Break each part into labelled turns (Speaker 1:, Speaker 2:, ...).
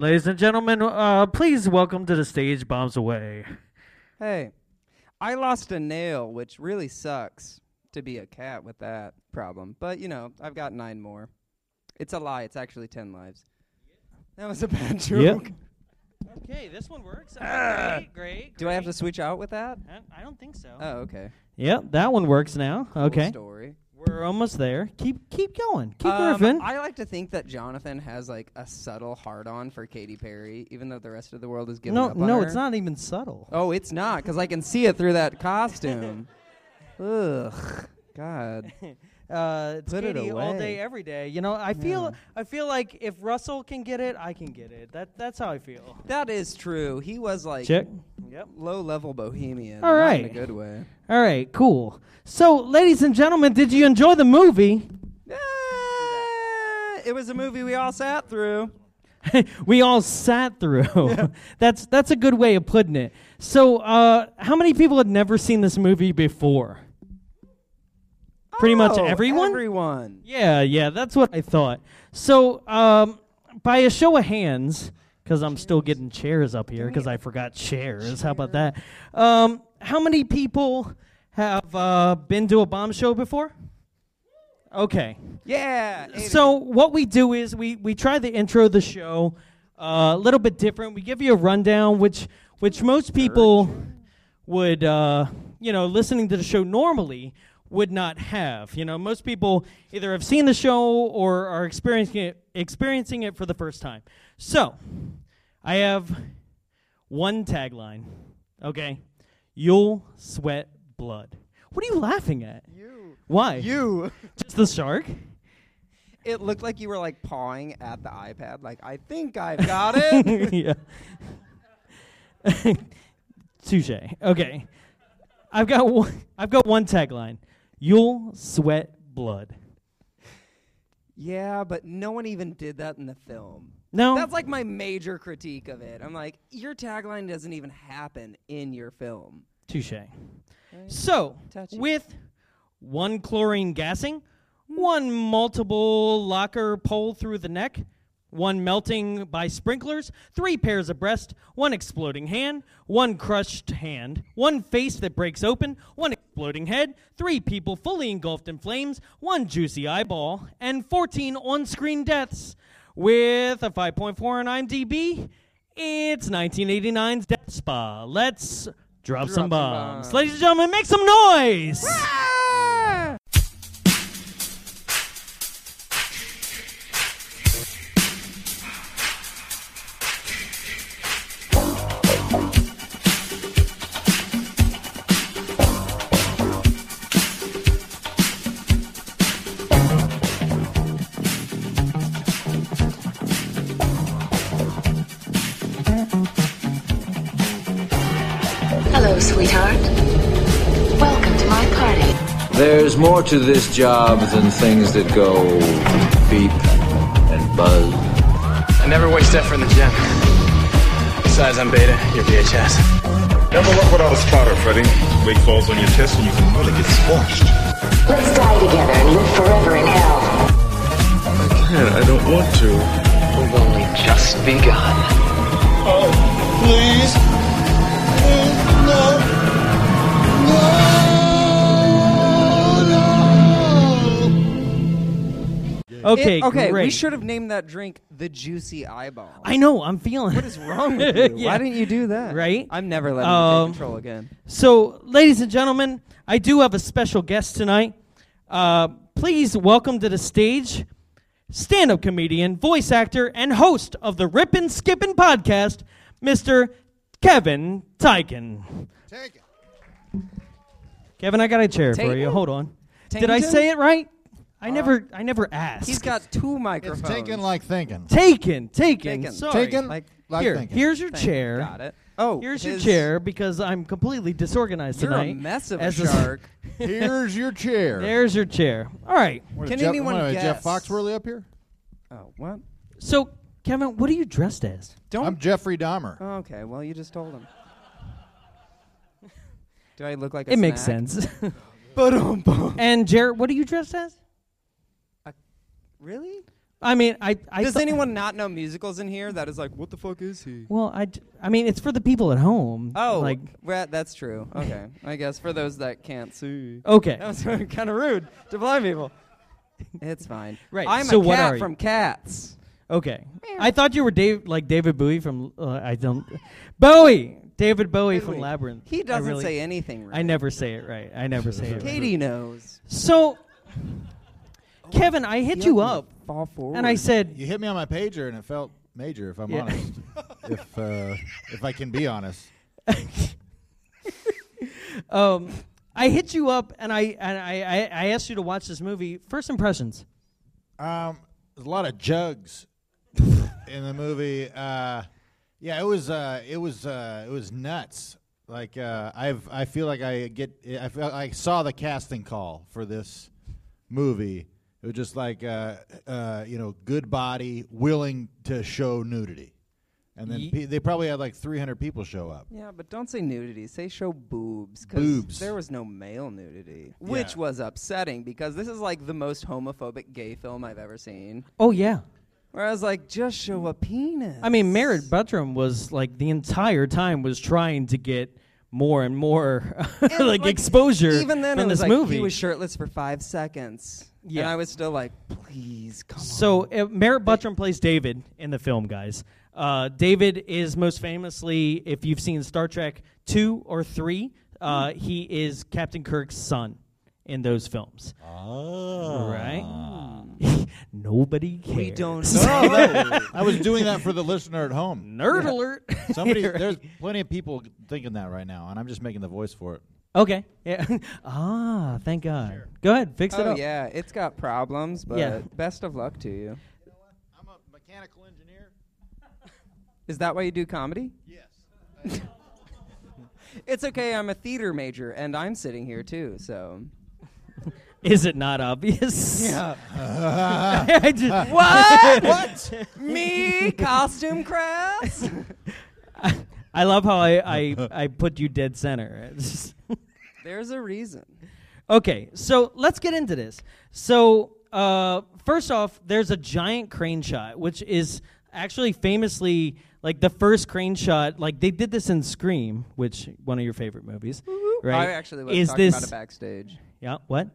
Speaker 1: Ladies and gentlemen, uh, please welcome to the stage Bombs Away.
Speaker 2: Hey, I lost a nail, which really sucks to be a cat with that problem. But, you know, I've got nine more. It's a lie. It's actually 10 lives. That was a bad joke.
Speaker 3: Okay, this one works.
Speaker 1: Ah.
Speaker 3: great, great.
Speaker 2: Do I have to switch out with that?
Speaker 3: I don't think so.
Speaker 2: Oh, okay.
Speaker 1: Yep, that one works now.
Speaker 2: Cool
Speaker 1: Okay.
Speaker 2: story.
Speaker 1: We're almost there. Keep keep going. Keep
Speaker 2: Um,
Speaker 1: riffing.
Speaker 2: I like to think that Jonathan has like a subtle hard on for Katy Perry, even though the rest of the world is giving
Speaker 1: no,
Speaker 2: up on
Speaker 1: no,
Speaker 2: her.
Speaker 1: it's not even subtle.
Speaker 2: Oh, it's not, because I can see it through that costume. Ugh, God.
Speaker 3: Uh, it's
Speaker 2: Put it
Speaker 3: Katie all
Speaker 2: away.
Speaker 3: day, every day. You know, I feel, I feel like if Russell can get it, I can get it. That, that's how I feel.
Speaker 2: That is true. He was like
Speaker 1: Check.
Speaker 3: Yep.
Speaker 2: low level bohemian.
Speaker 1: All
Speaker 2: not in a
Speaker 1: right.
Speaker 2: good way.
Speaker 1: All right, cool. So, ladies and gentlemen, did you enjoy the movie?
Speaker 2: Ah, It was a movie we all sat through.
Speaker 1: we all sat through. that's that's a good way of putting it. So, uh, how many people had never seen this movie before? Pretty much
Speaker 2: Oh,
Speaker 1: everyone.
Speaker 2: Everyone.
Speaker 1: yeah, yeah, that's what I thought. So, um, by a show of hands, because I'm still getting chairs up here because I forgot chairs. How about that? Um, how many people have uh, been to a bomb show before? Okay.
Speaker 2: Yeah. eight of
Speaker 1: So what we do is we we try the intro of the show uh, a little bit different. We give you a rundown, which which most people would uh, you know listening to the show normally would not have. You know, most people either have seen the show or are experiencing it experiencing it for the first time. So I have one tagline. Okay, you'll sweat blood. What are you laughing at?
Speaker 2: You.
Speaker 1: Why?
Speaker 2: You.
Speaker 1: Just the shark?
Speaker 2: It looked like you were like pawing at the iPad. Like I think I've got it.
Speaker 1: yeah. Touche. Okay. I've got one I've got one tagline. You'll sweat blood.
Speaker 2: yeah, but no one even did that in the film.
Speaker 1: No.
Speaker 2: That's like my major critique of it. I'm like, your tagline doesn't even happen in your film.
Speaker 1: Touche. So,
Speaker 2: Touchy.
Speaker 1: with one chlorine gassing, one multiple locker pole through the neck, one melting by sprinklers, three pairs of breasts, one exploding hand, one crushed hand, one face that breaks open, one exploding head, three people fully engulfed in flames, one juicy eyeball, and 14 on screen deaths. With a 5.4 on IMDb, it's 1989's Death Spa. Let's drop, some
Speaker 2: some
Speaker 1: bombs.
Speaker 2: bombs.
Speaker 1: Ladies and gentlemen, make some noise! Ah!
Speaker 4: Hello, sweetheart. Welcome to my party.
Speaker 5: There's more to this job than things that go beep and buzz.
Speaker 6: I never waste effort in the gym. Besides, I'm beta, you're VHS.
Speaker 7: Double up with all the spotter, Freddy. Weight falls on your chest and you can really get squashed.
Speaker 4: Let's die together and live forever in hell.
Speaker 7: Man, I don't want to.
Speaker 6: We've only just begun.
Speaker 7: Oh, please.
Speaker 1: Okay,
Speaker 2: It- okay,
Speaker 1: great.
Speaker 2: we should have named that drink the Juicy Eyeball.
Speaker 1: I know. I'm feeling.
Speaker 2: what is wrong with you?
Speaker 1: Yeah.
Speaker 2: Why didn't you do that?
Speaker 1: Right?
Speaker 2: I'm never letting you
Speaker 1: Um,
Speaker 2: take control again.
Speaker 1: So, ladies and gentlemen, I do have a special guest tonight. Uh, please welcome to the stage stand-up comedian, voice actor, and host of the Rip and Skippin' podcast, Mr. Kevin Tyken.
Speaker 8: Take it.
Speaker 1: Kevin, I got a chair for
Speaker 2: Taken?
Speaker 1: you. Hold on. Did I
Speaker 2: Taken? Uh,
Speaker 1: say it right? I never. I never asked.
Speaker 2: He's got two
Speaker 8: It's
Speaker 2: microphones.
Speaker 8: taken like thinking.
Speaker 1: Taken, taken,
Speaker 2: Taken.
Speaker 1: sorry.
Speaker 8: Taken
Speaker 2: like-
Speaker 8: like,
Speaker 1: Here,
Speaker 8: thinking.
Speaker 1: here's your
Speaker 2: Thank-
Speaker 1: chair.
Speaker 2: Got it. Oh,
Speaker 1: Here's
Speaker 2: his-
Speaker 1: your chair because I'm completely disorganized
Speaker 2: You're
Speaker 1: tonight.
Speaker 2: a mess of a
Speaker 1: As
Speaker 2: shark.
Speaker 8: Here's your chair.
Speaker 1: There's your chair. All right.
Speaker 8: What is
Speaker 2: Can
Speaker 8: Jeff,
Speaker 2: anyone
Speaker 8: what, is
Speaker 2: guess?
Speaker 8: Jeff Foxworthy up here?
Speaker 2: oh, what?
Speaker 1: So, Kevin, what are you dressed as?
Speaker 2: Don't.
Speaker 8: I'm Jeffrey Dahmer.
Speaker 2: Oh, okay, well, you just told him. Do I look like a
Speaker 1: it makes
Speaker 2: snack?
Speaker 1: sense.
Speaker 2: Ba-dum-bum.
Speaker 1: and Jared, what are you dressed as?
Speaker 2: Really?
Speaker 1: I mean, I. I
Speaker 2: Does
Speaker 1: thought-
Speaker 2: anyone not know musicals in here? That is like, what the fuck is he?
Speaker 1: Well, I. d- I mean, it's for the people at home.
Speaker 2: Oh,
Speaker 1: like
Speaker 2: well, that's true. Okay, I guess for those that can't see,
Speaker 1: okay.
Speaker 2: that was kind of rude to blind people. It's fine.
Speaker 1: Right,
Speaker 2: I'm
Speaker 1: so
Speaker 2: a
Speaker 1: what
Speaker 2: cat
Speaker 1: are you?
Speaker 2: from Cats.
Speaker 1: Okay. I thought you were Dave, like David Bowie from. Uh, I don't. Bowie, David Bowie
Speaker 2: Wait,
Speaker 1: from
Speaker 2: wait.
Speaker 1: Labyrinth.
Speaker 2: He
Speaker 1: I
Speaker 2: doesn't
Speaker 1: really-
Speaker 2: say anything. Right.
Speaker 1: I never say it right. I never say it. right.
Speaker 2: Katie knows.
Speaker 1: So, Kevin, I hit you up
Speaker 2: Fall forward.
Speaker 1: and I said,
Speaker 8: You hit me on my pager, and it felt major. If I'm
Speaker 1: Yeah.
Speaker 8: honest, if uh, if I can be honest,
Speaker 1: um, I hit you up and I and I, I I asked you to watch this movie. First impressions.
Speaker 8: um, there's a lot of jugs in the movie. Uh, yeah, it was uh, it was uh, it was nuts. Like uh, I've I feel like I get I feel I saw the casting call for this movie. It was just like uh, uh, you know, good body, willing to show nudity, and then pe- they probably had like 300 people show up.
Speaker 2: Yeah, but don't say nudity. Say show boobs. 'cause
Speaker 8: Boobs.
Speaker 2: There was no male nudity, which
Speaker 8: Yeah.
Speaker 2: was upsetting because this is like the most homophobic gay film I've ever seen.
Speaker 1: Oh yeah.
Speaker 2: Where I was like, just show a penis.
Speaker 1: I mean, Merritt Buttram was like the entire time was trying to get more and more
Speaker 2: And,
Speaker 1: like, exposure
Speaker 2: Even then,
Speaker 1: from
Speaker 2: it was
Speaker 1: this
Speaker 2: like,
Speaker 1: movie.
Speaker 2: he was shirtless for five seconds. And
Speaker 1: Yeah.
Speaker 2: I was still like, please come
Speaker 1: So
Speaker 2: on.
Speaker 1: uh, Merritt Buttram plays David in the film, guys. Uh, David is most famously, if you've seen Star Trek two or three, uh, he is Captain Kirk's son in those films.
Speaker 8: Ah.
Speaker 1: Oh, right. Nobody cares.
Speaker 2: we don't.
Speaker 8: I was doing that for the listener at home.
Speaker 1: Nerd alert.
Speaker 8: Somebody, there's plenty of people thinking that right now, and I'm just making the voice for it.
Speaker 1: okay. Yeah. ah, thank God. Go ahead, fix it
Speaker 2: oh
Speaker 1: up.
Speaker 2: yeah, it's got problems, but
Speaker 1: Yeah.
Speaker 2: best of luck to you.
Speaker 8: I'm a mechanical engineer.
Speaker 2: Is that why you do comedy? Yes. it's okay. I'm a theater major, and I'm sitting here too. So
Speaker 1: Is it not obvious? Yeah. I just, what?
Speaker 8: What?
Speaker 2: me costume crafts.
Speaker 1: I love how I, I, I put you dead center. It's just-
Speaker 2: There's a reason.
Speaker 1: okay, so let's get into this. So, uh, first off, there's a giant crane shot, which is actually famously like the first crane shot. Like they did this in Scream, which one of your favorite movies, right?
Speaker 2: Mm-hmm. I actually was
Speaker 1: is
Speaker 2: talking
Speaker 1: this
Speaker 2: about it backstage.
Speaker 1: yeah? What?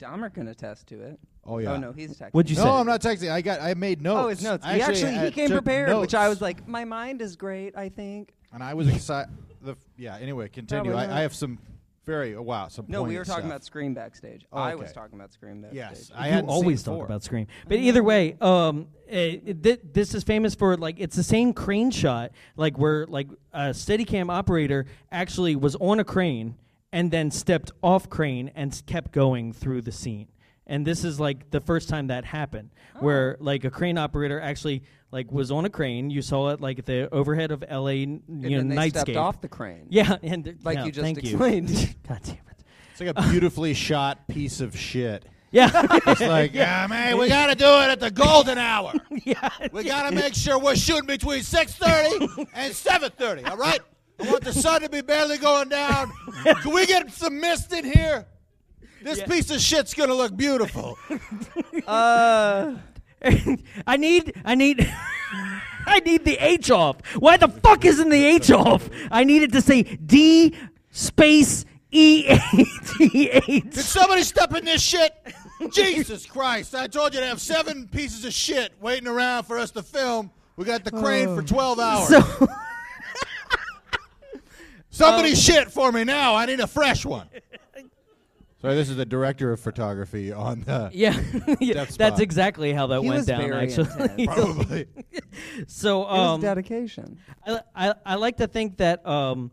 Speaker 2: Dahmer can attest to it.
Speaker 8: Oh, yeah.
Speaker 2: Oh no, he's texting.
Speaker 1: What'd you say?
Speaker 8: No, I'm not texting. I got. I made notes.
Speaker 2: Oh, his notes.
Speaker 8: I
Speaker 2: he actually
Speaker 8: uh,
Speaker 2: he came
Speaker 8: took
Speaker 2: prepared, which I
Speaker 8: notes,
Speaker 2: was like, my mind is great. I think.
Speaker 8: and I was excited. The f- yeah. Anyway, continue.
Speaker 2: Probably not.
Speaker 8: I, I have some very oh, wow. Some
Speaker 2: No, we
Speaker 8: poignant
Speaker 2: were talking
Speaker 8: stuff.
Speaker 2: about Scream backstage.
Speaker 8: Oh,
Speaker 2: I was
Speaker 8: okay.
Speaker 2: talking about Scream backstage.
Speaker 8: Yes, I
Speaker 1: you
Speaker 8: hadn't seen
Speaker 1: always
Speaker 8: it
Speaker 1: talk
Speaker 8: before.
Speaker 1: about Scream. But either way, um, eh, th- this is famous for like it's the same crane shot, like where like a Steadicam operator actually was on a crane and then stepped off crane and s- kept going through the scene. And this is like the first time that happened,
Speaker 2: Oh.
Speaker 1: where like a crane operator actually like was on a crane. You saw it like at the overhead of L.A. n-
Speaker 2: And
Speaker 1: you
Speaker 2: then
Speaker 1: know
Speaker 2: they stepped
Speaker 1: nightscape.
Speaker 2: off the crane.
Speaker 1: yeah, and
Speaker 2: Like
Speaker 1: yeah,
Speaker 2: you just
Speaker 1: thank
Speaker 2: explained.
Speaker 1: God damn it.
Speaker 8: It's like a beautifully shot piece of shit.
Speaker 1: Yeah.
Speaker 8: It's like, yeah, man, we gotta do it at the golden hour.
Speaker 1: yeah.
Speaker 8: We gotta make sure we're shooting between six thirty and seven thirty. All right. I want the sun to be barely going down. Can we get some mist in here? This piece of shit's gonna look beautiful.
Speaker 1: I need I need I need the H off. Why the fuck isn't the H off? I needed to say D space E A T
Speaker 8: Did
Speaker 1: H.
Speaker 8: somebody step in this shit? Jesus Christ! I told you to have seven pieces of shit waiting around for us to film. We got the crane for twelve hours.
Speaker 1: So
Speaker 8: Somebody shit for me now. I need a fresh one. Sorry, this is the director of photography on the
Speaker 1: yeah, yeah,
Speaker 8: Death
Speaker 1: that's
Speaker 8: spot.
Speaker 1: exactly how that
Speaker 2: He
Speaker 1: went
Speaker 2: was
Speaker 1: down.
Speaker 2: very
Speaker 1: Actually,
Speaker 8: probably.
Speaker 1: so
Speaker 2: It was
Speaker 1: um,
Speaker 2: dedication.
Speaker 1: I, I, I like to think that um,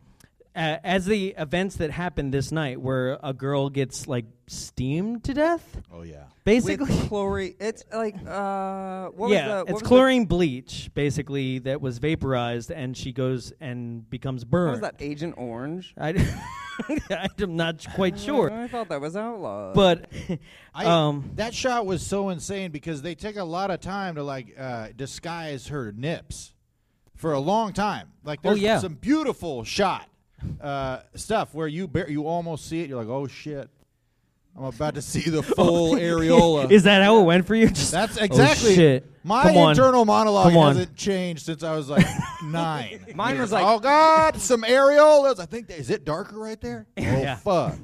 Speaker 1: a, as the events that happened this night, where a girl gets like steamed to death,
Speaker 8: oh yeah.
Speaker 1: basically.
Speaker 2: With chlorine. It's like uh, what
Speaker 1: yeah,
Speaker 2: was the? What
Speaker 1: it's
Speaker 2: was the-
Speaker 1: chlorine bleach, basically, that was vaporized, and she goes and becomes
Speaker 2: what was
Speaker 1: burned.
Speaker 2: that Agent Orange?
Speaker 1: I, am not quite sure,
Speaker 2: I thought that was outlaw.
Speaker 1: but
Speaker 8: I,
Speaker 1: um,
Speaker 8: that shot was so insane because they took a lot of time to like uh, disguise her nips for a long time. Like
Speaker 1: Oh,
Speaker 8: there's
Speaker 1: yeah.
Speaker 8: some beautiful shot uh, stuff where you bar- you almost see it. You're like, oh shit. I'm about to see the full areola.
Speaker 1: Is that how it went for you? Just,
Speaker 8: That's
Speaker 1: "Oh,
Speaker 8: exactly
Speaker 1: shit.
Speaker 8: my
Speaker 1: Come on.
Speaker 8: internal monologue
Speaker 1: Come on.
Speaker 8: hasn't changed since I was like nine.
Speaker 2: Mine was
Speaker 8: Yeah.
Speaker 2: like-
Speaker 8: oh god, some areolas. I think that, is it darker right there? Oh
Speaker 1: Yeah.
Speaker 8: fuck!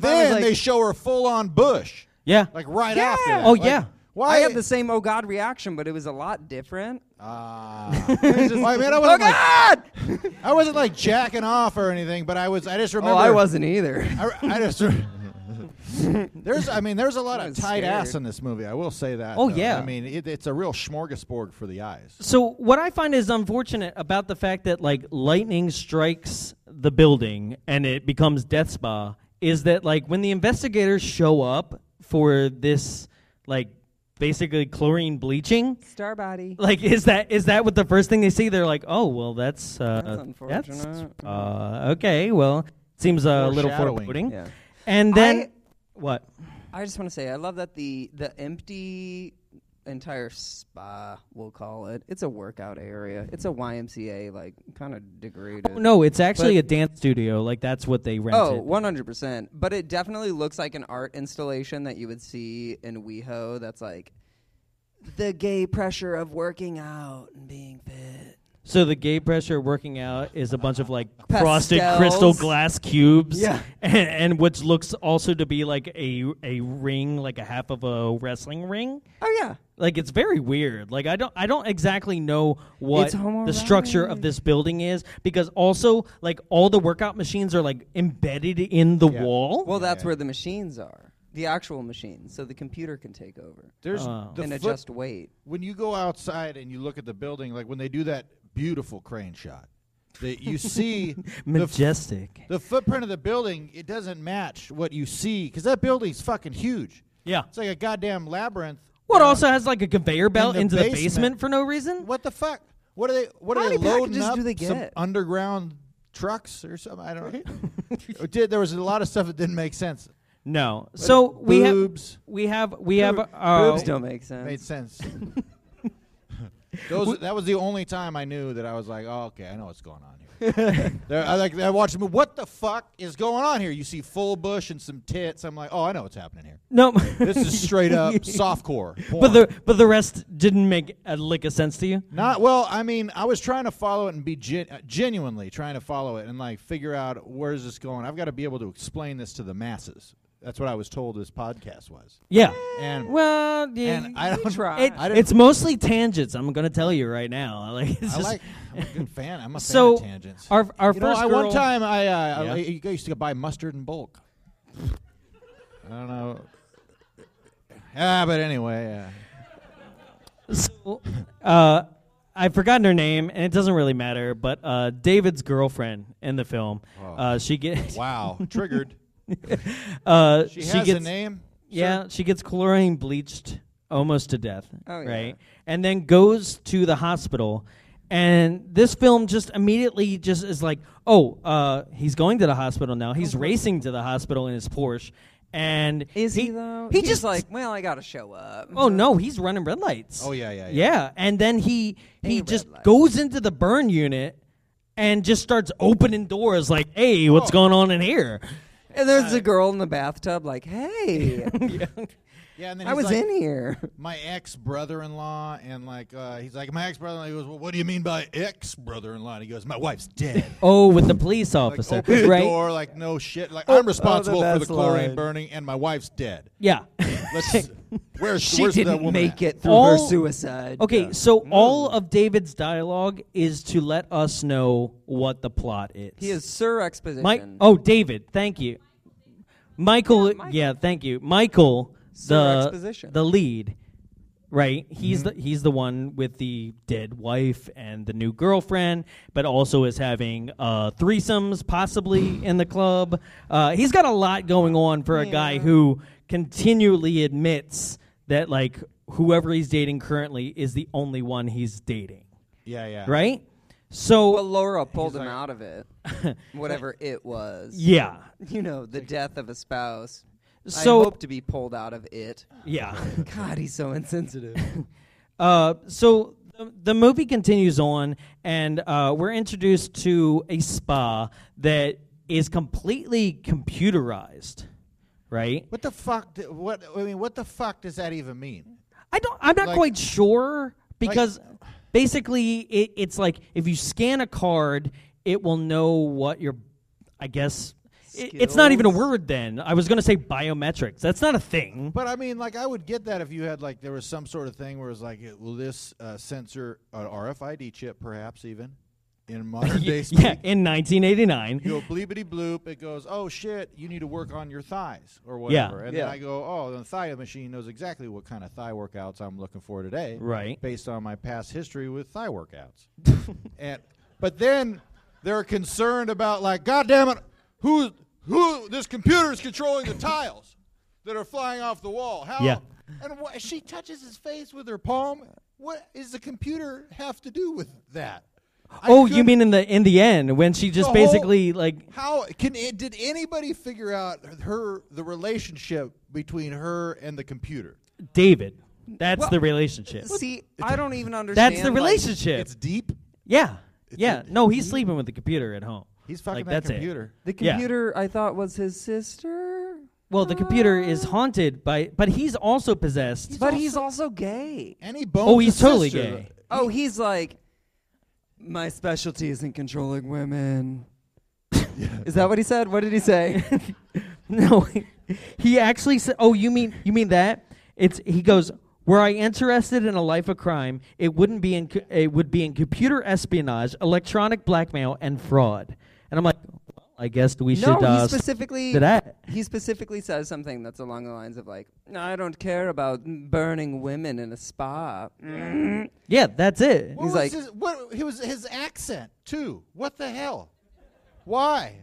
Speaker 2: Mine was
Speaker 8: then
Speaker 2: like-
Speaker 8: they show her full on bush,
Speaker 1: Yeah.
Speaker 8: like right after. That.
Speaker 1: Oh,
Speaker 8: Like,
Speaker 1: yeah.
Speaker 8: Why
Speaker 2: I had the same oh god reaction, but it was a lot different.
Speaker 8: Ah. Why, man, I
Speaker 1: Oh,
Speaker 8: wasn't like,
Speaker 1: Ah!
Speaker 8: I wasn't like jacking off or anything, but I was. I just
Speaker 2: Oh,
Speaker 8: remember.
Speaker 2: I wasn't either.
Speaker 8: I, I just. there's, I mean, there's a lot of
Speaker 2: was
Speaker 8: tight
Speaker 2: scared.
Speaker 8: ass in this movie. I will say that.
Speaker 1: Oh,
Speaker 8: though.
Speaker 1: yeah.
Speaker 8: I mean, it, it's a real smorgasbord for the eyes.
Speaker 1: So what I find is unfortunate about the fact that like lightning strikes the building and it becomes death spa is that like when the investigators show up for this like basically chlorine bleaching
Speaker 2: Star body.
Speaker 1: like is that is that what the first thing they see they're like oh well that's uh
Speaker 2: That's unfortunate.
Speaker 1: uh okay well seems a little
Speaker 8: Foreshadowing.
Speaker 1: foreboding
Speaker 2: Yeah.
Speaker 1: and then what
Speaker 2: I just want to say I love that the the empty entire spa we'll call it. It's a workout area. It's a YMCA like kind of degraded.
Speaker 1: no it's actually
Speaker 2: But-
Speaker 1: a dance studio like that's what they rented
Speaker 2: Oh, 100%. But it definitely looks like an art installation that you would see in WeHo that's like the gay pressure of working out and being fit.
Speaker 1: So the gay pressure working out is a bunch of like frosted crystal
Speaker 2: Pastels.
Speaker 1: glass cubes,
Speaker 2: Yeah.
Speaker 1: and, and which looks also to be like a a ring, like a half of a wrestling ring.
Speaker 2: Oh yeah.
Speaker 1: Like it's very weird. Like I don't I don't exactly know what
Speaker 2: It's homoerotic.
Speaker 1: the structure of this building is because also like all the workout machines are like embedded in the wall.
Speaker 2: Well, that's where the machines are. The actual machines, so the computer can take over
Speaker 8: There's the
Speaker 2: and
Speaker 8: flip-
Speaker 2: adjust weight.
Speaker 8: when you go outside and you look at the building, like when they do that beautiful crane shot, that you see the f-
Speaker 1: majestic.
Speaker 8: the footprint of the building, it doesn't match what you see because that building's fucking huge.
Speaker 1: Yeah.
Speaker 8: It's like a goddamn labyrinth.
Speaker 1: what also has like a conveyor belt
Speaker 8: uh, the
Speaker 1: into the
Speaker 8: basement.
Speaker 1: basement for no reason?
Speaker 8: What the fuck? What are they? What
Speaker 2: How
Speaker 8: are they
Speaker 2: many
Speaker 8: loading
Speaker 2: packages
Speaker 8: up?
Speaker 2: do they
Speaker 8: Some
Speaker 2: get?
Speaker 8: underground trucks or something? I don't know. It did there was a lot of stuff that didn't make sense?
Speaker 1: No. So we have
Speaker 8: boobs.
Speaker 1: we have we have
Speaker 8: Boob-
Speaker 1: uh,
Speaker 2: Boobs don't make sense.
Speaker 8: Made sense. Those, that was the only time I knew that I was like, oh, okay, I know what's going on here. there, I like I watched the movie. What the fuck is going on here? You see full bush and some tits. I'm like, oh, I know what's happening here.
Speaker 1: No,
Speaker 8: This is straight up softcore. Porn.
Speaker 1: but the but the rest didn't make a lick of sense to you.
Speaker 8: Not well. I mean, I was trying to follow it and be gen- uh, genuinely trying to follow it and like figure out where's this going. I've got to be able to explain this to the masses. That's what I was told this podcast was.
Speaker 1: Yeah.
Speaker 8: And
Speaker 1: Well, yeah,
Speaker 8: and I don't
Speaker 2: try.
Speaker 1: it,
Speaker 8: I didn't-
Speaker 1: it's mostly tangents. I'm gonna tell you right now. Like, it's
Speaker 8: I
Speaker 1: just,
Speaker 8: like. I'm a good fan. I'm a
Speaker 1: so
Speaker 8: fan of tangents.
Speaker 1: our our
Speaker 8: you know,
Speaker 1: first
Speaker 8: I,
Speaker 1: girl,
Speaker 8: one time I, uh,
Speaker 1: Yeah.
Speaker 8: I I used to buy mustard in bulk. I don't know. Ah, but anyway, uh,
Speaker 1: So, uh, I've forgotten her name, and it doesn't really matter. But uh, David's girlfriend in the film, uh, she gets
Speaker 8: Oh. wow, triggered.
Speaker 1: uh,
Speaker 8: She, has
Speaker 1: gets
Speaker 8: a name.
Speaker 1: Yeah, she gets chlorine bleached almost to death.
Speaker 2: Oh, yeah.
Speaker 1: Right? And then goes to the hospital. And this film just immediately just is like, oh, uh, he's going to the hospital now. He's racing to the hospital in his Porsche. And
Speaker 2: Is he, though?
Speaker 1: He
Speaker 2: He's
Speaker 1: just
Speaker 2: like, well, I gotta show up.
Speaker 1: Oh no, he's running red lights.
Speaker 8: Oh, yeah, yeah, yeah.
Speaker 1: Yeah, and then he he
Speaker 2: red
Speaker 1: just
Speaker 2: light.
Speaker 1: goes into the burn unit and just starts opening doors like, "Hey, what's going on in here?"
Speaker 2: And there's a girl in the bathtub, like, hey,
Speaker 8: Yeah, and then
Speaker 2: I
Speaker 8: he's
Speaker 2: was
Speaker 8: like,
Speaker 2: in here.
Speaker 8: my ex brother in law, and like uh, he's like my ex brother in law. He goes, well, what do you mean by ex brother in law? And he goes, my wife's dead.
Speaker 1: Oh, with the police
Speaker 8: Like
Speaker 1: officer,
Speaker 8: open the
Speaker 1: right?
Speaker 8: door, like no shit. Like I'm responsible for Oh, the
Speaker 2: best
Speaker 8: chlorine
Speaker 2: line.
Speaker 8: burning, and my wife's dead.
Speaker 1: Yeah.
Speaker 8: Let's. Where's
Speaker 2: She
Speaker 8: where's that
Speaker 2: didn't
Speaker 8: woman
Speaker 2: make
Speaker 8: at?
Speaker 2: it through
Speaker 1: All-
Speaker 2: her suicide.
Speaker 1: Okay,
Speaker 8: Mm.
Speaker 1: so all of David's dialogue is to let us know what the plot is.
Speaker 2: He is Sir Exposition.
Speaker 1: Mike. Oh, David. Thank you, Michael. Yeah, thank you, Michael.
Speaker 2: Sir
Speaker 1: The
Speaker 2: Exposition.
Speaker 1: the lead, right? He's the he's the one with the dead wife and the new girlfriend, but also is having uh, threesomes possibly in the club. Uh, he's got a lot going on for a guy who continually admits that like whoever he's dating currently is the only one he's dating,
Speaker 8: Yeah, yeah.
Speaker 1: right? So
Speaker 2: Well, Laura pulled him out of it. Whatever it was.
Speaker 1: yeah,
Speaker 2: You know, the death of a spouse.
Speaker 1: So-
Speaker 2: I hope to be pulled out of it.
Speaker 1: yeah.
Speaker 2: God, he's so insensitive.
Speaker 1: Uh, so the, the movie continues on, and uh, we're introduced to a spa that is completely computerized. right?
Speaker 8: What the fuck? Do, what I mean? What the fuck does that even mean?
Speaker 1: I don't. I'm not
Speaker 8: Like-
Speaker 1: quite sure because basically it, it's like if you scan a card, it will know what your. I guess it, it's not even a
Speaker 2: Skills?
Speaker 1: word. Then I was going to say biometrics. That's not a thing.
Speaker 8: But I mean, like, I would get that if you had like there was some sort of thing where it's like, it- will this uh, sensor an RFID chip, perhaps even in modern day speak?
Speaker 1: yeah, in 1989.
Speaker 8: You go bleepity bloop. It goes, oh shit, you need to work on your thighs or whatever. And then
Speaker 2: Yeah.
Speaker 8: I go, oh, the thigh machine knows exactly what kind of thigh workouts I'm looking for today,
Speaker 1: Right.
Speaker 8: Based on my past history with thigh workouts. and but then they're concerned about like, god damn it, who who this computer is controlling the tiles that are flying off the wall? How?
Speaker 1: Yeah.
Speaker 8: And what, she touches his face with her palm. What does the computer have to do with that? I
Speaker 1: oh, you
Speaker 8: couldn't-
Speaker 1: mean in the in the end when she just
Speaker 8: the whole-
Speaker 1: basically like
Speaker 8: how can it, did anybody figure out her the relationship between her and the computer?
Speaker 1: David? That's
Speaker 2: Well,
Speaker 1: the relationship.
Speaker 2: See, I don't even understand.
Speaker 1: That's the
Speaker 2: like-
Speaker 1: relationship.
Speaker 8: It's deep.
Speaker 1: yeah, yeah. No, he's sleeping with the computer at home.
Speaker 8: He's fucking
Speaker 1: Like,
Speaker 8: that
Speaker 1: that's it.
Speaker 8: computer.
Speaker 2: the
Speaker 1: Yeah.
Speaker 2: computer I thought was his sister,
Speaker 1: Well, the computer is haunted by, but he's also possessed.
Speaker 2: but he's also gay.
Speaker 8: And he bones.
Speaker 1: oh, he's
Speaker 8: his
Speaker 1: totally
Speaker 8: sister.
Speaker 1: gay.
Speaker 2: Oh, he's like, my specialty isn't controlling women. Is that what he said? What did he say?
Speaker 1: No, he actually said. Oh, you mean you mean that? It's he goes. Were I interested in a life of crime, it wouldn't be in. co- It would be in computer espionage, electronic blackmail, and fraud. And I'm like, well, I guess we
Speaker 2: no,
Speaker 1: should. Uh,
Speaker 2: he
Speaker 1: s-
Speaker 2: specifically
Speaker 1: to that.
Speaker 2: he specifically says something that's along the lines of like, "No, I don't care about burning women in a spa. Mm.
Speaker 1: Yeah, that's it.
Speaker 2: He's
Speaker 8: What was
Speaker 2: like-
Speaker 8: his, what? He was his accent too. What the hell? Why?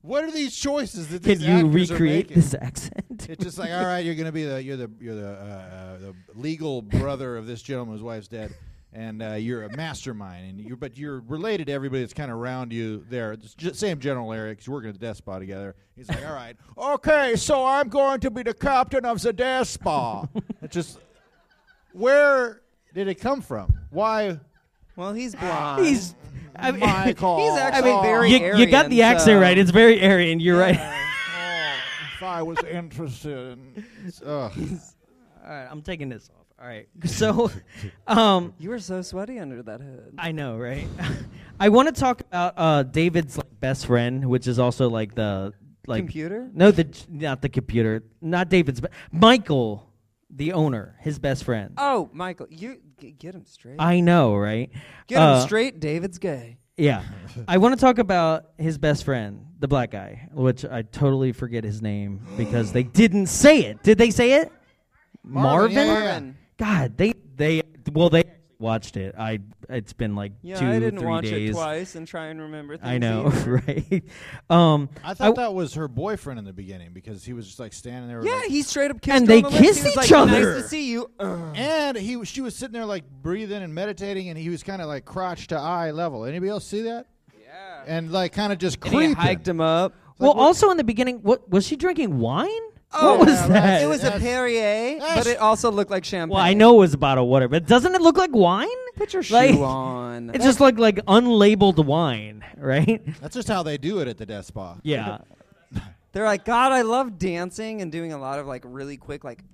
Speaker 8: what are these choices that
Speaker 1: Can
Speaker 8: these
Speaker 1: you
Speaker 8: actors are
Speaker 1: recreate
Speaker 8: making?
Speaker 1: this accent?
Speaker 8: It's just like, all right, you're gonna be the you're the you're the, uh, uh, the legal brother of this gentleman whose wife's dead, and uh, you're a mastermind, and you're but you're related to everybody that's kind of around you there. It's ju- same general area because you're working at the death spa together. He's like, all right, okay, so I'm going to be the captain of the death spa. it's just where did it come from? Why?
Speaker 2: Well, he's blonde.
Speaker 1: he's. I mean,
Speaker 8: Michael.
Speaker 2: He's actually
Speaker 8: Oh,
Speaker 2: very-
Speaker 1: you, you
Speaker 2: Aryan,
Speaker 1: got the accent
Speaker 2: so-
Speaker 1: right. It's very Aryan. You're right.
Speaker 8: Oh, if I was interested, in, Ugh.
Speaker 1: All right, I'm taking this off. All right. So, um,
Speaker 2: you were so sweaty under that hood.
Speaker 1: I know, right? I want to talk about uh, David's like best friend, which is also like the like
Speaker 2: Computer?
Speaker 1: No, the not the computer, not David's, but Michael, the owner, his best friend.
Speaker 2: Oh, Michael, you g- get him straight.
Speaker 1: I know, right?
Speaker 2: get
Speaker 1: Uh,
Speaker 2: him straight. David's gay.
Speaker 1: Yeah, I want to talk about his best friend, the black guy, which I totally forget his name because they didn't say it. Did they say it? Marvin.
Speaker 8: Marvin, yeah, yeah, yeah.
Speaker 2: Marvin.
Speaker 1: God, they they well they watched it. I it's been like
Speaker 2: Yeah,
Speaker 1: two
Speaker 2: I didn't
Speaker 1: three
Speaker 2: watch
Speaker 1: days.
Speaker 2: it twice and try and remember things.
Speaker 1: I know,
Speaker 2: either.
Speaker 1: right? Um,
Speaker 8: I thought that was her boyfriend in the beginning because he was just like standing there.
Speaker 2: Yeah,
Speaker 8: like-
Speaker 2: he straight up kissed
Speaker 1: And
Speaker 2: her
Speaker 1: they
Speaker 2: on the lips. He
Speaker 1: kissed
Speaker 2: was
Speaker 1: each
Speaker 2: like,
Speaker 1: other.
Speaker 2: Nice to see you. Ugh.
Speaker 8: and he was- she was sitting there like breathing and meditating, and he was kind of like crotch to eye level. Anybody else see that? Yeah. And like kind of just creeping.
Speaker 2: He hiked him up.
Speaker 1: well, also in the beginning, what was she drinking? Wine?
Speaker 2: Oh,
Speaker 1: what was
Speaker 2: yeah, right.
Speaker 1: that?
Speaker 2: It was a Perrier, but it also looked like champagne.
Speaker 1: well, I know it was a bottle of water, but doesn't it look like wine?
Speaker 2: Put your
Speaker 1: Like-
Speaker 2: shoe on.
Speaker 1: It just looked like unlabeled wine, right?
Speaker 8: That's just how they do it at the death spa.
Speaker 1: Yeah.
Speaker 2: They're like, God, I love dancing and doing a lot of like really quick, like,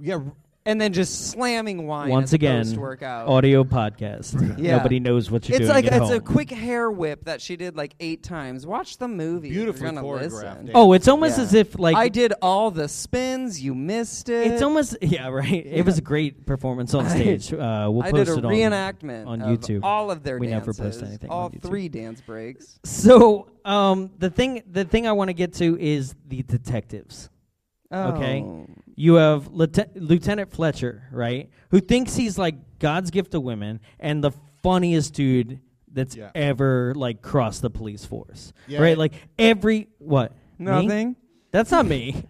Speaker 8: Yeah. r-
Speaker 2: and then just slamming wine
Speaker 1: Once
Speaker 2: as a
Speaker 1: again,
Speaker 2: post-workout.
Speaker 1: audio podcast.
Speaker 2: Yeah.
Speaker 1: Nobody knows what you're
Speaker 2: It's
Speaker 1: doing
Speaker 2: like
Speaker 1: at
Speaker 2: it's a
Speaker 1: home.
Speaker 2: quick hair whip that she did like eight times. Watch the movie. if you're
Speaker 8: Beautifully
Speaker 2: gonna
Speaker 8: choreographed,
Speaker 2: listen.
Speaker 8: yeah.
Speaker 1: Oh, it's almost
Speaker 2: Yeah.
Speaker 1: as if like
Speaker 2: I did all the spins. You missed it.
Speaker 1: It's almost yeah, right. It was a great performance on stage. Uh, we'll
Speaker 2: I
Speaker 1: post
Speaker 2: did a
Speaker 1: it on
Speaker 2: reenactment
Speaker 1: on
Speaker 2: of
Speaker 1: YouTube.
Speaker 2: All of their
Speaker 1: We never
Speaker 2: dances.
Speaker 1: post anything on
Speaker 2: All
Speaker 1: YouTube.
Speaker 2: three dance breaks.
Speaker 1: So um, the thing the thing I want to get to is the detectives. Okay,
Speaker 2: Oh.
Speaker 1: you have Lieutenant, Lieutenant Fletcher, right, who thinks he's like God's gift to women and the funniest dude that's
Speaker 8: Yeah.
Speaker 1: ever like crossed the police force.
Speaker 8: Yeah.
Speaker 1: Right, like every what Me?
Speaker 2: Nothing.
Speaker 1: That's not me.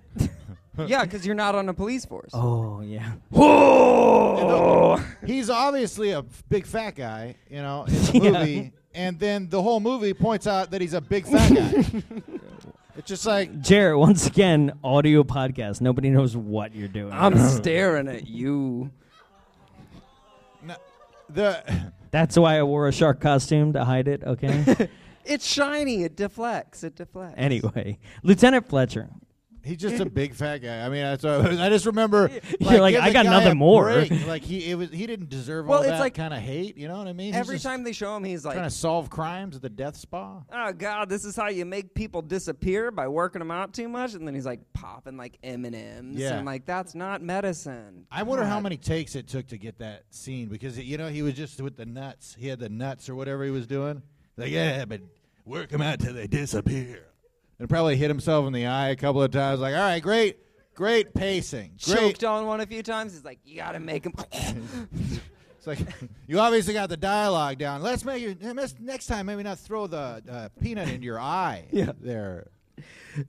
Speaker 2: yeah, because you're not on a police force.
Speaker 1: oh yeah.
Speaker 8: He's obviously a f- big fat guy, you know, in the movie. And then the whole movie points out that he's a big fat guy. it's just like,
Speaker 1: Jarrett, once again, audio podcast. Nobody knows what you're doing.
Speaker 2: I'm staring at you.
Speaker 8: n- the.
Speaker 1: That's why I wore a shark costume to hide it. Okay.
Speaker 2: It's shiny. It deflects. It deflects.
Speaker 1: Anyway, Lieutenant Fletcher.
Speaker 8: He's just a big fat guy. I mean, that's what I, was- I just remember.
Speaker 1: You're like,
Speaker 8: give
Speaker 1: I
Speaker 8: the
Speaker 1: got
Speaker 8: guy
Speaker 1: nothing
Speaker 8: a
Speaker 1: more.
Speaker 8: break. Like he, it was, he didn't deserve
Speaker 2: Well,
Speaker 8: all
Speaker 2: it's
Speaker 8: that
Speaker 2: like-
Speaker 8: kind of hate. You know what I mean? He's
Speaker 2: Every
Speaker 8: just
Speaker 2: time they show him, he's like,
Speaker 8: trying to solve crimes at the death spa.
Speaker 2: "Oh God, this is how you make people disappear by working them out too much." And then he's like popping like M and M's,
Speaker 8: Yeah.
Speaker 2: and like that's not medicine.
Speaker 8: I wonder how
Speaker 2: God.
Speaker 8: many takes it took to get that scene because you know he was just with the nuts. He had the nuts or whatever he was doing. Like yeah, but work them out till they disappear. And probably hit himself in the eye a couple of times. Like all right, great, great pacing. Great.
Speaker 2: Choked on one a few times. He's like, "You gotta make him."
Speaker 8: It's like you obviously got the dialogue down. Let's make your let's- next time maybe not throw the uh, peanut into your eye.
Speaker 1: Yeah.
Speaker 8: there.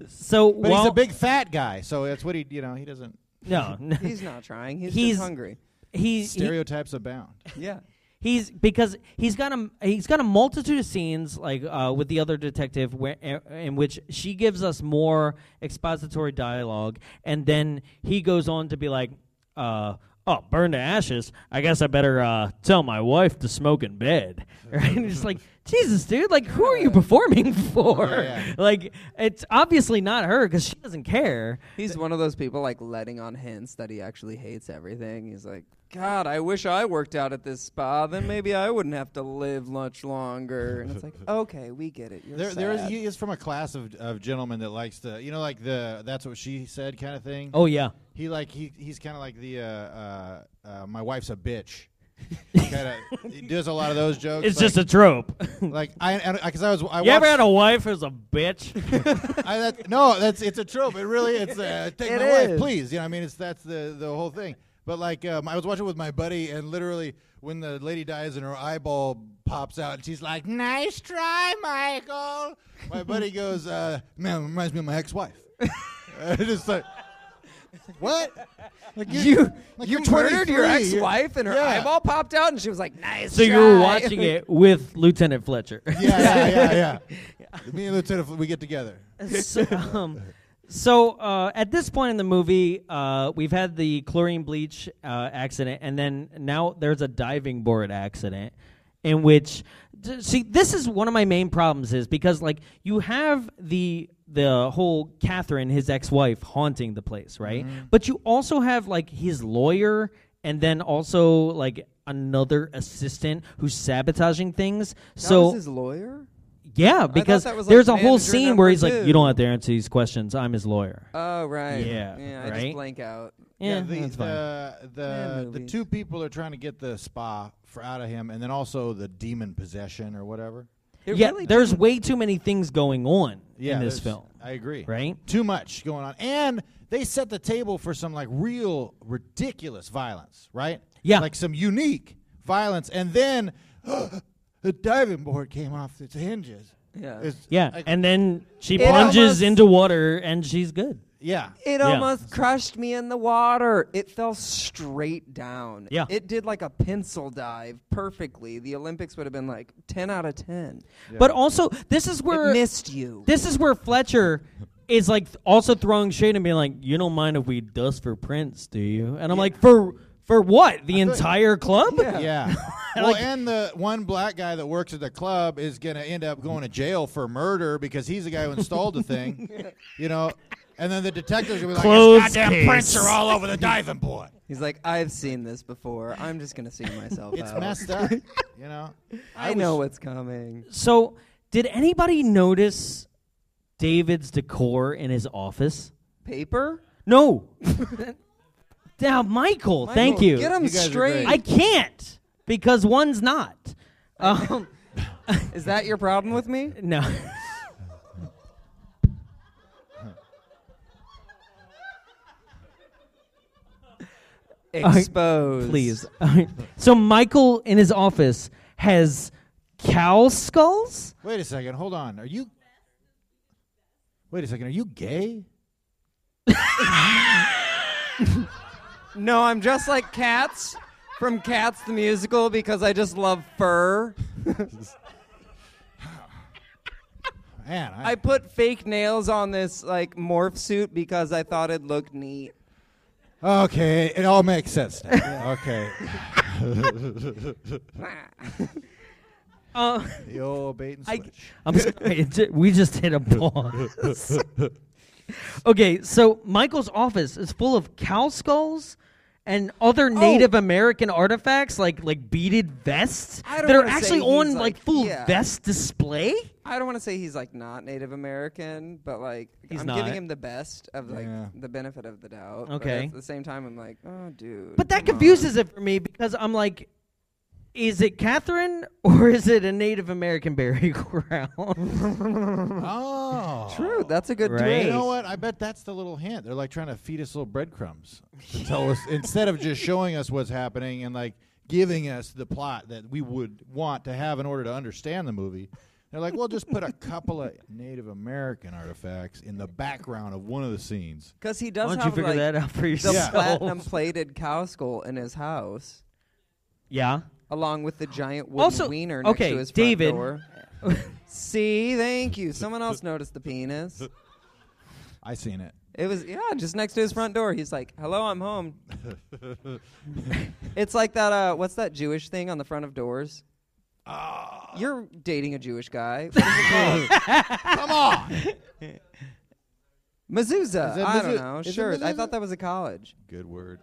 Speaker 1: So
Speaker 8: But
Speaker 1: while,
Speaker 8: he's a big fat guy, so that's what he you know he doesn't
Speaker 1: no. no.
Speaker 2: he's not trying. He's,
Speaker 1: He's-
Speaker 2: just hungry.
Speaker 1: He's he-
Speaker 8: stereotypes abound.
Speaker 2: Yeah.
Speaker 1: He's because he's got a he's got a multitude of scenes like uh, with the other detective where eh, in which she gives us more expository dialogue, and then he goes on to be like, uh, "Oh, burn to ashes. I guess I better uh, tell my wife to smoke in bed." Right? And it's like, Jesus, dude, like who are you performing for?
Speaker 8: Yeah, yeah.
Speaker 1: Like it's obviously not her because she doesn't care.
Speaker 2: He's one of those people like letting on hints that he actually hates everything. He's like, God, I wish I worked out at this spa. Then maybe I wouldn't have to live much longer. And it's like, okay, we get it. You're
Speaker 8: There, there is
Speaker 2: sad."
Speaker 8: he is from a class of, of gentlemen that likes the you know like the that's what she said kind of thing.
Speaker 1: Oh yeah,
Speaker 8: he like he he's kind of like the uh, uh, uh, my wife's a bitch. kind of he does a lot of those jokes.
Speaker 1: it's
Speaker 8: like,
Speaker 1: just a trope.
Speaker 8: like I because I was I
Speaker 1: you ever
Speaker 8: watched-
Speaker 1: had a wife who's a bitch?
Speaker 8: I, that, no, that's it's a trope. It really it's uh, take
Speaker 2: It
Speaker 8: my
Speaker 2: is.
Speaker 8: wife, please. You know, I mean, it's that's the the whole thing. But like, um, I was watching with my buddy, and literally, when the lady dies and her eyeball pops out, and she's like, "Nice try, Michael." My buddy goes, uh, "Man, it reminds me of my ex-wife." I just like. What? Like
Speaker 2: You, you
Speaker 8: you're
Speaker 2: murdered your
Speaker 8: 23, you're-
Speaker 2: ex-wife, and her
Speaker 8: Yeah.
Speaker 2: eyeball popped out, and she was like, "Nice."
Speaker 1: So you were watching it with Lieutenant Fletcher.
Speaker 8: Yeah, yeah, yeah. yeah. Me and Lieutenant, Fl- we get together.
Speaker 1: so, um, so, uh, at this point in the movie, uh, we've had the chlorine bleach uh, accident, and then now there's a diving board accident in which d- see this is one of my main problems is because like you have the the whole Catherine, his ex-wife, haunting the place, right? But you also have like his lawyer, and then also like another assistant who's sabotaging things.
Speaker 2: So
Speaker 1: so
Speaker 2: his lawyer.
Speaker 1: yeah, because
Speaker 2: that was, like,
Speaker 1: there's a whole
Speaker 2: manager
Speaker 1: scene
Speaker 2: number
Speaker 1: where he's like,
Speaker 2: two.
Speaker 1: "You don't have to answer these questions. I'm his lawyer."
Speaker 2: Oh right.
Speaker 1: Yeah,
Speaker 2: Yeah. I
Speaker 1: right?
Speaker 2: just blank out.
Speaker 1: yeah,
Speaker 8: the
Speaker 1: that's fine.
Speaker 8: the the,
Speaker 2: Man
Speaker 8: the
Speaker 2: movies.
Speaker 8: two people are trying to get the spa for out of him, and then also the demon possession or whatever.
Speaker 2: It
Speaker 1: yeah,
Speaker 2: really
Speaker 1: there's way too many things going on
Speaker 8: Yeah,
Speaker 1: in this
Speaker 8: there's-
Speaker 1: film.
Speaker 8: I agree.
Speaker 1: right?
Speaker 8: Too much going on, and they set the table for some like real ridiculous violence, right?
Speaker 1: Yeah.
Speaker 8: like some unique violence, and then the diving board came off its hinges.
Speaker 2: Yeah.
Speaker 8: It's-
Speaker 1: Yeah,
Speaker 8: like-
Speaker 1: and then she
Speaker 2: It
Speaker 1: plunges
Speaker 2: almost-
Speaker 1: into water and she's good.
Speaker 8: yeah.
Speaker 2: It
Speaker 1: Yeah.
Speaker 2: almost crushed me in the water. It fell straight down.
Speaker 1: Yeah.
Speaker 2: It did like a pencil dive perfectly. The Olympics would have been like 10 out of 10.
Speaker 1: But also, this is where
Speaker 2: It missed you.
Speaker 1: This is where Fletcher is like th- also throwing shade and being like, "You don't mind if we dust for prints, do you?" And I'm like, "For for what? The entire club?"
Speaker 8: Yeah. well, and the one black guy that works at the club is going to end up going to jail for murder because he's the guy who installed the thing, you know. And then the detectives are going to be
Speaker 1: Closed
Speaker 8: like, "His goddamn
Speaker 1: case."
Speaker 8: prints are all over the diving board.
Speaker 2: He's like, I've seen this before. I'm just going to see myself
Speaker 8: It's
Speaker 2: out.
Speaker 8: messed up, you know.
Speaker 2: I,
Speaker 8: was-
Speaker 2: know what's coming.
Speaker 1: So, did anybody notice David's decor in his office?
Speaker 2: Paper?
Speaker 1: No. now, Michael, thank
Speaker 2: Michael,
Speaker 1: you.
Speaker 2: Get him
Speaker 8: You guys are
Speaker 2: straight.
Speaker 1: I can't because one's not. Um,
Speaker 2: Is that your problem with me?
Speaker 1: no.
Speaker 2: Exposed.
Speaker 1: Please. so, Michael in his office has cow skulls?
Speaker 8: Wait a second. Hold on. Are you. Wait a second. Are you gay?
Speaker 2: No, I'm just like Cats from Cats the Musical because I just love fur.
Speaker 8: Man, I.
Speaker 2: I put fake nails on this like morph suit because I thought it looked neat.
Speaker 8: okay. It all makes sense now. okay.
Speaker 1: Uh,
Speaker 8: The old bait and
Speaker 1: I-
Speaker 8: switch.
Speaker 1: I'm sorry. it ju- we just hit a pause. okay, so Michael's office is full of cow skulls and
Speaker 2: Oh.
Speaker 1: other Native American artifacts, like like beaded vests
Speaker 2: I don't
Speaker 1: that are
Speaker 2: wanna say
Speaker 1: actually
Speaker 2: he's
Speaker 1: on
Speaker 2: like-
Speaker 1: like, full
Speaker 2: yeah.
Speaker 1: vest display.
Speaker 2: I don't want to say he's like not Native American, but like
Speaker 1: He's
Speaker 2: I'm
Speaker 1: not.
Speaker 2: giving him the best of like
Speaker 8: Yeah.
Speaker 2: the benefit of the doubt. but
Speaker 1: Okay.
Speaker 2: at the same time, I'm like, oh, dude.
Speaker 1: But that
Speaker 2: come on."
Speaker 1: confuses it for me because I'm like, is it Catherine or is it a Native American burial ground?
Speaker 8: Oh,
Speaker 2: True. That's a good
Speaker 1: Right?
Speaker 2: twist.
Speaker 8: You know what? I bet that's the little hint. They're like trying to feed us little breadcrumbs to tell us instead of just showing us what's happening and like giving us the plot that we would want to have in order to understand the movie. They're like, well, just put a couple of Native American artifacts in the background of one of the scenes.
Speaker 2: Because he
Speaker 1: Why
Speaker 2: does
Speaker 1: don't you
Speaker 2: have
Speaker 1: figure
Speaker 2: like
Speaker 1: that out for
Speaker 2: the
Speaker 1: yourself?
Speaker 2: platinum plated cow skull in his house,
Speaker 1: yeah.
Speaker 2: along with the giant wooden
Speaker 1: Also-
Speaker 2: wiener next
Speaker 1: okay,
Speaker 2: to his front
Speaker 1: David.
Speaker 2: door. See, thank you. Someone else noticed the penis.
Speaker 8: I seen it.
Speaker 2: It was yeah, just next to his front door. He's like, "Hello, I'm home." it's like that. Uh, what's that Jewish thing on the front of doors?
Speaker 1: Ah.
Speaker 2: You're dating a Jewish guy. What is it called?
Speaker 8: Come on.
Speaker 2: Mezuzah.
Speaker 8: Is it
Speaker 2: I don't
Speaker 8: mezuz-
Speaker 2: know.
Speaker 8: is it
Speaker 2: Sure. I
Speaker 8: mezuzah?
Speaker 2: thought that was a college.
Speaker 8: Good word.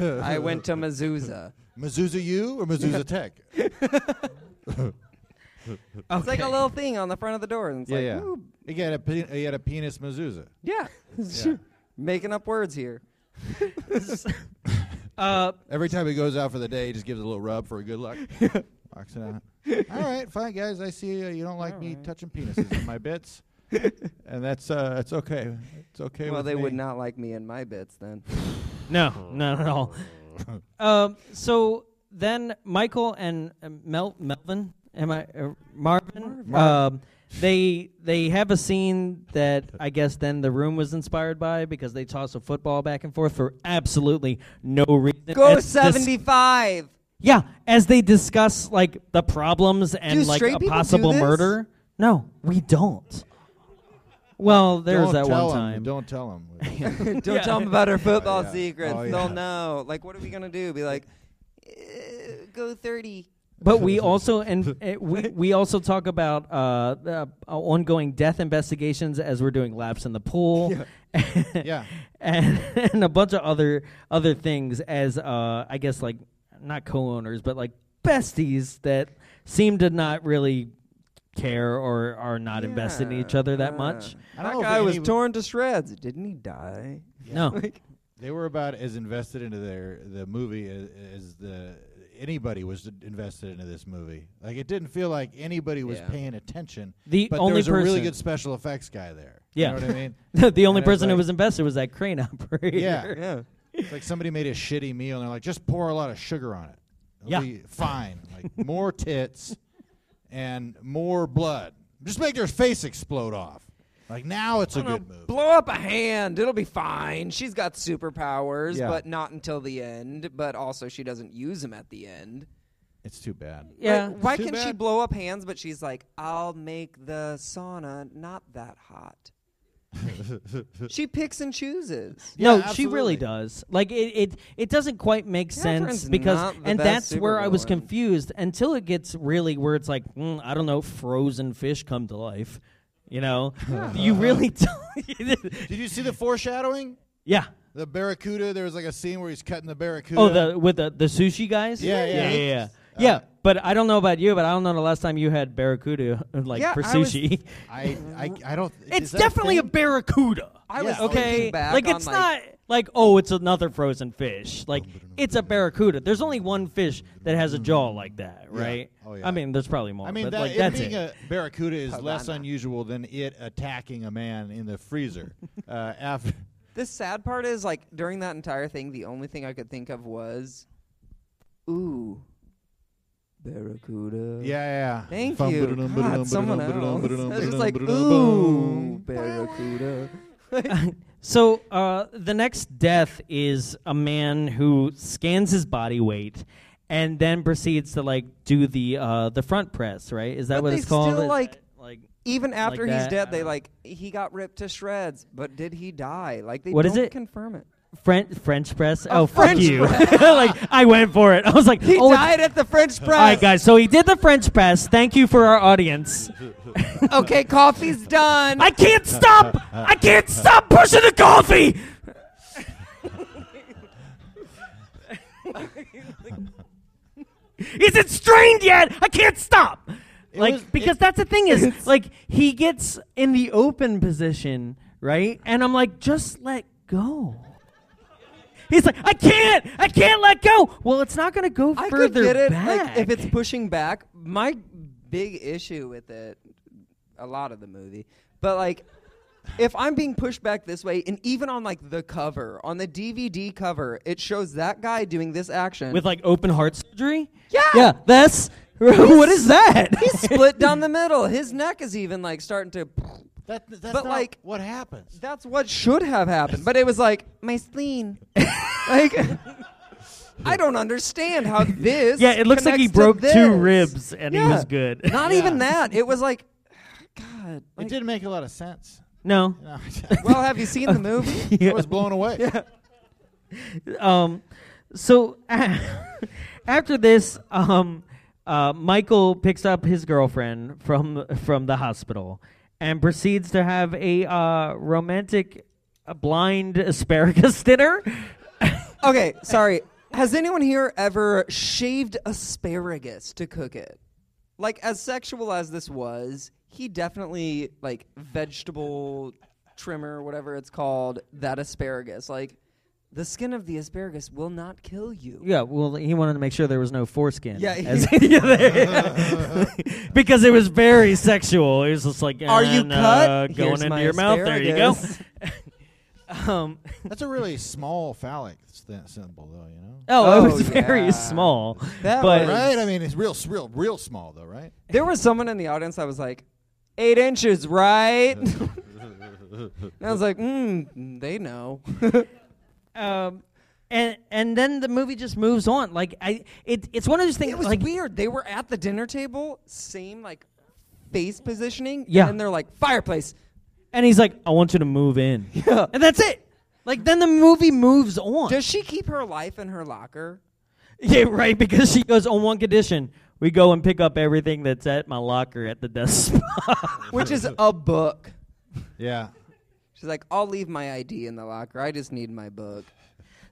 Speaker 2: I went to Mezuzah.
Speaker 8: Mezuzah U or Mezuzah Tech?
Speaker 2: It's like a little thing on the front of the door, and it's
Speaker 8: Yeah,
Speaker 2: like,
Speaker 8: yeah.
Speaker 2: "Ooh,
Speaker 8: He got a pe- he had a penis mezuzah.
Speaker 2: yeah. Making up words here. Uh,
Speaker 8: Every time he goes out for the day, he just gives a little rub for a good luck. Walks it out. All right, fine, guys. I see uh, you don't like me touching penises in my bits, and that's uh, that's okay. It's okay.
Speaker 2: Well,
Speaker 8: with
Speaker 2: they would
Speaker 8: me.
Speaker 2: not like me in my bits then.
Speaker 1: No, not at all. um, so then Michael and uh, Mel Melvin, am I uh, Marvin? Um, they they have a scene that I guess then the room was inspired by because they toss a football back and forth for absolutely no reason.
Speaker 2: Go
Speaker 1: As dis-
Speaker 2: 75.
Speaker 1: yeah, as they discuss like the problems and
Speaker 2: Do
Speaker 1: like
Speaker 2: straight
Speaker 1: a
Speaker 2: people do
Speaker 1: possible
Speaker 2: this?
Speaker 1: murder. No, we don't. Well, there was
Speaker 8: Don't
Speaker 1: that
Speaker 8: tell
Speaker 1: one
Speaker 8: 'em,
Speaker 1: time.
Speaker 8: Don't tell him.
Speaker 2: Don't tell them about our football
Speaker 8: yeah.
Speaker 2: secrets.
Speaker 8: Oh, yeah.
Speaker 2: They'll know. Like, what are we gonna do? Be like, "Eh, go thirty.
Speaker 1: But we also and uh, we we also talk about uh, uh, ongoing death investigations as we're doing laps in the pool,
Speaker 8: yeah.
Speaker 1: and, and a bunch of other other things as uh, I guess like not co-owners but like besties that seem to not really care or are not invested in each other
Speaker 8: uh,
Speaker 1: that much.
Speaker 8: I
Speaker 2: That
Speaker 8: don't know if
Speaker 2: guy was
Speaker 8: any-
Speaker 2: torn to shreds. Didn't he die?
Speaker 1: No,
Speaker 8: They were about as invested into their the movie as, as the anybody was invested into this movie. Like it didn't feel like anybody was
Speaker 2: Yeah.
Speaker 8: paying attention.
Speaker 1: The
Speaker 8: but
Speaker 1: only
Speaker 8: there was a really
Speaker 1: person-
Speaker 8: good special effects guy there.
Speaker 1: Yeah.
Speaker 8: You know what I mean?
Speaker 1: the only
Speaker 8: And it's
Speaker 1: person who
Speaker 8: like-
Speaker 1: was invested was that crane operator.
Speaker 8: Yeah. It's like somebody made a shitty meal and they're like, just pour a lot of sugar on it. It'll
Speaker 1: Yeah.
Speaker 8: be fine. Like more tits and more blood. Just make their face explode off. Like now it's a good move.
Speaker 2: Blow up a hand. It'll be fine. She's got superpowers,
Speaker 8: Yeah.
Speaker 2: but not until the end. But also, she doesn't use them at the end.
Speaker 8: It's too bad.
Speaker 1: yeah.
Speaker 2: Like, why
Speaker 8: Too
Speaker 2: can she
Speaker 8: bad.
Speaker 2: blow up hands? But she's like, I'll make the sauna not that hot. she picks and chooses.
Speaker 1: No,
Speaker 8: Yeah,
Speaker 1: she really
Speaker 8: absolutely.
Speaker 1: does. Like it, it, it doesn't quite make
Speaker 2: Catherine's
Speaker 1: sense because,
Speaker 2: not the
Speaker 1: and
Speaker 2: best
Speaker 1: that's where I was
Speaker 2: supervillain.
Speaker 1: confused until it gets really where it's like, mm, I don't know, frozen fish come to life. You know, you really don't.
Speaker 8: Did you see the foreshadowing?
Speaker 1: yeah.
Speaker 8: The barracuda, there was like a scene where he's cutting the barracuda.
Speaker 1: Oh, the with the the sushi guys.
Speaker 8: Yeah, yeah.
Speaker 1: yeah, yeah.
Speaker 2: Uh,
Speaker 1: yeah. Yeah, but I don't know about you, but I don't know the last time you had barracuda like
Speaker 2: Yeah,
Speaker 1: for
Speaker 2: I was-
Speaker 1: sushi.
Speaker 8: I, I, I don't.
Speaker 1: it's definitely a barracuda.
Speaker 2: I was
Speaker 8: Yeah.
Speaker 2: thinking
Speaker 1: okay
Speaker 2: back
Speaker 1: like
Speaker 2: on,
Speaker 1: it's not like oh it's another frozen fish like it's a barracuda there's only one fish that has a jaw like that right
Speaker 8: Oh, yeah.
Speaker 1: i mean there's probably more
Speaker 8: I mean,
Speaker 1: but
Speaker 8: that,
Speaker 1: like
Speaker 8: it
Speaker 1: that's
Speaker 8: being
Speaker 1: it
Speaker 8: a barracuda is less
Speaker 2: Piranha.
Speaker 8: unusual than it attacking a man in the freezer. uh, after
Speaker 2: The sad part is like during that entire thing, the only thing I could think of was, ooh, barracuda.
Speaker 8: Yeah, yeah.
Speaker 2: Thank you. God, someone else. It's just like, ooh, barracuda.
Speaker 1: so uh, the next death is a man who scans his body weight and then proceeds to like do the uh, the front press right is that
Speaker 2: But
Speaker 1: what
Speaker 2: they
Speaker 1: it's called
Speaker 2: still,
Speaker 1: Is
Speaker 2: like-
Speaker 1: that, like
Speaker 2: Even after he's
Speaker 1: that,
Speaker 2: dead,
Speaker 1: I
Speaker 2: they
Speaker 1: don't-
Speaker 2: like he got ripped to shreds. But did he die? Like they
Speaker 1: What is
Speaker 2: don't
Speaker 1: it?
Speaker 2: confirm it.
Speaker 1: French French press. Oh, fuck you! like I went for it. I was like,
Speaker 2: He
Speaker 1: oh, it's-
Speaker 2: died at the French press.
Speaker 1: All right, guys. So he did the French press. Thank you for our audience.
Speaker 2: Okay, coffee's done.
Speaker 1: I can't stop. I can't stop pushing the coffee. Is it strained yet? I can't stop. Like
Speaker 8: was-
Speaker 1: because that's the thing is like he gets in the open position, right? And I'm like, just let go. He's like, I can't, I can't let go. Well, it's not gonna go
Speaker 2: I could
Speaker 1: further
Speaker 2: get it
Speaker 1: back.
Speaker 2: like, if it's pushing back. My big issue with it, a lot of the movie, but like if I'm being pushed back this way, and even on like the cover, on the DVD cover, it shows that guy doing this action
Speaker 1: with like open heart surgery.
Speaker 2: Yeah.
Speaker 1: yeah. That's what is that?
Speaker 2: he's split down the middle. His neck is even like starting to.
Speaker 8: That, that's
Speaker 2: But,
Speaker 8: not
Speaker 2: like,
Speaker 8: what happens.
Speaker 2: That's what should have happened, but it was like my spleen. like I don't understand how this.
Speaker 1: yeah, it looks like he
Speaker 2: connects to
Speaker 1: broke two
Speaker 2: this.
Speaker 1: ribs and he
Speaker 2: Yeah.
Speaker 1: was good.
Speaker 2: Not
Speaker 8: Yeah.
Speaker 2: even that. It was like, God.
Speaker 8: it
Speaker 2: Like,
Speaker 8: didn't make a lot of sense.
Speaker 1: no.
Speaker 8: No,
Speaker 2: well, have you seen the movie?
Speaker 8: I was blown away.
Speaker 1: Um, so after this, um, uh, Michael picks up his girlfriend from from the hospital and proceeds to have a uh, romantic uh, blind asparagus dinner.
Speaker 2: Okay, sorry. Has anyone here ever shaved asparagus to cook it? Like as sexual as this was, he definitely like vegetable trimmer, whatever it's called, that asparagus. Like the skin of the asparagus will not kill you.
Speaker 1: Yeah, well, he wanted to make sure there was no foreskin.
Speaker 2: Yeah, he-
Speaker 1: as- Yeah, there- because it was very sexual. It was just like,
Speaker 2: Are you
Speaker 1: and,
Speaker 2: cut?
Speaker 1: uh, going
Speaker 2: Here's
Speaker 1: into
Speaker 2: my
Speaker 1: your mouth? There you go.
Speaker 2: asparagus.
Speaker 1: Um,
Speaker 8: That's a really small phallic s- that symbol, though. You know.
Speaker 1: oh,
Speaker 2: Oh,
Speaker 1: it was very
Speaker 2: yeah.
Speaker 1: small.
Speaker 2: That
Speaker 1: but
Speaker 2: was-
Speaker 8: Right? I mean, it's real, s- real, real small, though, right?
Speaker 2: There was someone in the audience that was like, eight inches, right? and I was like, mm, they know.
Speaker 1: um, and and then the movie just moves on. Like I, it, it's one of those things.
Speaker 2: It was
Speaker 1: like
Speaker 2: weird. They were at the dinner table, same like face positioning.
Speaker 1: Yeah.
Speaker 2: And then they're like, fireplace.
Speaker 1: and he's like, I want you to move in. Yeah, and that's it. Like then the movie moves on.
Speaker 2: Does she keep her life in her locker?
Speaker 1: yeah, right. Because she goes on one condition: we go and pick up everything that's at my locker at the desk spot.
Speaker 2: Which is a book.
Speaker 8: Yeah.
Speaker 2: She's like, I'll leave my ID in the locker. I just need my book.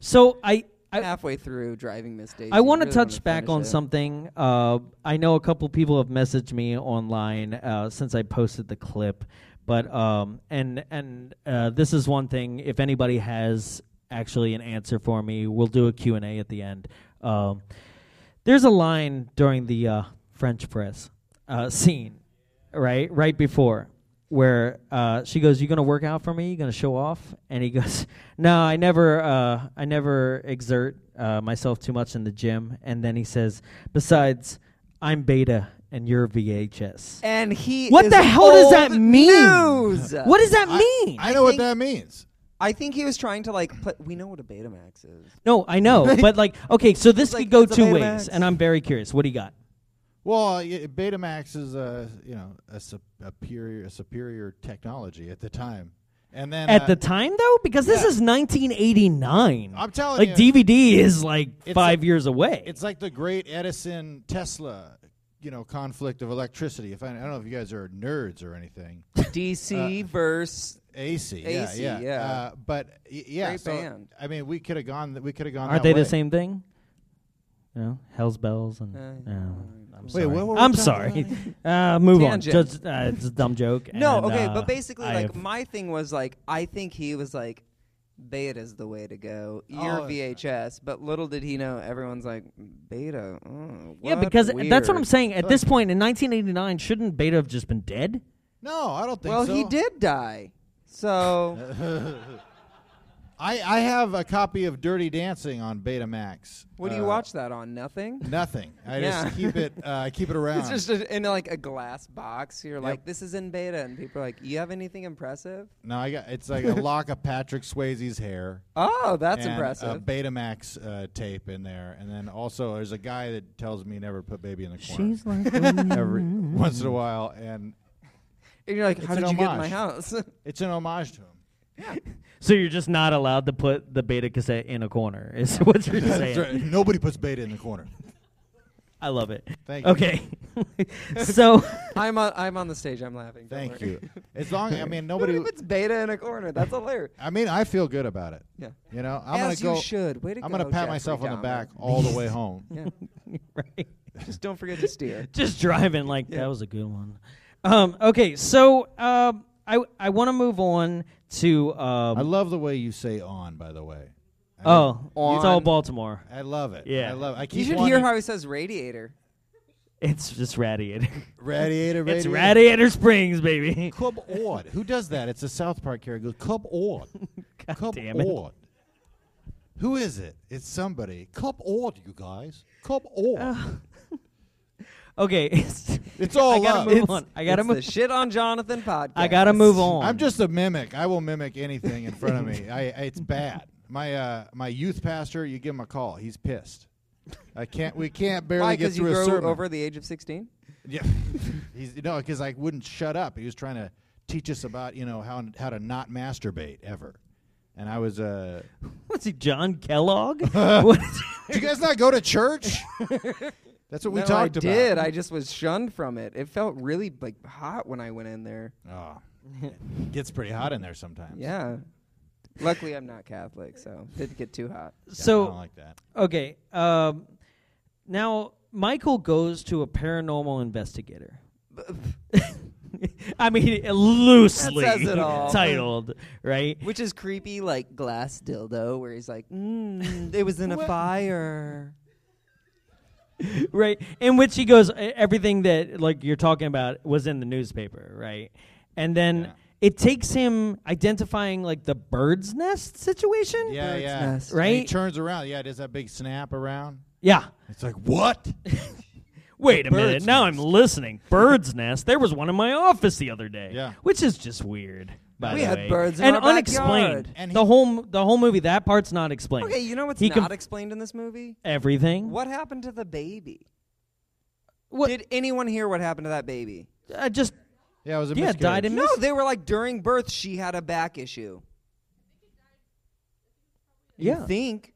Speaker 1: so I. I,
Speaker 2: Halfway through driving Miss Daisy.
Speaker 1: I want to
Speaker 2: really wanna
Speaker 1: touch back
Speaker 2: finish
Speaker 1: on
Speaker 2: it.
Speaker 1: something. Uh, I know a couple people have messaged me online uh, since I posted the clip, but um, and and uh, this is one thing. If anybody has actually an answer for me, we'll do a Q and A at the end. Um, there's a line during the uh, French press uh, scene, right? Right before where uh, she goes, "You gonna work out for me? You gonna show off?" And he goes, "No, I never, uh, I never exert uh, myself too much in the gym." And then he says, "Besides, I'm beta and you're VHS."
Speaker 2: And he.
Speaker 1: What
Speaker 2: is
Speaker 1: the hell does that
Speaker 2: old
Speaker 1: mean?
Speaker 2: News.
Speaker 1: What does that
Speaker 8: I-
Speaker 1: mean?
Speaker 8: I, know what
Speaker 2: think-
Speaker 8: that means.
Speaker 2: I think he was trying to like. Put, we know what a Betamax is.
Speaker 1: no, I know, but like, okay, so this
Speaker 2: Like,
Speaker 1: could go
Speaker 2: it's a
Speaker 1: two
Speaker 2: Betamax.
Speaker 1: ways, and I'm very curious. What do you got?
Speaker 8: Well, y- Betamax is a you know a sup- a superior a superior technology at the time, and then
Speaker 1: At
Speaker 8: uh,
Speaker 1: the time, though, because this
Speaker 8: yeah.
Speaker 1: is 1989.
Speaker 8: I'm telling
Speaker 1: like
Speaker 8: you.
Speaker 1: DVD is like
Speaker 8: It's
Speaker 1: five
Speaker 8: a-
Speaker 1: years away.
Speaker 8: it's like the great Edison Tesla you know conflict of electricity. If I, I don't know if you guys are nerds or anything,
Speaker 2: DC
Speaker 1: Uh,
Speaker 2: verse.
Speaker 8: AC, yeah,
Speaker 2: AC,
Speaker 8: yeah,
Speaker 2: yeah.
Speaker 8: Uh, but y- yeah,
Speaker 2: Great
Speaker 8: so,
Speaker 2: band.
Speaker 8: I mean, we could have gone. th- We could have gone.
Speaker 1: Aren't
Speaker 8: that
Speaker 1: they
Speaker 8: way.
Speaker 1: the same thing? You know, Hell's Bells and.
Speaker 2: Uh,
Speaker 1: no, I'm
Speaker 8: Wait,
Speaker 1: sorry.
Speaker 8: what were we
Speaker 1: I'm
Speaker 8: talking
Speaker 1: sorry. Uh, move
Speaker 2: Tangent.
Speaker 1: on. Just, uh, it's a dumb joke.
Speaker 2: No,
Speaker 1: and,
Speaker 2: okay,
Speaker 1: uh,
Speaker 2: but basically,
Speaker 1: I
Speaker 2: like
Speaker 1: have-
Speaker 2: my thing was like I think he was like, beta's the way to go. You're
Speaker 8: Oh, yeah.
Speaker 2: VHS, but little did he know everyone's like beta. Oh,
Speaker 1: yeah,
Speaker 2: what
Speaker 1: because that's what I'm
Speaker 2: weird."
Speaker 1: saying. At this point in 1989, shouldn't Beta have just been dead?
Speaker 8: No, I don't think
Speaker 2: Well,
Speaker 8: so.
Speaker 2: he did die, so
Speaker 8: I, I have a copy of Dirty Dancing on Betamax.
Speaker 2: what do you
Speaker 8: Uh,
Speaker 2: watch that on? Nothing.
Speaker 8: Nothing. I
Speaker 2: Yeah.
Speaker 8: just keep it. Uh, I keep it around.
Speaker 2: It's just a, in like a glass box. You're like, this is in beta, and people are like, you have anything impressive?
Speaker 8: no, I got. It's like a lock of Patrick Swayze's hair.
Speaker 2: Oh, that's
Speaker 8: and A
Speaker 2: impressive.
Speaker 8: Betamax uh, tape in there, and then also there's a guy that tells me never put baby in the corner.
Speaker 1: She's like,
Speaker 8: every once in a while, and
Speaker 2: and you're like,
Speaker 8: it's
Speaker 2: how
Speaker 8: an
Speaker 2: did you get in my
Speaker 8: homage.
Speaker 2: house?
Speaker 8: it's an homage to him.
Speaker 1: So you're just not allowed to put the beta cassette in a corner. Is what you're saying?
Speaker 8: That's right. Nobody puts beta in the corner.
Speaker 1: I love it.
Speaker 8: Thank you.
Speaker 1: okay. so
Speaker 2: I'm on. I'm on the stage. I'm laughing. don't
Speaker 8: Thank
Speaker 2: worry.
Speaker 8: you. As long, I mean,
Speaker 2: What
Speaker 8: nobody.
Speaker 2: if it's beta in a corner? That's hilarious.
Speaker 8: I mean, I feel good about it.
Speaker 2: Yeah.
Speaker 8: You know, I'm
Speaker 2: As you
Speaker 8: gonna go.
Speaker 2: should. Way to
Speaker 8: I'm gonna
Speaker 2: go,
Speaker 8: pat
Speaker 2: Jeffrey
Speaker 8: myself on the
Speaker 2: Dahmer.
Speaker 8: back all the way home.
Speaker 2: Yeah.
Speaker 1: right.
Speaker 2: Just don't forget to steer.
Speaker 1: just driving like that was a good one. Um, okay, so um, I I want to move on to um,
Speaker 8: I love the way you say "on." By the way,
Speaker 1: oh it's all
Speaker 2: On.
Speaker 1: Baltimore.
Speaker 8: I love it.
Speaker 1: Yeah.
Speaker 8: I love. It. I keep
Speaker 2: You should
Speaker 8: wanting-
Speaker 2: hear how he says radiator.
Speaker 1: It's just radiator.
Speaker 8: radiator. radiator.
Speaker 1: It's Radiator Springs, baby.
Speaker 8: Cub Ord. Who does that? It's a South Park character. Goes, Cub Ord. Cub
Speaker 1: damn it.
Speaker 8: Ord. Who is it? It's somebody. Cub Ord, you guys. Cub Ord.
Speaker 1: Okay, it's,
Speaker 8: it's all
Speaker 1: I gotta
Speaker 8: up.
Speaker 1: move
Speaker 8: It's-
Speaker 1: on. I gotta
Speaker 2: it's
Speaker 1: move.
Speaker 2: the shit on Jonathan podcast.
Speaker 1: I gotta move on.
Speaker 8: I'm just a mimic. I will mimic anything in front of me. I, it's bad. My uh, my youth pastor. You give him a call. He's pissed. I can't. We can't barely
Speaker 2: Why?
Speaker 8: get
Speaker 2: Because you
Speaker 8: through a
Speaker 2: grow
Speaker 8: sermon.
Speaker 2: over the age of sixteen.
Speaker 8: Yeah. He's no, because I wouldn't shut up. He was trying to teach us about you know how how to not masturbate ever, and I was uh.
Speaker 1: What's he, John Kellogg? What is-
Speaker 8: Did you guys not go to church? That's what we
Speaker 2: no,
Speaker 8: talked
Speaker 2: I
Speaker 8: about.
Speaker 2: did. I just was shunned from it. It felt really like hot when I went in there.
Speaker 8: Oh, it gets pretty hot in there sometimes.
Speaker 2: Yeah. Luckily, I'm not Catholic, so didn't get too hot.
Speaker 8: I
Speaker 1: so
Speaker 8: don't like that.
Speaker 1: okay, um, now Michael goes to a paranormal investigator. I mean, loosely
Speaker 2: That says it all.
Speaker 1: titled, right?
Speaker 2: Which is creepy, like glass dildo, where he's like, mm, "It was in a fire."
Speaker 1: right in which he goes "E- everything that like you're talking about was in the newspaper right and then
Speaker 8: Yeah.
Speaker 1: it takes him identifying like the bird's nest situation
Speaker 8: Yeah,
Speaker 2: Bird's
Speaker 8: yeah.
Speaker 2: nest.
Speaker 8: And he
Speaker 1: Right?
Speaker 8: turns around. Yeah, does that big snap around?
Speaker 1: yeah
Speaker 8: It's like what?
Speaker 1: wait a minute
Speaker 8: Bird's
Speaker 1: now i'm
Speaker 8: nest.
Speaker 1: listening bird's nest there was one in my office the other day
Speaker 8: Yeah.
Speaker 1: which is just weird by
Speaker 2: We
Speaker 1: the
Speaker 2: had
Speaker 1: way.
Speaker 2: birds in
Speaker 1: and
Speaker 2: our
Speaker 1: unexplained
Speaker 2: backyard.
Speaker 8: And
Speaker 1: the
Speaker 8: he-
Speaker 1: whole the whole movie that part's not explained
Speaker 2: Okay, you know what's
Speaker 1: He
Speaker 2: not
Speaker 1: conf-
Speaker 2: explained in this movie?
Speaker 1: everything
Speaker 2: What happened to the baby?
Speaker 1: What-
Speaker 2: Did anyone hear what happened to that baby?
Speaker 1: i just
Speaker 8: Yeah, it was a
Speaker 1: yeah died
Speaker 8: miscarriage.
Speaker 1: in
Speaker 2: No, they were like during birth she had a back issue.
Speaker 1: yeah
Speaker 2: You think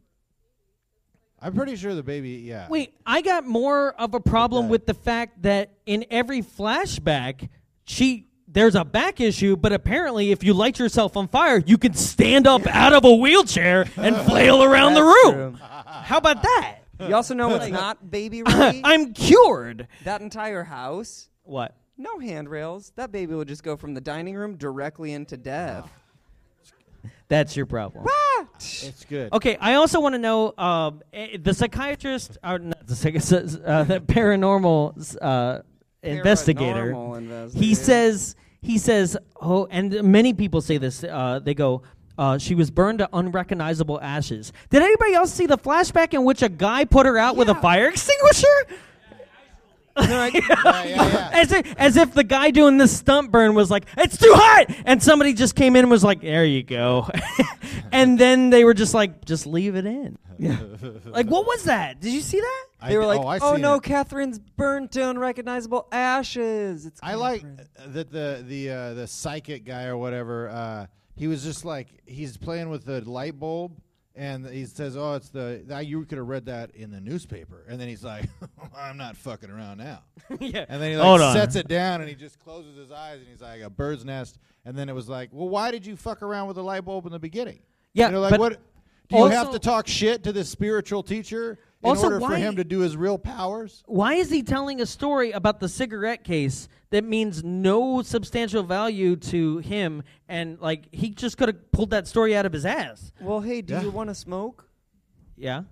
Speaker 8: I'm pretty sure the baby. Yeah.
Speaker 1: Wait, I got more of a problem
Speaker 8: that.
Speaker 1: with the fact that in every flashback, she there's a back issue, but apparently, if you light yourself on fire, you can stand up out of a wheelchair and flail around the
Speaker 2: That's
Speaker 1: room. How about that?
Speaker 2: You also know what's not baby ready?
Speaker 1: I'm cured.
Speaker 2: that entire house,
Speaker 1: What?
Speaker 2: no handrails. That baby would just go from the dining room directly into death.
Speaker 1: That's your problem.
Speaker 8: It's good.
Speaker 1: Okay, I also want to know um, eh, the psychiatrist, or not the, psych- uh, the paranormal uh, investigator.
Speaker 2: Paranormal investigator.
Speaker 1: He says, he says, oh, and many people say this. Uh, they go, uh, she was burned to unrecognizable ashes. Did anybody else see the flashback in which a guy put her out with a fire extinguisher?
Speaker 8: yeah, yeah, yeah.
Speaker 1: As if, as if the guy doing the stump burn was like, it's too hot! And somebody just came in and was like, there you go. and then they were just like, just leave it in. like, what was that? Did you see that?
Speaker 8: I
Speaker 2: They were
Speaker 8: d-
Speaker 2: like,
Speaker 8: oh, I
Speaker 2: "Oh,
Speaker 8: seen
Speaker 2: no,
Speaker 8: it."
Speaker 2: Catherine's burnt to unrecognizable ashes." It's
Speaker 8: I like uh, that the the uh, the psychic guy or whatever. Uh, he was just like he's playing with the light bulb, and he says, "Oh, it's the that you could have read that in the newspaper." And then he's like, "I'm not fucking around now."
Speaker 1: yeah.
Speaker 8: And then he
Speaker 1: Hold
Speaker 8: like
Speaker 1: on.
Speaker 8: sets it down, and he just closes his eyes, and he's like, "A bird's nest." And then it was like, "Well, why did you fuck around with the light bulb in the beginning?"
Speaker 1: Yeah,
Speaker 8: you know, like
Speaker 1: but
Speaker 8: what? Do you have
Speaker 1: also-
Speaker 8: to talk shit to this spiritual teacher in
Speaker 1: Also,
Speaker 8: order for
Speaker 1: why-
Speaker 8: him to do his real powers?
Speaker 1: why is he telling a story about the cigarette case that means no substantial value to him and like he just could have pulled that story out of his ass
Speaker 2: "Well, hey, do
Speaker 8: Yeah.
Speaker 2: you want to smoke?"
Speaker 1: yeah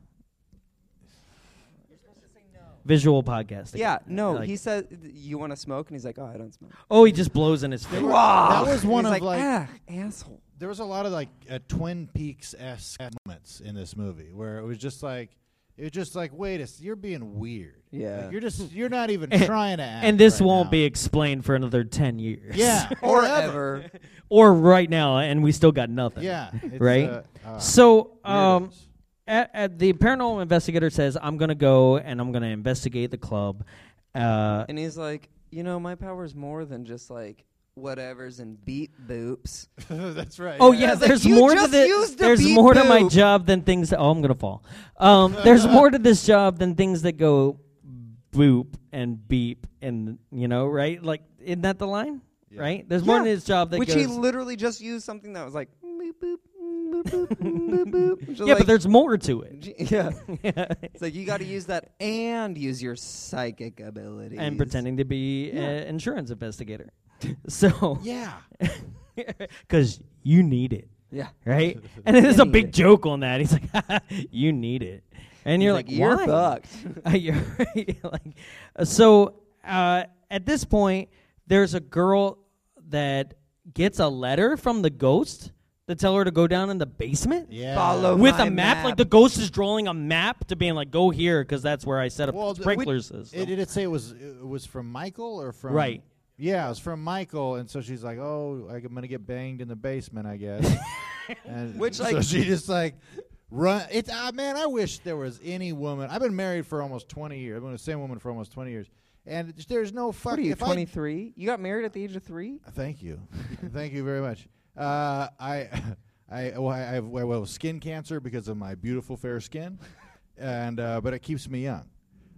Speaker 1: visual podcast again.
Speaker 2: Yeah, no.
Speaker 1: Like,
Speaker 2: he says, "You want to smoke?" And he's like, "Oh, I don't smoke."
Speaker 1: oh he just blows in his face
Speaker 8: That was
Speaker 2: And
Speaker 8: one
Speaker 2: he's
Speaker 8: of
Speaker 2: like, "Ah, asshole."
Speaker 8: there was a lot of like uh, Twin Peaks esque moments in this movie where it was just like it was just like wait a s- you're being weird
Speaker 2: Yeah.
Speaker 8: Like, you're just you're not even trying to act
Speaker 1: and this
Speaker 8: right
Speaker 1: won't
Speaker 8: now.
Speaker 1: be explained for another 10 years
Speaker 8: yeah
Speaker 2: Or ever.
Speaker 1: or right now and we still got nothing
Speaker 8: yeah it's,
Speaker 1: right
Speaker 8: uh, uh,
Speaker 1: so um
Speaker 8: weirdos.
Speaker 1: at, at the paranormal investigator says i'm gonna go and i'm gonna investigate the club uh
Speaker 2: And he's like, "You know, my power's more than just like whatevers and beat boops.
Speaker 8: That's right.
Speaker 1: Oh yeah,
Speaker 2: It's like,
Speaker 1: there's
Speaker 2: you
Speaker 1: more to
Speaker 2: just
Speaker 1: this.
Speaker 2: used the
Speaker 1: There's
Speaker 2: beep
Speaker 1: more to my
Speaker 2: boop.
Speaker 1: job than things. That, oh, I'm gonna fall. Um, there's more to this job than things that go boop and beep and you know, right? Like, isn't that the line? Right? There's more to
Speaker 2: Yeah.
Speaker 1: this job that
Speaker 2: Which
Speaker 1: goes.
Speaker 2: he literally just used something that was like boop boop boop boop boop boop. Just
Speaker 1: yeah,
Speaker 2: like-
Speaker 1: but there's more to it.
Speaker 2: G- yeah. it's like you got to use that and use your psychic ability
Speaker 1: And pretending to be an insurance investigator. so
Speaker 8: Yeah.
Speaker 1: because you need it,
Speaker 2: Yeah.
Speaker 1: right? And it is a
Speaker 2: need
Speaker 1: big
Speaker 2: it.
Speaker 1: joke on that. He's like, you need it, and you're
Speaker 2: He's
Speaker 1: like,
Speaker 2: like, "You're
Speaker 1: why?
Speaker 2: fucked.
Speaker 1: Uh, you're right. like, uh, so uh, at this point, there's a girl that gets a letter from the ghost to tell her to go down in the basement.
Speaker 8: Yeah.
Speaker 2: Follow
Speaker 1: With
Speaker 2: Oh, my
Speaker 1: a map, like the ghost is drawing a map to being like, go here because that's where I set up
Speaker 8: Well,
Speaker 1: the
Speaker 8: th-
Speaker 1: sprinkler
Speaker 8: we-
Speaker 1: system.
Speaker 8: It, did it say it was it was from Michael or from
Speaker 1: Right.
Speaker 8: Yeah, it was from Michael, and so she's like, "Oh, I'm gonna get banged in the basement, I guess." and
Speaker 2: Which,
Speaker 8: so
Speaker 2: like-
Speaker 8: she just like run. It's ah man, I wish there was any woman. I've been married for almost 20 years. I've been with the same woman for almost 20 years, and just- there's no fucking.
Speaker 2: What are you,
Speaker 8: if I-
Speaker 2: 23? You got married at the age of three?
Speaker 8: Thank you, thank you very much. Uh, I, I, well, I I have well skin cancer because of my beautiful fair skin, and uh, but it keeps me young.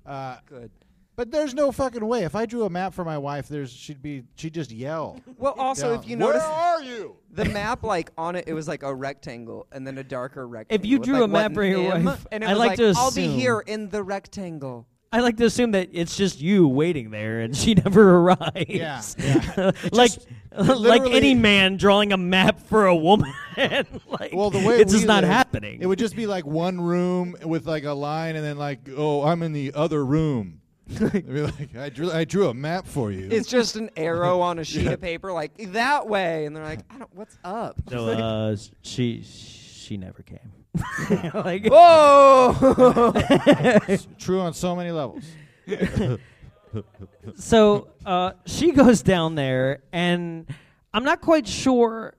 Speaker 8: Uh,
Speaker 2: Good.
Speaker 8: but there's no fucking way. If I drew a map for my wife, there's she'd be she'd just yell.
Speaker 2: Well, also, if
Speaker 8: down,
Speaker 2: you
Speaker 8: Where
Speaker 2: notice
Speaker 8: are you?
Speaker 2: the map, like on it, it was like a rectangle and then a darker rectangle.
Speaker 1: If you
Speaker 2: with,
Speaker 1: drew
Speaker 2: like,
Speaker 1: a map
Speaker 2: what,
Speaker 1: for your
Speaker 2: an M,
Speaker 1: wife,
Speaker 2: and it
Speaker 1: I
Speaker 2: was
Speaker 1: like
Speaker 2: like
Speaker 1: to
Speaker 2: I'll be
Speaker 1: assume-
Speaker 2: here in the rectangle.
Speaker 1: I like to assume that it's just you waiting there, and she never arrives.
Speaker 8: Yeah, yeah.
Speaker 1: like
Speaker 8: just-
Speaker 1: like
Speaker 8: literally-
Speaker 1: any man drawing a map for a woman. like,
Speaker 8: Well, the way
Speaker 1: it's just
Speaker 8: we
Speaker 1: not
Speaker 8: lived,
Speaker 1: happening.
Speaker 8: It would just be like one room with like a line, and then like, oh, I'm in the other room. It'd be like, I drew I drew a map for you.
Speaker 2: It's just an arrow on a sheet of paper, like that way, and they're like, I don't, "What's up?"
Speaker 1: so uh, she she never came. like,
Speaker 2: Whoa!
Speaker 8: It's true on so many levels.
Speaker 1: so uh, she goes down there, and I'm not quite sure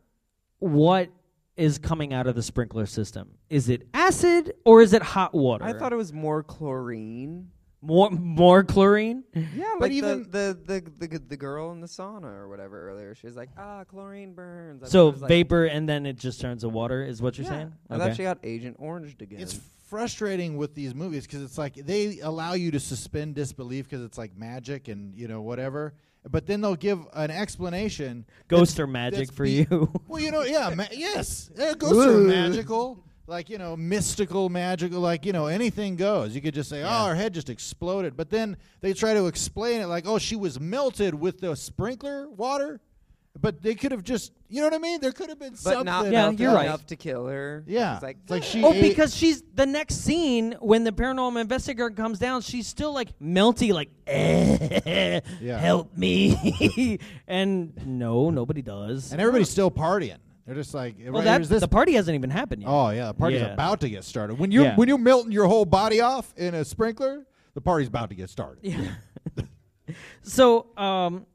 Speaker 1: what is coming out of the sprinkler system. Is it acid or is it hot water?
Speaker 2: I thought it was more chlorine.
Speaker 1: more more chlorine.
Speaker 2: Yeah,
Speaker 8: But
Speaker 2: like
Speaker 8: even-
Speaker 2: the, the, the the the girl in the sauna or whatever earlier, she was like, "Ah, chlorine burns." I thought
Speaker 1: So
Speaker 2: it was like-
Speaker 1: vapor, and then it just turns to water. Is what you're
Speaker 2: Yeah.
Speaker 1: saying?
Speaker 2: I thought she got Agent Oranged again.
Speaker 8: It's frustrating with these movies because it's like they allow you to suspend disbelief because it's like magic and you know whatever, but then they'll give an explanation.
Speaker 1: Ghosts
Speaker 8: that's-
Speaker 1: are magic
Speaker 8: that's
Speaker 1: for
Speaker 8: be-
Speaker 1: you.
Speaker 8: Well, you know, yeah, ma- yes, yeah, ghosts are magical. Like you know, mystical, magical. Like you know, anything goes. You could just say, "Oh, her head just exploded," but then they try to explain it like, "Oh, she was melted with the sprinkler water," but they could have just, you know what I mean? There could have been
Speaker 2: but
Speaker 8: something.
Speaker 2: not
Speaker 1: Yeah,
Speaker 2: enough,
Speaker 1: you're right.
Speaker 2: enough to kill her.
Speaker 8: Yeah,
Speaker 2: It's like,
Speaker 8: it's like she.
Speaker 1: Oh,
Speaker 8: ate-
Speaker 1: because she's the next scene when the paranormal investigator comes down, she's still like melty, like eh, help me. and no, nobody does.
Speaker 8: and everybody's still partying. They're just like,
Speaker 1: well,
Speaker 8: right,
Speaker 1: that,
Speaker 8: here's this.
Speaker 1: the party hasn't even happened yet.
Speaker 8: oh yeah, the party's
Speaker 1: Yeah.
Speaker 8: about to get started. When you're
Speaker 1: Yeah.
Speaker 8: when you're melting your whole body off in a sprinkler, the party's about to get started.
Speaker 1: So um,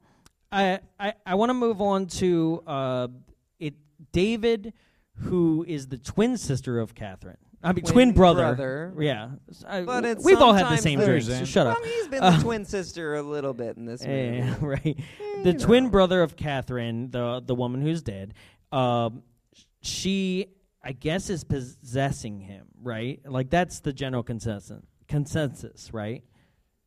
Speaker 1: I I, I want to move on to uh, it David, who is the twin sister of Catherine. I mean, twin,
Speaker 2: Twin
Speaker 1: brother.
Speaker 2: brother.
Speaker 1: Yeah, I-
Speaker 2: But it's
Speaker 1: we've all had the
Speaker 2: sometimes-
Speaker 1: same
Speaker 8: There's
Speaker 1: dreams. So
Speaker 8: Zan.
Speaker 1: shut up. Uh,
Speaker 2: Well, he's been the twin sister a little bit in this movie.
Speaker 1: Yeah, Eh, right. The twin brother of Catherine, the the woman who's dead, um, she I guess is possessing him, right? Like that's the general consensus. Consensus, right?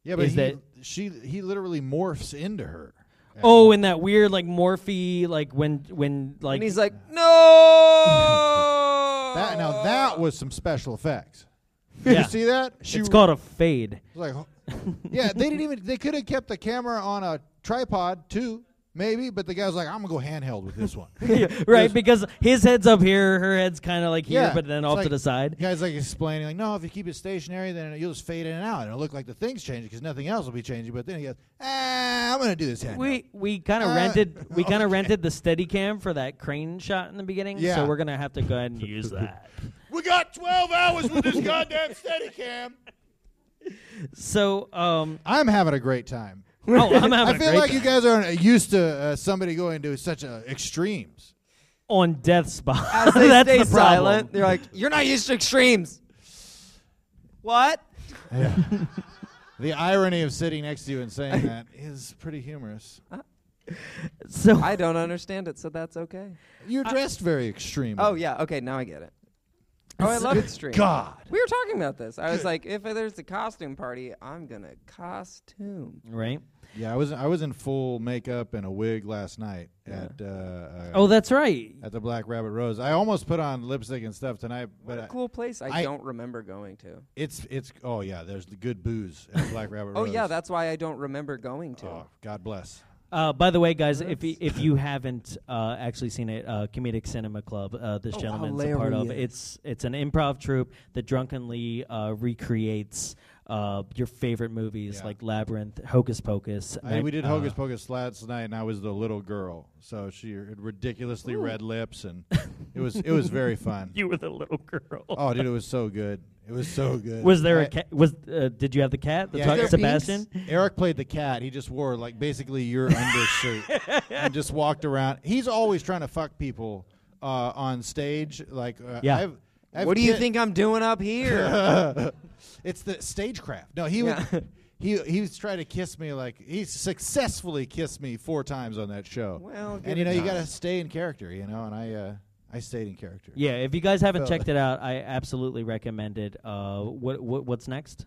Speaker 8: Yeah, but
Speaker 1: Is
Speaker 8: he,
Speaker 1: that-
Speaker 8: she he literally morphs into her.
Speaker 1: Oh, and that weird like Morphe, like when when like
Speaker 2: And he's like, "No!"
Speaker 8: That now that was some special effects.
Speaker 1: Yeah.
Speaker 8: you see that? She
Speaker 1: it's called a fade.
Speaker 8: like, yeah, they didn't even. They could have kept the camera on a tripod too, maybe. But the guy was like, "I'm gonna go handheld with this one."
Speaker 1: right, because his head's up here, her head's kind of like here,
Speaker 8: Yeah,
Speaker 1: but then
Speaker 8: it's
Speaker 1: off to
Speaker 8: like-
Speaker 1: the side.
Speaker 8: Guys like explaining like, no, if you keep it stationary, then you'll just fade in and out, and it'll look like the thing's changing because nothing else will be changing. But then he goes, ah, I'm gonna do this handheld.
Speaker 1: We we kind of
Speaker 8: Uh,
Speaker 1: rented we kind of
Speaker 8: okay.
Speaker 1: rented the Steadicam for that crane shot in the beginning, so
Speaker 8: Yeah.
Speaker 1: we're gonna have to go ahead and use that.
Speaker 8: We got 12 hours with this goddamn Steadicam.
Speaker 1: So, um,
Speaker 8: I'm having a great time.
Speaker 1: oh, I'm having
Speaker 8: I
Speaker 1: a
Speaker 8: feel
Speaker 1: great
Speaker 8: like
Speaker 1: time.
Speaker 8: you guys aren't used to uh, somebody going to such uh, extremes.
Speaker 1: on death spot.
Speaker 2: As they
Speaker 1: That's
Speaker 2: stay
Speaker 1: the problem.
Speaker 2: silent, they're like, "You're not used to extremes." What? Uh,
Speaker 8: The irony of sitting next to you and saying that is pretty humorous.
Speaker 1: So
Speaker 2: I don't understand it, so that's okay.
Speaker 8: You're dressed very extreme.
Speaker 2: Oh yeah, okay, now I get it. Oh, I love extreme.
Speaker 8: God.
Speaker 2: We were talking about this. I was like, if there's a costume party, I'm gonna costume.
Speaker 1: right.
Speaker 8: Yeah, I was I was in full makeup and a wig last night at uh, uh,
Speaker 1: Oh, that's right.
Speaker 8: at the Black Rabbit Rose. I almost put on lipstick and stuff tonight, but
Speaker 2: What a
Speaker 8: I-
Speaker 2: cool place I,
Speaker 8: I-
Speaker 2: don't remember going to.
Speaker 8: it's it's oh yeah, there's the good booze at Black Rabbit
Speaker 2: Oh
Speaker 8: Rose.
Speaker 2: yeah, that's why I don't remember going to.
Speaker 8: oh, God bless.
Speaker 1: Uh, by the way, guys, if y- if you haven't uh, actually seen it, uh, Comedic Cinema Club, uh,
Speaker 8: Oh,
Speaker 1: this gentleman's a part of. It's it's an improv troupe that drunkenly uh, recreates uh, your favorite movies
Speaker 8: Yeah.
Speaker 1: like Labyrinth, Hocus Pocus.
Speaker 8: I,
Speaker 1: Night-
Speaker 8: we did
Speaker 1: uh,
Speaker 8: Hocus Pocus last night, and I was the little girl, so she had ridiculously red lips, and it was it was very fun.
Speaker 1: You were the little girl.
Speaker 8: oh, dude, it was so good. It was so good.
Speaker 1: Was there
Speaker 8: a
Speaker 1: a cat? Was uh, did you have the cat? The
Speaker 8: Yeah.
Speaker 1: talk-
Speaker 8: Is there
Speaker 1: Sebastian.
Speaker 8: Eric played the cat. He just wore like basically your undershirt and just walked around. He's always trying to fuck people uh, on stage. Like, uh,
Speaker 1: Yeah.
Speaker 8: I've, I've
Speaker 2: What do you
Speaker 8: kid-
Speaker 2: think I'm doing up here?
Speaker 8: it's the stagecraft. No, he
Speaker 2: Yeah.
Speaker 8: was he he was trying to kiss me like he successfully kissed me four times on that show.
Speaker 2: Well, give
Speaker 8: and you
Speaker 2: it
Speaker 8: know you
Speaker 2: time.
Speaker 8: gotta stay in character, you know. And I uh, I stayed in character.
Speaker 1: Yeah, if you guys haven't
Speaker 8: So-
Speaker 1: checked it out, I absolutely recommend it. Uh, what, what what's next?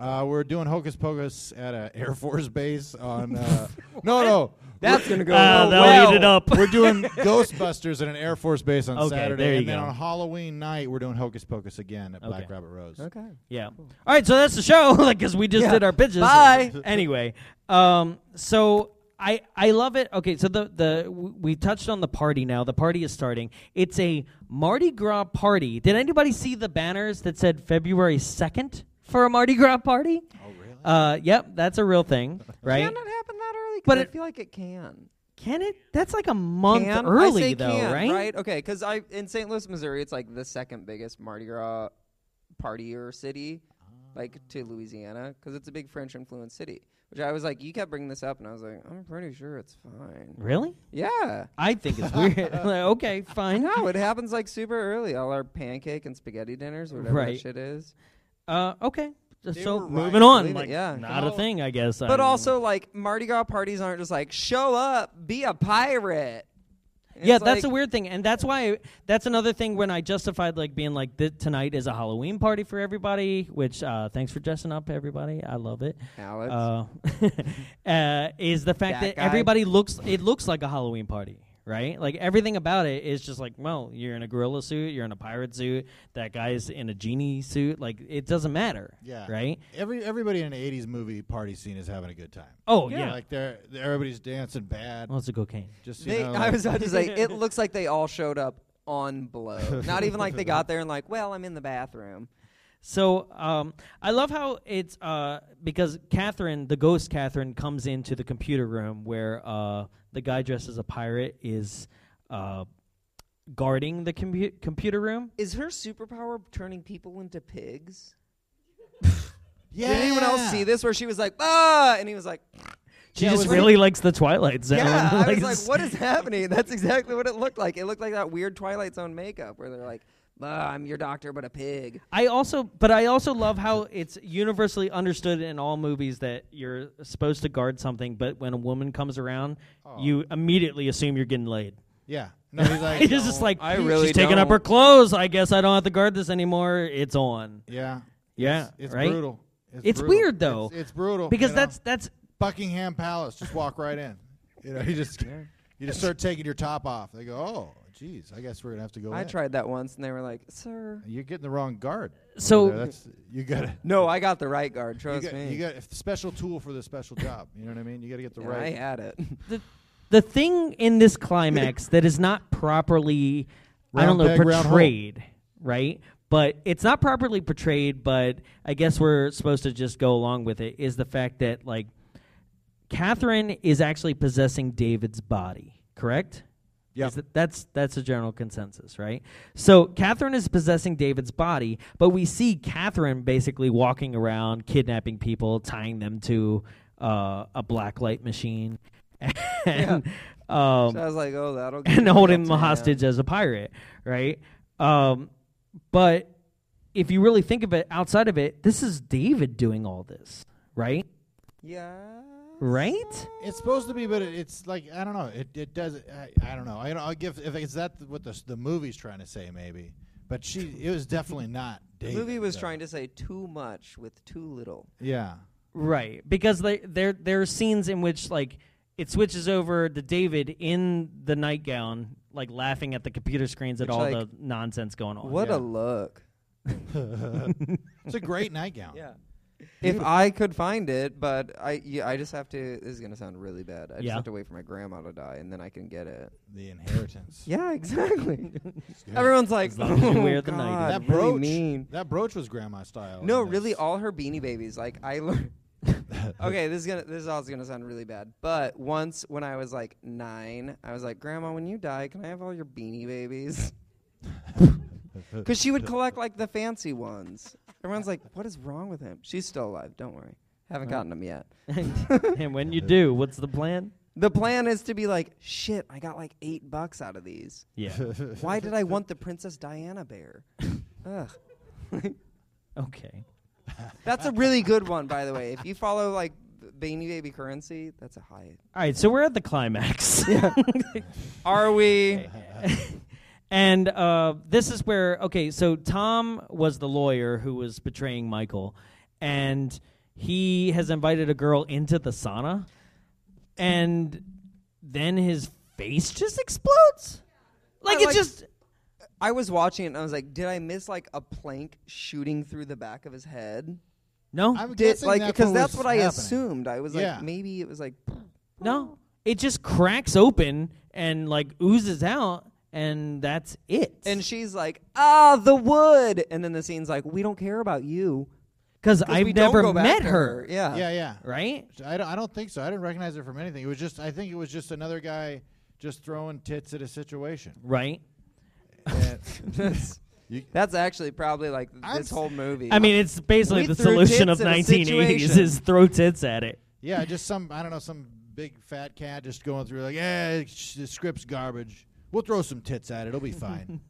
Speaker 8: Uh, we're doing hocus pocus at a Air Force base on. Uh, no, no.
Speaker 2: that's gonna go
Speaker 1: Ah,
Speaker 2: over
Speaker 1: that'll
Speaker 2: well.
Speaker 1: eat it up.
Speaker 8: We're doing Ghostbusters at an Air Force base on
Speaker 1: Okay,
Speaker 8: Saturday,
Speaker 1: there you
Speaker 8: and then
Speaker 1: go.
Speaker 8: on Halloween night we're doing Hocus Pocus again at Black
Speaker 1: Okay.
Speaker 8: Rabbit Rose.
Speaker 2: Okay.
Speaker 1: Yeah. All right, so that's the show because we just did our pitches.
Speaker 2: Bye.
Speaker 1: anyway, um, so I I love it. Okay, so the the w- we touched on the party now. The party is starting. It's a Mardi Gras party. Did anybody see the banners that said February second for a Mardi Gras party? Oh really? Uh, yep, that's a real thing, right?
Speaker 2: Can it happen that early? 'Cause
Speaker 1: But
Speaker 2: I
Speaker 1: it-
Speaker 2: feel like it can.
Speaker 1: Can it? That's like a month
Speaker 2: Can? I
Speaker 1: early
Speaker 2: say
Speaker 1: though,
Speaker 2: can,
Speaker 1: right?
Speaker 2: Right. Okay. Because I in St. Louis, Missouri, it's like the second biggest Mardi Gras partier city, like to Louisiana, because it's a big French influenced city. Which I was like, you kept bringing this up, and I was like, I'm pretty sure it's fine.
Speaker 1: Really?
Speaker 2: Yeah.
Speaker 1: I think it's weird. Like, okay, fine.
Speaker 2: No, it happens like super early. All our pancake and spaghetti dinners, whatever
Speaker 1: Right.
Speaker 2: that shit is.
Speaker 1: Uh, okay. so
Speaker 8: were right.
Speaker 1: moving on,
Speaker 2: Believe it,
Speaker 1: like
Speaker 2: yeah.
Speaker 1: not a thing, I guess.
Speaker 2: But also, like Mardi Gras parties aren't just like show up, be a pirate.
Speaker 1: yeah,
Speaker 2: It's
Speaker 1: that's
Speaker 2: like-
Speaker 1: a weird thing, and that's why that's another thing when I justified like being like th- tonight is a Halloween party for everybody. Which uh, thanks for dressing up, everybody. I love it.
Speaker 2: Alex.
Speaker 1: uh, uh, is the fact that,
Speaker 2: That guy.
Speaker 1: everybody looks it looks like a Halloween party, right? Like everything about it is just like, well, you're in a gorilla suit, you're in a pirate suit, that guy's in a genie suit. Like it doesn't matter.
Speaker 8: Yeah.
Speaker 1: Right.
Speaker 8: Every everybody in an '80s movie party scene is having a good time.
Speaker 1: Oh yeah.
Speaker 8: Like they're, they're- everybody's dancing bad.
Speaker 1: Lots of cocaine.
Speaker 8: Just you
Speaker 2: They,
Speaker 8: know,
Speaker 2: I
Speaker 8: like-
Speaker 2: was about to say, it looks like they all showed up on blow. Not even like they got there and like, well, I'm in the bathroom.
Speaker 1: So um, I love how it's uh, because Catherine, the ghost Catherine, comes into the computer room where uh, the guy dressed as a pirate is uh, guarding the compu- computer room.
Speaker 2: Is her superpower turning people into pigs?
Speaker 8: yeah.
Speaker 2: Did anyone else see this where she was like, ah, and he was like,
Speaker 1: She
Speaker 8: Yeah, it
Speaker 1: just
Speaker 8: was-
Speaker 1: really likes the Twilight Zone.
Speaker 2: yeah. I was like,
Speaker 1: it's-
Speaker 2: what is happening? That's exactly what it looked like. It looked like that weird Twilight Zone makeup where they're like, ah, I'm your doctor, but a pig.
Speaker 1: I also, but I also love how it's universally understood in all movies that you're supposed to guard something, but when a woman comes around, you immediately assume you're getting laid.
Speaker 8: Yeah. No, he's like.
Speaker 1: It's just like
Speaker 2: I really
Speaker 1: she's taking up
Speaker 2: don't.
Speaker 1: her clothes. I guess I don't have to guard this anymore. It's on.
Speaker 8: yeah.
Speaker 1: Yeah,
Speaker 8: It's
Speaker 1: right?
Speaker 8: brutal.
Speaker 1: It's
Speaker 8: brutal.
Speaker 1: weird, though.
Speaker 8: It's, it's brutal
Speaker 1: because
Speaker 8: you know?
Speaker 1: that's that's
Speaker 8: Buckingham Palace. Just walk right in. You know, you just you just start taking your top off. They go, oh, geez, I guess we're gonna have to go.
Speaker 2: I
Speaker 8: in."
Speaker 2: tried that once and they were like, sir.
Speaker 8: You're getting the wrong guard. over
Speaker 1: So-
Speaker 8: there. that's you gotta.
Speaker 2: No, I got the right guard.
Speaker 8: You
Speaker 2: Trust
Speaker 8: got,
Speaker 2: me.
Speaker 8: you got a special tool for the special job. You know what I mean? You got to get the
Speaker 2: Yeah, I
Speaker 8: right.
Speaker 2: had it.
Speaker 1: the the thing in this climax that is not properly I don't
Speaker 8: Round
Speaker 1: know
Speaker 8: peg, round hole.
Speaker 1: portrayed, right? But it's not properly portrayed, but I guess we're supposed to just go along with it is the fact that like Catherine is actually possessing David's body, correct?
Speaker 8: Yep.
Speaker 1: Is that- that's that's a general consensus, right? So Catherine is possessing David's body, but we see Catherine basically walking around, kidnapping people, tying them to uh, a blacklight machine, and
Speaker 2: So
Speaker 1: um,
Speaker 2: I was like, oh, that'll get
Speaker 1: and
Speaker 2: me
Speaker 1: holding
Speaker 2: up
Speaker 1: them
Speaker 2: to now.
Speaker 1: hostage as a pirate, right? Um, but if you really think of it outside of it, this is David doing all this, right?
Speaker 2: Yeah.
Speaker 1: right?
Speaker 8: It's supposed to be, but it, it's like I don't know. It it does. I, I don't know. I don't. I'll give if it's that what the s- the movie's trying to say maybe. But she, it was definitely not.
Speaker 2: The
Speaker 8: David,
Speaker 2: movie was
Speaker 8: though.
Speaker 2: trying to say too much with too little.
Speaker 8: Yeah.
Speaker 1: Right, because they, there there are scenes in which like it switches over to David in the nightgown, like laughing at the computer screens at
Speaker 2: Which,
Speaker 1: all
Speaker 2: like,
Speaker 1: the nonsense going on.
Speaker 2: What a
Speaker 8: Yeah.
Speaker 2: look.
Speaker 8: It's a great nightgown.
Speaker 2: If I could find it, but I yeah, I just have to. This is gonna sound really bad. I just
Speaker 1: Yeah.
Speaker 2: have to wait for my grandma to die, and then I can get it.
Speaker 8: The inheritance.
Speaker 2: Yeah, exactly. Everyone's like,
Speaker 1: long as you
Speaker 2: "Oh,
Speaker 1: wear the nightie."
Speaker 2: God,
Speaker 8: That
Speaker 2: really
Speaker 8: brooch.
Speaker 2: mean."
Speaker 8: That brooch was grandma style.
Speaker 2: No,
Speaker 8: in this.
Speaker 2: really, all her beanie babies. Like I learned. okay, this is gonna this is also gonna sound really bad. But once when I was like nine, I was like, Grandma, when you die, can I have all your beanie babies? Because she would collect like the fancy ones. Everyone's like, What is wrong with him? She's still alive. Don't worry. Haven't gotten them yet.
Speaker 1: and when you do, what's the plan?
Speaker 2: The plan is to be like, Shit, I got like eight bucks out of these.
Speaker 1: Yeah.
Speaker 2: Why did I want the Princess Diana bear? Ugh.
Speaker 1: okay.
Speaker 2: That's a really good one, by the way. If you follow like Beanie Baby currency, that's a high.
Speaker 1: All right, so we're at the climax.
Speaker 2: Are we?
Speaker 1: And uh, this is where okay, so Tom was the lawyer who was betraying Michael, and he has invited a girl into the sauna, and then his face just explodes. Like
Speaker 2: I
Speaker 1: it
Speaker 2: like-
Speaker 1: just
Speaker 2: I was watching it and I was like, did I miss like a plank shooting through the back of his head?
Speaker 1: no
Speaker 8: I'm
Speaker 2: Did
Speaker 8: guessing
Speaker 2: like
Speaker 8: that's
Speaker 2: because
Speaker 8: what
Speaker 2: that's
Speaker 8: was
Speaker 2: what I
Speaker 8: happening.
Speaker 2: assumed. I was
Speaker 8: Yeah.
Speaker 2: like, maybe it was like
Speaker 1: no. It just cracks open and like oozes out, and that's it.
Speaker 2: and she's like, ah, the wood. And then the scene's like, we don't care about you.
Speaker 1: because
Speaker 2: 'Cause
Speaker 1: I've
Speaker 2: we don't
Speaker 1: never
Speaker 2: go back
Speaker 1: met
Speaker 2: to
Speaker 1: her,
Speaker 2: Yeah.
Speaker 8: Yeah, yeah.
Speaker 1: right?
Speaker 8: I don't, I don't think so. I didn't recognize her from anything. It was just, I think it was just another guy just throwing tits at a situation.
Speaker 1: Right.
Speaker 8: And-
Speaker 2: that's,
Speaker 8: You-
Speaker 2: that's actually probably like
Speaker 8: I'm
Speaker 2: this whole movie.
Speaker 1: I mean, it's basically
Speaker 2: We
Speaker 1: the
Speaker 2: threw
Speaker 1: solution of
Speaker 2: tits at a
Speaker 1: 1980s
Speaker 2: situation.
Speaker 1: is throw tits at it.
Speaker 8: yeah, just some, I don't know, some big fat cat just going through like, yeah, the script's garbage. We'll throw some tits at it. It'll be fine.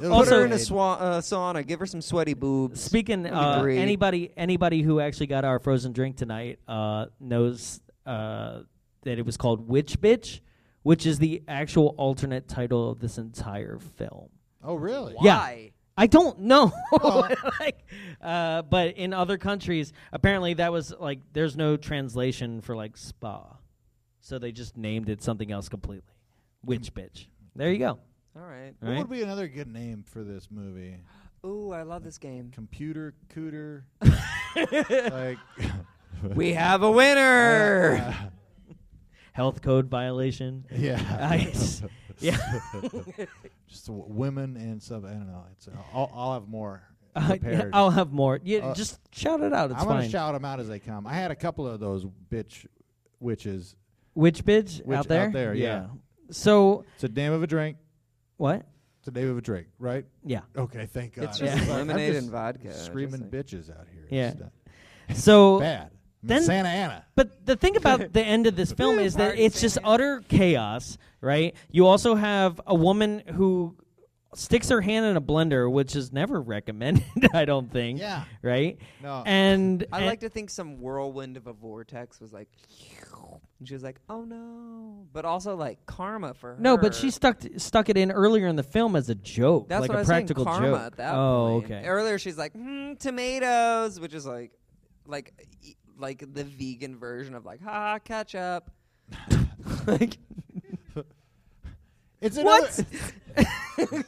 Speaker 8: It'll be
Speaker 2: put her in a
Speaker 8: fine.
Speaker 2: swa- uh, sauna, give her some sweaty boobs.
Speaker 1: Speaking, uh,
Speaker 2: great.
Speaker 1: anybody anybody who actually got our frozen drink tonight uh, knows uh, that it was called Witch Bitch, which is the actual alternate title of this entire film.
Speaker 8: Oh, really?
Speaker 1: Yeah. I don't know.
Speaker 2: Oh.
Speaker 1: like, uh, but in other countries, apparently that was like there's no translation for like
Speaker 2: Mm-hmm.
Speaker 1: spa, so they just named it something else completely. Witch Bitch. There you go.
Speaker 2: All right.
Speaker 8: What would be another good name for this movie?
Speaker 2: Ooh, I love this game.
Speaker 8: Computer Cooter. like,
Speaker 2: We have a winner.
Speaker 1: Health code violation.
Speaker 8: yeah.
Speaker 1: Nice. yeah.
Speaker 8: just w- women and stuff. I don't know. It's I'll, I'll have more
Speaker 1: Uh, yeah,
Speaker 8: prepared.
Speaker 1: I'll have more. Yeah, just shout it out. It's
Speaker 8: I'm
Speaker 1: fine.
Speaker 8: gonna shout them out as they come. I had a couple of those bitch witches.
Speaker 1: Witch bitch
Speaker 8: Witch
Speaker 1: out there.
Speaker 8: out there, yeah.
Speaker 1: So
Speaker 8: It's a name of a drink.
Speaker 1: what?
Speaker 8: It's a name of a drink, right?
Speaker 1: Yeah.
Speaker 8: Okay, thank God.
Speaker 2: It's
Speaker 8: I'm
Speaker 2: just
Speaker 8: like- I'm
Speaker 2: lemonade
Speaker 8: just
Speaker 2: and vodka, just
Speaker 8: Screaming
Speaker 2: like-
Speaker 8: bitches out here.
Speaker 1: Yeah.
Speaker 8: It's not
Speaker 1: So
Speaker 8: Oh, bad. I mean,
Speaker 1: Then-
Speaker 8: Santa Ana.
Speaker 1: But the thing about the end of this film is that it's just utter chaos, right? You also have a woman who sticks her hand in a blender, which is never recommended, I don't think.
Speaker 8: Yeah.
Speaker 1: Right?
Speaker 8: No.
Speaker 1: And
Speaker 2: I
Speaker 1: and-
Speaker 2: like to think some whirlwind of a vortex was like, and she was like, "Oh no!" But also like karma for her.
Speaker 1: No, but she stuck stuck it in earlier in the film as a joke,
Speaker 2: that's
Speaker 1: like
Speaker 2: what
Speaker 1: a
Speaker 2: I was saying,
Speaker 1: practical
Speaker 2: karma
Speaker 1: joke.
Speaker 2: At that
Speaker 1: oh,
Speaker 2: point.
Speaker 1: okay.
Speaker 2: Earlier, she's like, "Hmm, tomatoes," which is like, like, e- like the vegan version of like, "Ha ha, ketchup." like,
Speaker 8: It's another,
Speaker 2: what?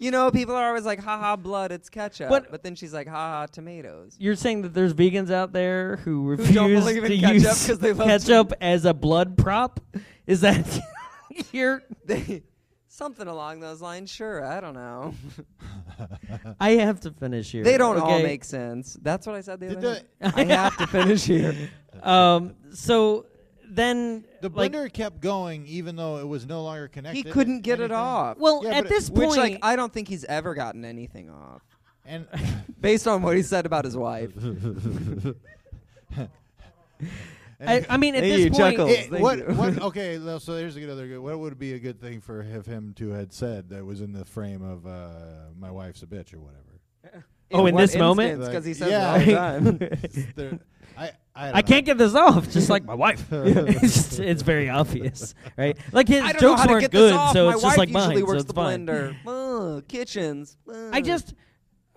Speaker 2: you know, people are always like, "Ha ha, blood, it's ketchup,"
Speaker 1: But-
Speaker 2: but, then she's like, "Ha ha, tomatoes."
Speaker 1: You're saying that there's vegans out there who refuse
Speaker 2: don't believe in
Speaker 1: to
Speaker 2: ketchup
Speaker 1: use
Speaker 2: 'cause they love
Speaker 1: ketchup as a blood prop? Is that your?
Speaker 2: They, something along those lines. Sure, I don't know.
Speaker 1: I have to finish here.
Speaker 2: They don't all
Speaker 1: okay?
Speaker 2: make sense. That's what I said the
Speaker 8: Did
Speaker 2: other night.
Speaker 8: the-
Speaker 2: I have to finish here.
Speaker 1: Um. So then,
Speaker 8: the
Speaker 1: like,
Speaker 8: blender kept going even though it was no
Speaker 2: He
Speaker 8: longer connected.
Speaker 2: couldn't get it
Speaker 8: anything.
Speaker 2: off.
Speaker 1: well,
Speaker 8: Yeah,
Speaker 1: at
Speaker 8: but
Speaker 1: this
Speaker 2: which
Speaker 1: point,
Speaker 2: like I don't think he's ever gotten anything off
Speaker 8: And
Speaker 2: based on what he said about his wife.
Speaker 1: I, I mean, at
Speaker 2: Thank
Speaker 1: this
Speaker 2: you,
Speaker 1: point,
Speaker 2: chuckles.
Speaker 8: It-
Speaker 2: Thank
Speaker 8: what,
Speaker 2: you.
Speaker 8: what? Okay, no, so here's another good. What would be a good thing for if him to had said that was in the frame of uh, my wife's a bitch or whatever?
Speaker 1: Oh, in this moment?
Speaker 2: because he says
Speaker 8: Yeah.
Speaker 2: it all the time.
Speaker 8: There- I, I I, don't
Speaker 1: I can't get this off, just like my wife. it's, just- it's very obvious, right? Like his
Speaker 2: I don't know
Speaker 1: jokes
Speaker 2: how to
Speaker 1: weren't
Speaker 2: get this
Speaker 1: good,
Speaker 2: off.
Speaker 1: so
Speaker 2: My
Speaker 1: it's
Speaker 2: wife
Speaker 1: just like mine.
Speaker 2: usually
Speaker 1: so
Speaker 2: works
Speaker 1: it's
Speaker 2: the
Speaker 1: fine.
Speaker 2: blender. Ugh, kitchens.
Speaker 1: I
Speaker 2: Ugh.
Speaker 1: just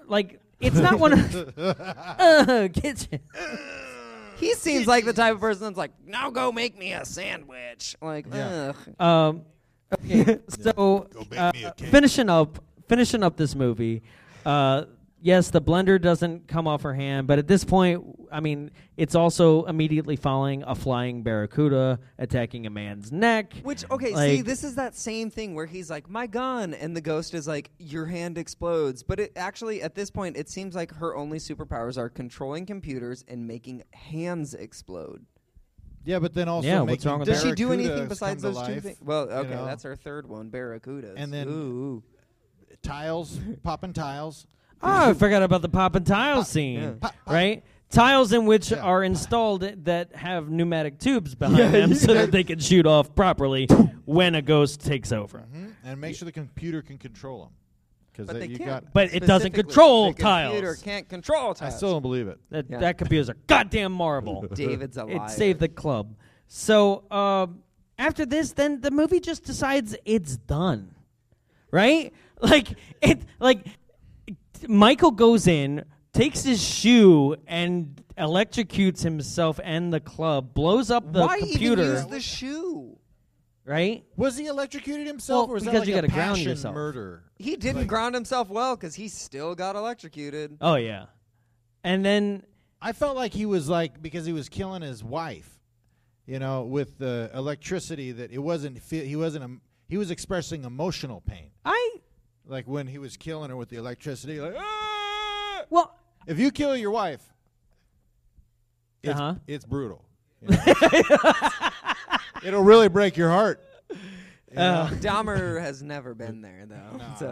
Speaker 1: like it's not one of uh, kitchen.
Speaker 2: He seems like the type of person that's like, now go make me a sandwich. Like,
Speaker 8: Yeah.
Speaker 2: ugh.
Speaker 1: Um, okay, so
Speaker 8: bake
Speaker 1: uh,
Speaker 8: me a cake.
Speaker 1: finishing up, finishing up this movie. Uh, yes, the blender doesn't come off her hand, but at this point, I mean, it's also immediately following a flying barracuda attacking a man's neck.
Speaker 2: Which okay, see,
Speaker 1: Like-
Speaker 2: this is that same thing where he's like, "My gun," and the ghost is like, "Your hand explodes." But it actually, at this point, it seems like her only superpowers are controlling computers and making hands explode.
Speaker 8: Yeah, but then also,
Speaker 1: Yeah,
Speaker 8: making
Speaker 1: what's wrong with that?
Speaker 2: Does she do anything
Speaker 8: barracudas
Speaker 2: besides
Speaker 8: come
Speaker 2: those
Speaker 8: to
Speaker 2: two
Speaker 8: life,
Speaker 2: things? Well,
Speaker 8: you
Speaker 2: okay,
Speaker 8: know?
Speaker 2: that's her third one, barracudas.
Speaker 8: And then-
Speaker 2: Ooh.
Speaker 8: tiles, popping tiles.
Speaker 1: Oh, I forgot about the pop and tile scene,
Speaker 8: Pop, pop.
Speaker 1: right? Tiles in which
Speaker 8: Yeah.
Speaker 1: are installed that have pneumatic tubes behind them so that they can shoot off properly when a ghost takes over.
Speaker 8: and make sure the computer can control them
Speaker 2: But
Speaker 8: because
Speaker 2: they
Speaker 8: you got.
Speaker 2: can't.
Speaker 1: But it doesn't
Speaker 2: Specifically,
Speaker 1: control
Speaker 2: the Computer
Speaker 1: tiles.
Speaker 2: can't control
Speaker 8: I
Speaker 2: tiles.
Speaker 8: still don't believe it.
Speaker 1: That,
Speaker 2: Yeah.
Speaker 1: that computer's a goddamn marvel.
Speaker 2: David's a liar.
Speaker 1: it saved the club. So um, after this, then the movie just decides it's done, right? Like it, like Michael goes in, takes his shoe and electrocutes himself and the club, blows up the
Speaker 2: Why
Speaker 1: computer,
Speaker 2: even use the shoe?
Speaker 1: right?
Speaker 8: Was he electrocuted himself,
Speaker 1: Well,
Speaker 8: or was that
Speaker 1: because
Speaker 8: like
Speaker 1: you
Speaker 8: a
Speaker 1: gotta ground
Speaker 8: passion
Speaker 1: yourself.
Speaker 8: murder?
Speaker 2: He didn't ground himself well because he still got electrocuted.
Speaker 1: Oh yeah, and then
Speaker 8: I felt like he was like because he was killing his wife, you know, with the electricity that it wasn't. fe- He wasn't. em- He was expressing emotional pain,
Speaker 1: I
Speaker 8: like when he was killing her with the electricity. Like, "Ah!"
Speaker 1: well,
Speaker 8: if you kill your wife, it's,
Speaker 1: Uh-huh.
Speaker 8: it's brutal. you know? It'll really break your heart. you
Speaker 1: uh,
Speaker 8: know?
Speaker 2: Dahmer has never been there though.
Speaker 8: No,
Speaker 2: so.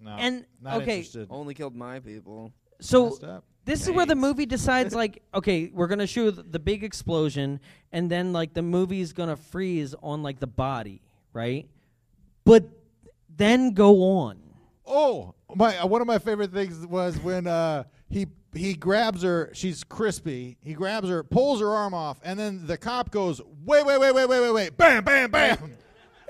Speaker 8: no, no.
Speaker 1: And,
Speaker 8: not
Speaker 1: okay,
Speaker 8: interested.
Speaker 2: Only killed my people.
Speaker 1: so
Speaker 8: Messed up.
Speaker 1: this is where the movie decides like okay we're gonna shoot th- the big explosion and then like the movie's gonna freeze on like the body right but then go on
Speaker 8: Oh, my! uh, One of my favorite things was when uh, he he grabs her. She's crispy. He grabs her, pulls her arm off, and then the cop goes, "Wait, wait, wait, wait, wait, wait, wait!" Bam, bam, bam.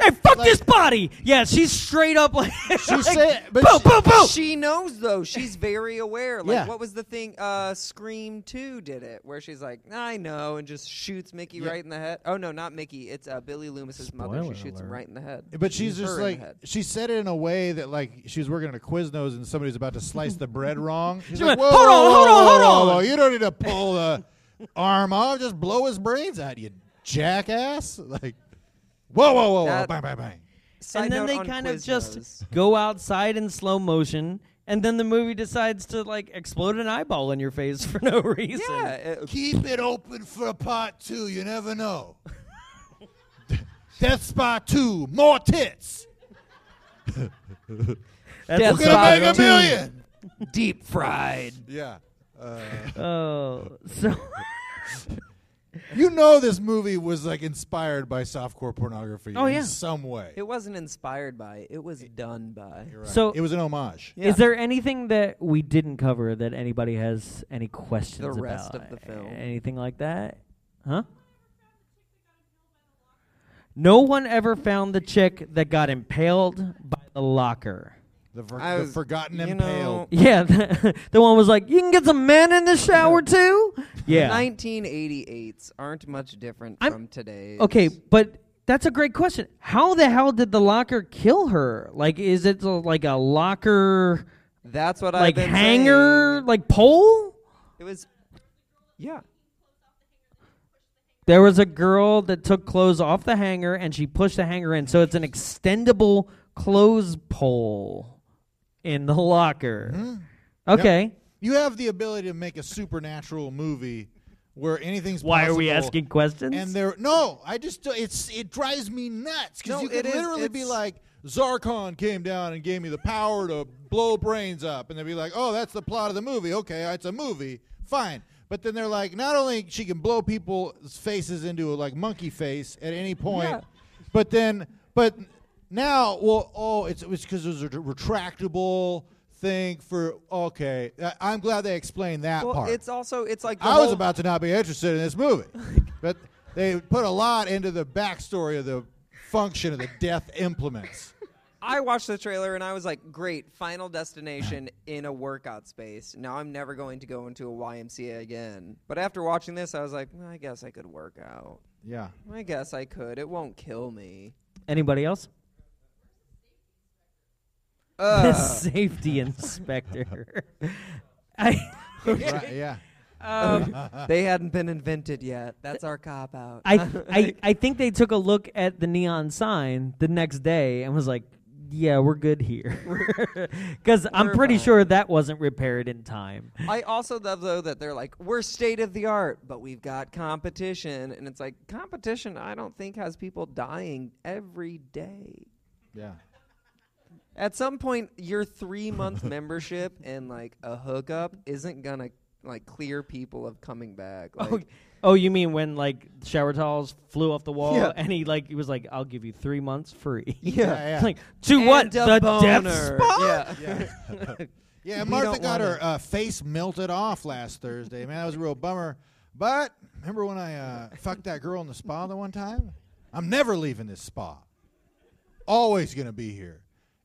Speaker 1: hey fuck this body yeah she's straight up like she
Speaker 8: said- but
Speaker 1: boom
Speaker 8: she-
Speaker 1: boom boom
Speaker 2: She knows though. She's very aware. Like
Speaker 8: Yeah.
Speaker 2: what was the thing? Uh, Scream Two did it, where she's like, "I know," and just shoots Mickey right in the head. Oh no, not Mickey. It's uh, Billy Loomis's mother. She
Speaker 1: Spoiler
Speaker 2: shoots him
Speaker 1: alert.
Speaker 2: right in the head.
Speaker 8: But she's
Speaker 2: Her
Speaker 8: just
Speaker 2: in the
Speaker 8: like
Speaker 2: head.
Speaker 8: she said it in a way that like she was working at a Quiznos and somebody's about to slice the bread wrong. She's
Speaker 1: She
Speaker 8: like,
Speaker 1: went, "Hold on, hold on, hold on."
Speaker 8: You don't need to pull the arm off. Just blow his brains out, you jackass!" Like, whoa, whoa, whoa, whoa,
Speaker 2: That-
Speaker 8: bang, bang, bang.
Speaker 2: Side
Speaker 1: and then
Speaker 2: note
Speaker 1: they
Speaker 2: on
Speaker 1: kind of just
Speaker 2: Quiznos.
Speaker 1: go outside in slow motion and then the movie decides to like explode an eyeball in your face for no reason
Speaker 2: yeah. it-
Speaker 8: Keep it open for a part two. You never know. Death Spy 2, more tits.
Speaker 1: That's-
Speaker 8: We're gonna make a million.
Speaker 2: deep fried.
Speaker 8: Yeah.
Speaker 1: oh so
Speaker 8: You know this movie was like inspired by softcore pornography
Speaker 1: Oh,
Speaker 8: in
Speaker 1: yeah.
Speaker 8: some way.
Speaker 2: It wasn't inspired by. It, it was done by.
Speaker 8: You're right.
Speaker 1: So-
Speaker 8: it was an homage.
Speaker 2: Yeah.
Speaker 1: Is there anything that we didn't cover that anybody has any questions
Speaker 2: The
Speaker 1: about?
Speaker 2: rest of the film.
Speaker 1: Anything like that? Huh? No one ever found the chick that got impaled by the locker.
Speaker 8: The, for-
Speaker 2: I
Speaker 8: the
Speaker 2: was-
Speaker 8: forgotten
Speaker 2: you
Speaker 8: impaled.
Speaker 1: Yeah, the, one was like, "You can get some men in the shower too." Yeah.
Speaker 2: 1988s aren't much different
Speaker 1: I'm-
Speaker 2: from today.
Speaker 1: Okay, but that's a great question. How the hell did the locker kill her? Like, is it uh, like a locker,
Speaker 2: That's what I've
Speaker 1: like
Speaker 2: been
Speaker 1: hanger,
Speaker 2: saying.
Speaker 1: like pole?
Speaker 2: It was, yeah.
Speaker 1: There was a girl that took clothes off the hanger and she pushed the hanger in. So it's an extendable clothes pole in the locker.
Speaker 2: Mm-hmm.
Speaker 1: Okay.
Speaker 8: You have the ability to make a supernatural movie where anything's
Speaker 1: Why are we
Speaker 8: possible.
Speaker 1: asking questions?
Speaker 8: And there, no, I just don't- it's it drives me nuts because
Speaker 2: No,
Speaker 8: you
Speaker 2: it
Speaker 8: could
Speaker 2: is-
Speaker 8: literally be
Speaker 2: it's-
Speaker 8: like, Zarkon came down and gave me the power to blow brains up, and they'd be like, oh, that's the plot of the movie. Okay, it's a movie, fine. But then they're like, not only she can blow people's faces into a like monkey face at any point,
Speaker 2: Yeah.
Speaker 8: but then but now, well, oh, it's it was because it was a retractable thing for okay. I- I'm glad they explained that
Speaker 2: Well,
Speaker 8: part.
Speaker 2: it's also it's like the
Speaker 8: I was
Speaker 2: whole-
Speaker 8: about to not be interested in this movie, but they put a lot into the backstory of the function of the death implements.
Speaker 2: I watched the trailer and I was like, great, final destination in a workout space. Now I'm never going to go into a YMCA again. But after watching this, I was like, well, I guess I could work out.
Speaker 8: Yeah.
Speaker 2: I guess I could. It won't kill me.
Speaker 1: Anybody else? The
Speaker 2: Uh,
Speaker 1: safety inspector. I
Speaker 8: Right, yeah. Ah.
Speaker 2: they hadn't been invented yet. That's our cop out.
Speaker 1: I, I I think they took a look at the neon sign the next day and was like, "Yeah, we're good here," because I'm
Speaker 2: We're
Speaker 1: pretty
Speaker 2: fine.
Speaker 1: sure that wasn't repaired in time.
Speaker 2: I also love though that they're like, we're state of the art, but we've got competition, and it's like competition. I don't think has people dying every day.
Speaker 8: Yeah.
Speaker 2: At some point, your three month membership and like a hookup isn't gonna like clear people of coming back. Like,
Speaker 1: Oh, oh, you mean when like shower towels flew off the wall
Speaker 2: Yeah.
Speaker 1: and he like he was like, "I'll give you three months free."
Speaker 8: Yeah, yeah.
Speaker 1: like to what
Speaker 2: and
Speaker 1: the
Speaker 2: a
Speaker 1: death
Speaker 2: boner.
Speaker 1: spot?
Speaker 2: Yeah.
Speaker 8: Yeah,
Speaker 2: We
Speaker 8: Martha
Speaker 2: don't
Speaker 8: got
Speaker 2: wanna-
Speaker 8: her uh, face melted off last Thursday. Man, that was a real bummer. But remember when I uh, fucked that girl in the spa the one time? I'm never leaving this spa. Always gonna be here.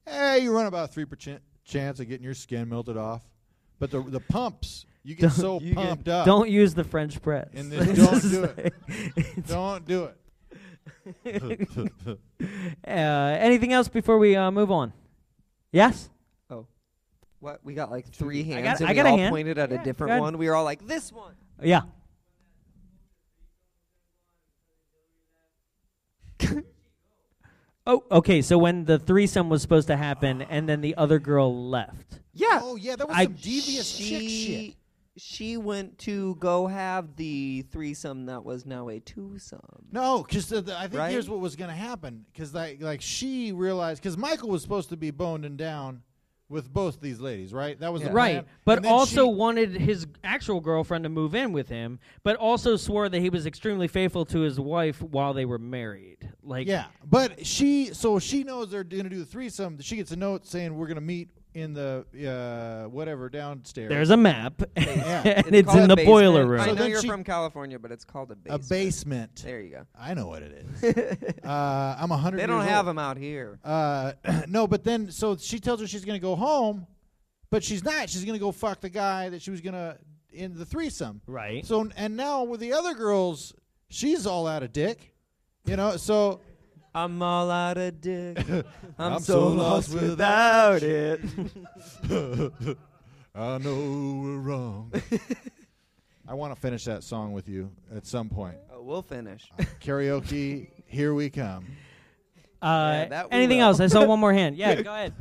Speaker 8: Hey, you run about three percent chance of getting your skin melted off, but the the pumps you get so
Speaker 1: You
Speaker 8: pumped
Speaker 1: get-
Speaker 8: up.
Speaker 1: Don't use the French press.
Speaker 8: And then don't do it. don't do it.
Speaker 1: uh, anything else before we uh, move on? Yes.
Speaker 2: Oh, what? We got like three hands,
Speaker 1: got-
Speaker 2: and
Speaker 1: I
Speaker 2: we
Speaker 1: got a
Speaker 2: all
Speaker 1: hand.
Speaker 2: pointed at
Speaker 1: Yeah,
Speaker 2: a
Speaker 1: go
Speaker 2: different
Speaker 1: ahead.
Speaker 2: one. We were all like, this one.
Speaker 1: Yeah. oh, okay. So when the threesome was supposed to happen, and then the other girl left.
Speaker 2: Yeah.
Speaker 8: Oh yeah, that was
Speaker 1: I-
Speaker 8: some devious chick shit.
Speaker 2: She went to go have the threesome that was now a twosome.
Speaker 8: No, because I think
Speaker 2: Right?
Speaker 8: here's what was going to happen. Because like, like she realized because Michael was supposed to be boned and down with both these ladies, right? That was the
Speaker 2: Yeah.
Speaker 1: Right,
Speaker 8: plan.
Speaker 1: but
Speaker 8: And then
Speaker 1: also
Speaker 8: she-
Speaker 1: wanted his actual girlfriend to move in with him, but also swore that he was extremely faithful to his wife while they were married. Like,
Speaker 8: yeah, but she so she knows they're going to do the threesome. She gets a note saying we're going to meet in the uh, whatever downstairs.
Speaker 1: there's a map, and it's,
Speaker 2: called
Speaker 1: in
Speaker 2: a
Speaker 1: the boiler
Speaker 2: basement.
Speaker 1: room.
Speaker 2: I
Speaker 8: So
Speaker 2: know
Speaker 8: then
Speaker 2: you're
Speaker 8: she-
Speaker 2: from California, but it's called a
Speaker 8: a
Speaker 2: basement.
Speaker 8: basement.
Speaker 2: There you go.
Speaker 8: I know what it is. uh, I'm a hundred.
Speaker 2: They
Speaker 8: years
Speaker 2: don't have
Speaker 8: old.
Speaker 2: them out here.
Speaker 8: Uh, no, but then so she tells her she's gonna go home, but she's not. She's gonna go fuck the guy that she was gonna in the threesome.
Speaker 1: Right.
Speaker 8: So and now with the other girls, she's all out of dick. You know. So
Speaker 2: I'm all out of dick. I'm,
Speaker 8: I'm
Speaker 2: so
Speaker 8: so lost
Speaker 2: lost without it.
Speaker 8: I know we're wrong. I want to finish that song with you at some point.
Speaker 2: Oh, we'll finish.
Speaker 8: Karaoke, here we come.
Speaker 1: Uh,
Speaker 2: Yeah, that we
Speaker 1: anything
Speaker 2: will.
Speaker 1: else? I saw one more hand. Yeah, go ahead.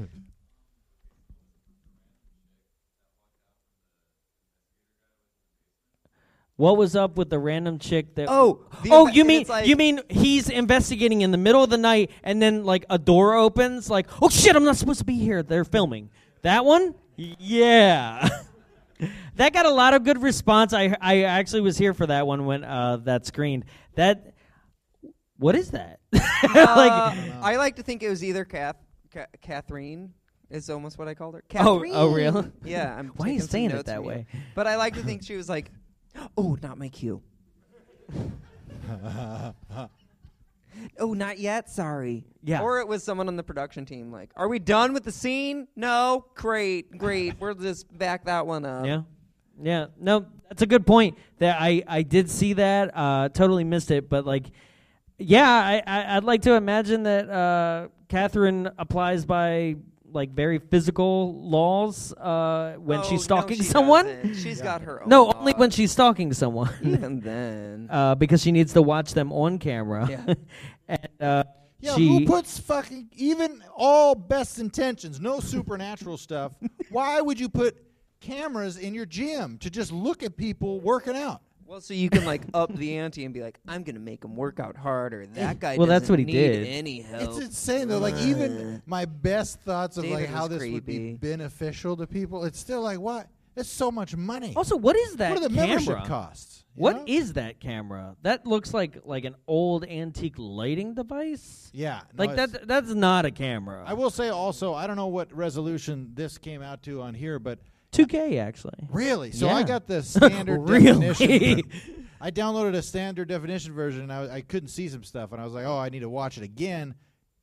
Speaker 1: What was up with the random chick that?
Speaker 2: Oh, the
Speaker 1: oh,
Speaker 2: inve-
Speaker 1: you
Speaker 2: and
Speaker 1: mean
Speaker 2: it's like-
Speaker 1: you mean he's investigating in the middle of the night, and then like a door opens, like oh shit, I'm not supposed to be here. They're filming that one. Yeah, that got a lot of good response. I I actually was here for that one when uh, that screened. That what is that?
Speaker 2: Uh,
Speaker 1: like
Speaker 2: I like to think it was either Kath, Ka- Catherine is almost what I called her.
Speaker 1: Oh,
Speaker 2: Catherine.
Speaker 1: oh, really?
Speaker 2: Yeah. I'm
Speaker 1: Why are you
Speaker 2: taking some
Speaker 1: saying it
Speaker 2: notes
Speaker 1: that
Speaker 2: from you.
Speaker 1: way?
Speaker 2: But I like to think she was like, "Oh, not my cue." oh, not yet. Sorry.
Speaker 1: Yeah.
Speaker 2: Or it was someone on the production team. Like, are we done with the scene? No. Great. Great. We'll just back that one up.
Speaker 1: Yeah. Yeah. No, that's a good point. That I I did see that. Uh, totally missed it, but like, yeah, I, I I'd like to imagine that uh, Catherine applies by like very physical laws uh, when
Speaker 2: Oh,
Speaker 1: she's
Speaker 2: no,
Speaker 1: stalking
Speaker 2: she
Speaker 1: someone.
Speaker 2: doesn't. She's got her own.
Speaker 1: No, only when
Speaker 2: laws.
Speaker 1: she's stalking someone.
Speaker 2: Even then.
Speaker 1: Uh, because she needs to watch them on camera,
Speaker 2: Yeah.
Speaker 1: and uh,
Speaker 8: Yeah,
Speaker 1: she
Speaker 8: who puts fucking even all best intentions, no supernatural stuff? Why would you put cameras in your gym to just look at people working out?
Speaker 2: Well, so you can like up the ante and be like, I'm gonna make him work out harder. That guy.
Speaker 1: Well, that's what he
Speaker 2: doesn't need
Speaker 1: did.
Speaker 2: Any
Speaker 8: It's
Speaker 2: help?
Speaker 8: insane though. Like even my best thoughts of like
Speaker 2: David
Speaker 8: how
Speaker 2: was
Speaker 8: this would be
Speaker 2: creepy.
Speaker 8: beneficial to people, it's still like what? That's so much money.
Speaker 1: Also, what is that
Speaker 8: what are the
Speaker 1: camera?
Speaker 8: membership costs? you
Speaker 1: What
Speaker 8: know?
Speaker 1: is that camera? That looks like like an old antique lighting device.
Speaker 8: Yeah, no,
Speaker 1: Like
Speaker 8: it's-
Speaker 1: that that's not a camera.
Speaker 8: I will say also, I don't know what resolution this came out to on here, but
Speaker 1: 2K actually.
Speaker 8: really, so I
Speaker 1: Yeah.
Speaker 8: got the standard
Speaker 1: Really?
Speaker 8: definition. ver- I downloaded a standard definition version, and I, was- I couldn't see some stuff, and I was like, "Oh, I need to watch it again,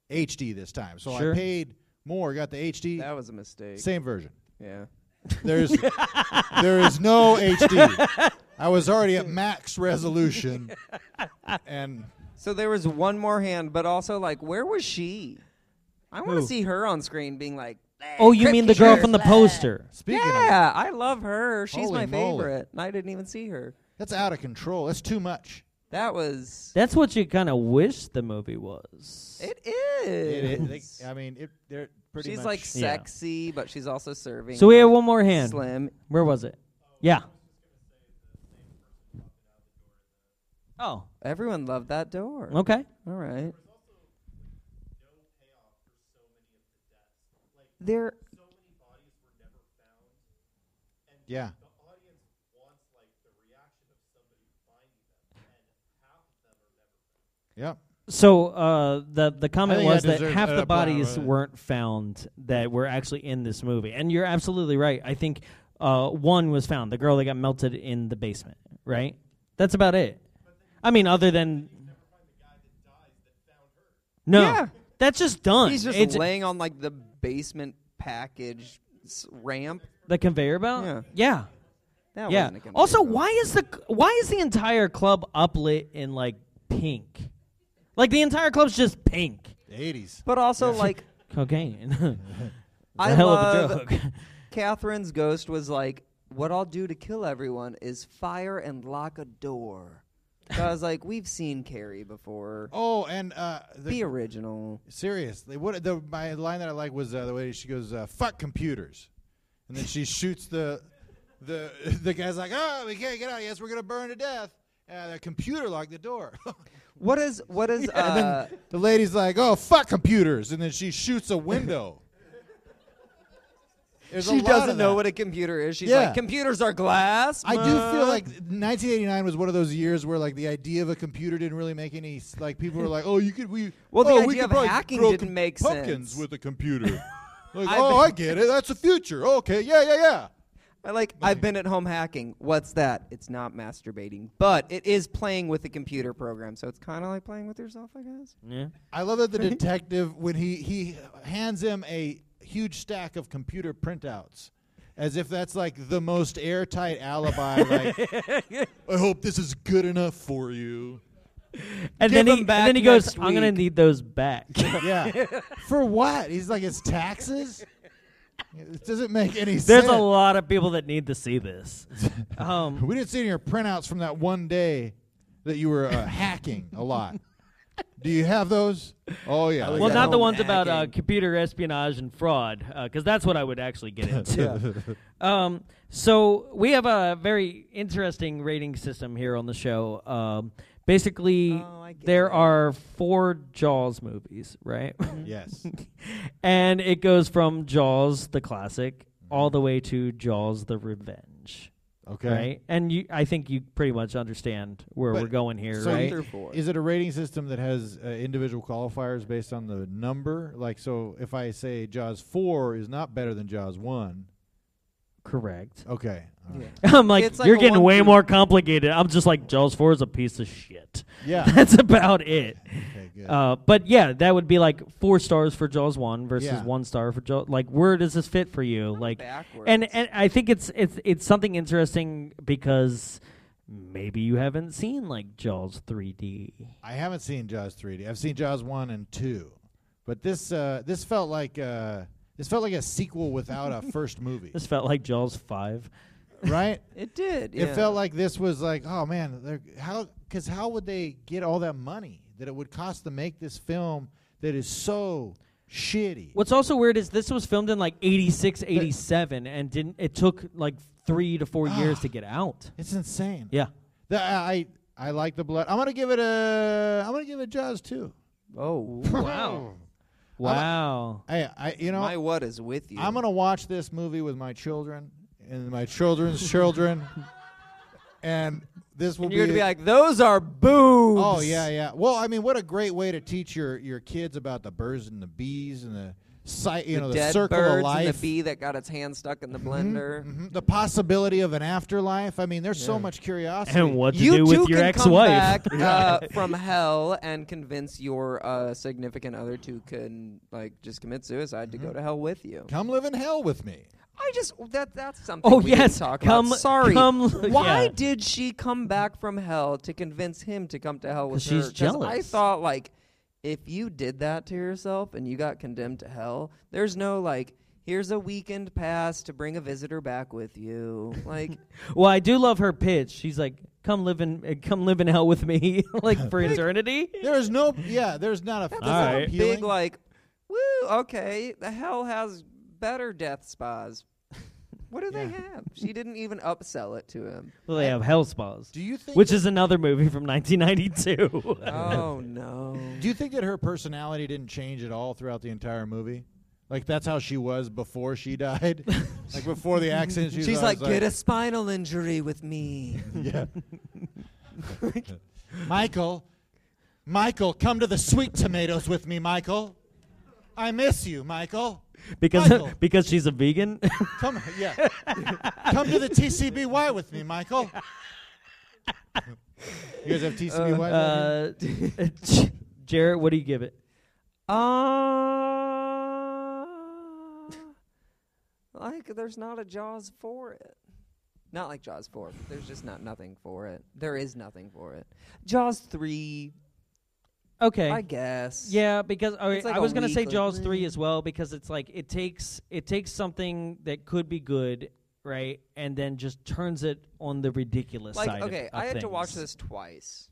Speaker 8: HD this time." So
Speaker 1: Sure.
Speaker 8: I paid more, got the HD,
Speaker 2: That was a mistake.
Speaker 8: same version.
Speaker 2: Yeah.
Speaker 8: There's there is no HD. I was already at max resolution, and
Speaker 2: So there was one more hand, but also like, where was she? I want to see her on screen being like. "Eh,
Speaker 1: Oh, you
Speaker 2: Kripke
Speaker 1: mean the girl
Speaker 2: shirt."
Speaker 1: from the poster?
Speaker 8: speaking of,
Speaker 2: Yeah, I love her. She's
Speaker 8: Holy
Speaker 2: my
Speaker 8: moly.
Speaker 2: favorite, and I didn't even see her.
Speaker 8: that's out of control. That's too much.
Speaker 2: That was.
Speaker 1: That's what you kind of wish the movie was.
Speaker 2: It is.
Speaker 8: It, it, they- I mean, it, they're pretty.
Speaker 2: she's
Speaker 8: much,
Speaker 2: like
Speaker 1: Yeah.
Speaker 2: sexy, but she's also serving.
Speaker 1: so we have
Speaker 2: like,
Speaker 1: one more hand.
Speaker 2: Slim.
Speaker 1: Where was it? Yeah. Oh,
Speaker 2: Everyone loved that door.
Speaker 1: okay.
Speaker 2: All right. There.
Speaker 8: yeah. Yep.
Speaker 1: So uh, the the
Speaker 8: I
Speaker 1: comment
Speaker 8: think
Speaker 1: was
Speaker 8: that
Speaker 1: that
Speaker 8: deserves
Speaker 1: half
Speaker 8: an
Speaker 1: the
Speaker 8: applause.
Speaker 1: bodies weren't found that were actually in this movie, and you're absolutely right. I think uh, one was found, the girl that got melted in the basement. Right? That's about it. I mean, other than no,
Speaker 2: Yeah.
Speaker 1: that's just done.
Speaker 2: He's just
Speaker 1: It's-
Speaker 2: laying on like the basement package s- ramp.
Speaker 1: the conveyor belt.
Speaker 2: Yeah.
Speaker 1: yeah.
Speaker 2: That
Speaker 1: yeah.
Speaker 2: wasn't a conveyor
Speaker 1: Also,
Speaker 2: belt.
Speaker 1: why is the why is the entire club uplit in like pink? Like the entire club's just pink.
Speaker 8: The 80s.
Speaker 2: But also, like,
Speaker 1: Cocaine.
Speaker 2: I
Speaker 1: hell
Speaker 2: love
Speaker 1: of a drug.
Speaker 2: Catherine's ghost was like, "What I'll do to kill everyone is fire and lock a door." So I was like, "We've seen Carrie before.
Speaker 8: Oh, and uh, the,
Speaker 2: Be original."
Speaker 8: seriously, what the my line that I like was uh, the way she goes, uh, "Fuck computers," and then she shoots the the the guy's like, "Oh, we can't get out. Yes, we're gonna burn to death." And the computer locked the door.
Speaker 2: What is what is uh,
Speaker 8: the lady's like, "Oh, fuck computers," and then she shoots a window. There's a
Speaker 2: she
Speaker 8: lot
Speaker 2: doesn't
Speaker 8: of
Speaker 2: know
Speaker 8: that.
Speaker 2: what a computer is. She's
Speaker 8: Yeah.
Speaker 2: like, computers are glass.
Speaker 8: I do feel
Speaker 2: mug."
Speaker 8: like 1989 was one of those years where like the idea of a computer didn't really make any s- like people were like, oh, you could we
Speaker 2: Well, the
Speaker 8: oh,
Speaker 2: idea
Speaker 8: we could
Speaker 2: of
Speaker 8: probably
Speaker 2: hacking
Speaker 8: grow
Speaker 2: didn't
Speaker 8: com-
Speaker 2: make
Speaker 8: pumpkins
Speaker 2: sense."
Speaker 8: with a computer. like,
Speaker 2: I've
Speaker 8: oh,
Speaker 2: been-
Speaker 8: I get it. That's the future. Okay, yeah, yeah, yeah.
Speaker 2: I like I've been at home hacking. What's that? It's not masturbating, but it is playing with a computer program. So it's kind of like playing with yourself, I guess.
Speaker 1: yeah.
Speaker 8: I love that the detective when he he hands him a huge stack of computer printouts. As if that's like the most airtight alibi. Like, I hope this is good enough for you.
Speaker 1: And then,
Speaker 2: Give
Speaker 1: he,
Speaker 2: them
Speaker 1: and
Speaker 2: back
Speaker 1: then he goes,
Speaker 2: next
Speaker 1: I'm going to
Speaker 2: week."
Speaker 1: need those back.
Speaker 8: Yeah. For what? He's like, it's taxes? It doesn't make any sense.
Speaker 1: There's a lot of people that need to see this. Um,
Speaker 8: We didn't see any of your printouts from that one day that you were uh, hacking a lot. Do you have those? Oh, yeah.
Speaker 1: well,
Speaker 8: yeah.
Speaker 1: not the
Speaker 2: Home
Speaker 1: ones about uh,
Speaker 2: hacking.
Speaker 1: computer espionage and fraud, because that's what I would actually get into. um, so we have a very interesting rating system here on the show. Um, basically,
Speaker 2: Oh, I get
Speaker 1: there
Speaker 2: it.
Speaker 1: are four Jaws movies, right?
Speaker 8: Yes.
Speaker 1: and it goes from Jaws, the classic, all the way to Jaws, the revenge.
Speaker 8: Okay.
Speaker 1: right? And you, I think you pretty much understand where
Speaker 8: But-
Speaker 1: we're going here,
Speaker 8: So
Speaker 1: right?
Speaker 2: through four.
Speaker 8: Is it a rating system that has uh, individual qualifiers based on the number? Like, so if I say Jaws 4 is not better than Jaws 1,
Speaker 1: Correct.
Speaker 8: okay. all right.
Speaker 1: I'm like,
Speaker 2: It's like
Speaker 1: you're
Speaker 2: a
Speaker 1: getting
Speaker 2: one,
Speaker 1: way
Speaker 2: two."
Speaker 1: more complicated. I'm just like, Jaws 4 is a piece of shit.
Speaker 8: Yeah.
Speaker 1: That's about it.
Speaker 8: Okay, good.
Speaker 1: Uh, but yeah, that would be like four stars for Jaws one versus
Speaker 8: Yeah.
Speaker 1: one star for Jaws. Like, where does this fit for you? Like,
Speaker 2: backwards.
Speaker 1: and and I think it's it's it's something interesting because maybe you haven't seen like Jaws 3D.
Speaker 8: I haven't seen Jaws 3D. I've seen Jaws 1 and 2. But this uh, this felt like uh, this felt like a sequel without a first movie,
Speaker 1: This felt like Jaws 5.
Speaker 8: right?
Speaker 2: It did.
Speaker 8: It felt like this was like, oh man, they're, how cuz how would they get all that money that it would cost to make this film that is so shitty?
Speaker 1: What's also weird is this was filmed in like 86, 87 and didn't it took like 3 to 4 years to get out.
Speaker 8: It's insane.
Speaker 1: Yeah.
Speaker 8: The, I I like the blood. I'm going to give it a I'm going to give it Jaws 2.
Speaker 2: oh,
Speaker 1: Wow. Wow.
Speaker 8: I I you know,
Speaker 2: my what is with you?
Speaker 8: I'm going to watch this movie with my children and my children's children, and this will
Speaker 2: And you're
Speaker 8: be
Speaker 2: gonna be like, those are boobs.
Speaker 8: Oh yeah, yeah. Well, I mean, what a great way to teach your your kids about the birds and the bees and the sight, you know, the
Speaker 2: dead
Speaker 8: circle
Speaker 2: birds
Speaker 8: of life,
Speaker 2: and the bee that got its hand stuck in the blender.
Speaker 8: Mhm. the possibility of an afterlife. I mean, there's so much curiosity.
Speaker 1: And what to
Speaker 2: You
Speaker 1: do
Speaker 2: two
Speaker 1: with your
Speaker 2: can
Speaker 1: ex-wife?
Speaker 2: come back uh, from hell and convince your uh, significant other to can like just commit suicide to
Speaker 1: Mm-hmm.
Speaker 2: go to hell with you.
Speaker 8: Come live in hell with me.
Speaker 2: I just that that's something.
Speaker 1: Oh
Speaker 2: we
Speaker 1: yes,
Speaker 2: didn't talk
Speaker 1: come.
Speaker 2: about. Sorry,
Speaker 1: come,
Speaker 2: why
Speaker 1: yeah.
Speaker 2: did she come back from hell to convince him to come to hell with
Speaker 1: 'Cause
Speaker 2: her?
Speaker 1: she's
Speaker 2: 'Cause I
Speaker 1: jealous.
Speaker 2: thought like, if you did that to yourself and you got condemned to hell, there's no like, here's a weekend pass to bring a visitor back with you. Like,
Speaker 1: Well, I do love her pitch. She's like, "Come live in, uh, come live in hell with me, like for eternity."
Speaker 8: There is no, yeah, there's not a
Speaker 2: that's
Speaker 1: All
Speaker 2: not
Speaker 1: right.
Speaker 2: a big like, woo. Okay, the hell has better death spas. What do they have? She didn't even upsell it to him.
Speaker 1: Well, they have hell spas,
Speaker 8: Do you Uh, think
Speaker 1: which
Speaker 8: that-
Speaker 1: is another movie from 1992.
Speaker 2: Oh no.
Speaker 8: Do you think that her personality didn't change at all throughout the entire movie? Like that's how she was before she died, like before the accident. She was
Speaker 2: She's
Speaker 8: always
Speaker 2: like, get a spinal injury with me.
Speaker 8: Yeah. Michael, Michael, come to the sweet tomatoes with me, Michael. I miss you, Michael.
Speaker 1: because
Speaker 8: Michael.
Speaker 1: because she's a vegan.
Speaker 8: Come, yeah. come to the TCBY with me, Michael. You guys
Speaker 2: Uh,
Speaker 8: have TCBY? down
Speaker 1: uh, Jarrett, what do you give it?
Speaker 2: Ah. Uh, like there's not a Jaws for it. Not like Jaws 4. but There's just not nothing for it. There is nothing for it. Jaws 3,
Speaker 1: Okay.
Speaker 2: I guess.
Speaker 1: Yeah, because all right,
Speaker 2: like
Speaker 1: I
Speaker 2: a
Speaker 1: was gonna say
Speaker 2: weekly
Speaker 1: Jaws three
Speaker 2: thing.
Speaker 1: as well because it's like it takes it takes something that could be good, right, and then just turns it on the ridiculous
Speaker 2: Like
Speaker 1: side. of-
Speaker 2: okay,
Speaker 1: of
Speaker 2: I had to watch
Speaker 1: things.
Speaker 2: this twice.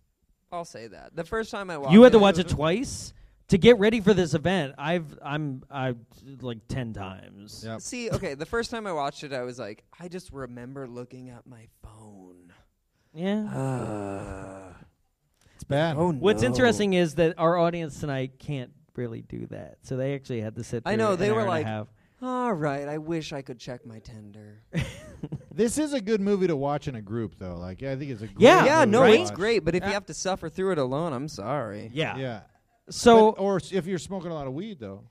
Speaker 2: I'll say that. The first time I watched
Speaker 1: You had to watch it twice to get ready for this event. I've I'm I like ten times.
Speaker 8: Yeah.
Speaker 2: See, okay, the first time I watched it I was like, I just remember looking at my phone.
Speaker 1: Yeah.
Speaker 2: Uh,
Speaker 8: It's bad.
Speaker 2: oh no.
Speaker 1: What's interesting is that our audience tonight can't really do that, so they actually had to sit.
Speaker 2: I know,
Speaker 1: through
Speaker 2: they
Speaker 1: an
Speaker 2: were
Speaker 1: hour and a
Speaker 2: like-
Speaker 1: half.
Speaker 2: All right, I wish I could check my Tinder.
Speaker 8: This is a good movie to watch in a group, though. Like, yeah, I think it's a great
Speaker 1: Yeah,
Speaker 2: yeah,
Speaker 8: movie
Speaker 2: no,
Speaker 8: to
Speaker 1: right?
Speaker 2: it's
Speaker 8: watch.
Speaker 2: great, but if you have to suffer through it alone, I'm sorry.
Speaker 1: yeah.
Speaker 8: Yeah.
Speaker 1: So
Speaker 8: But- or s- if you're smoking a lot of weed, though.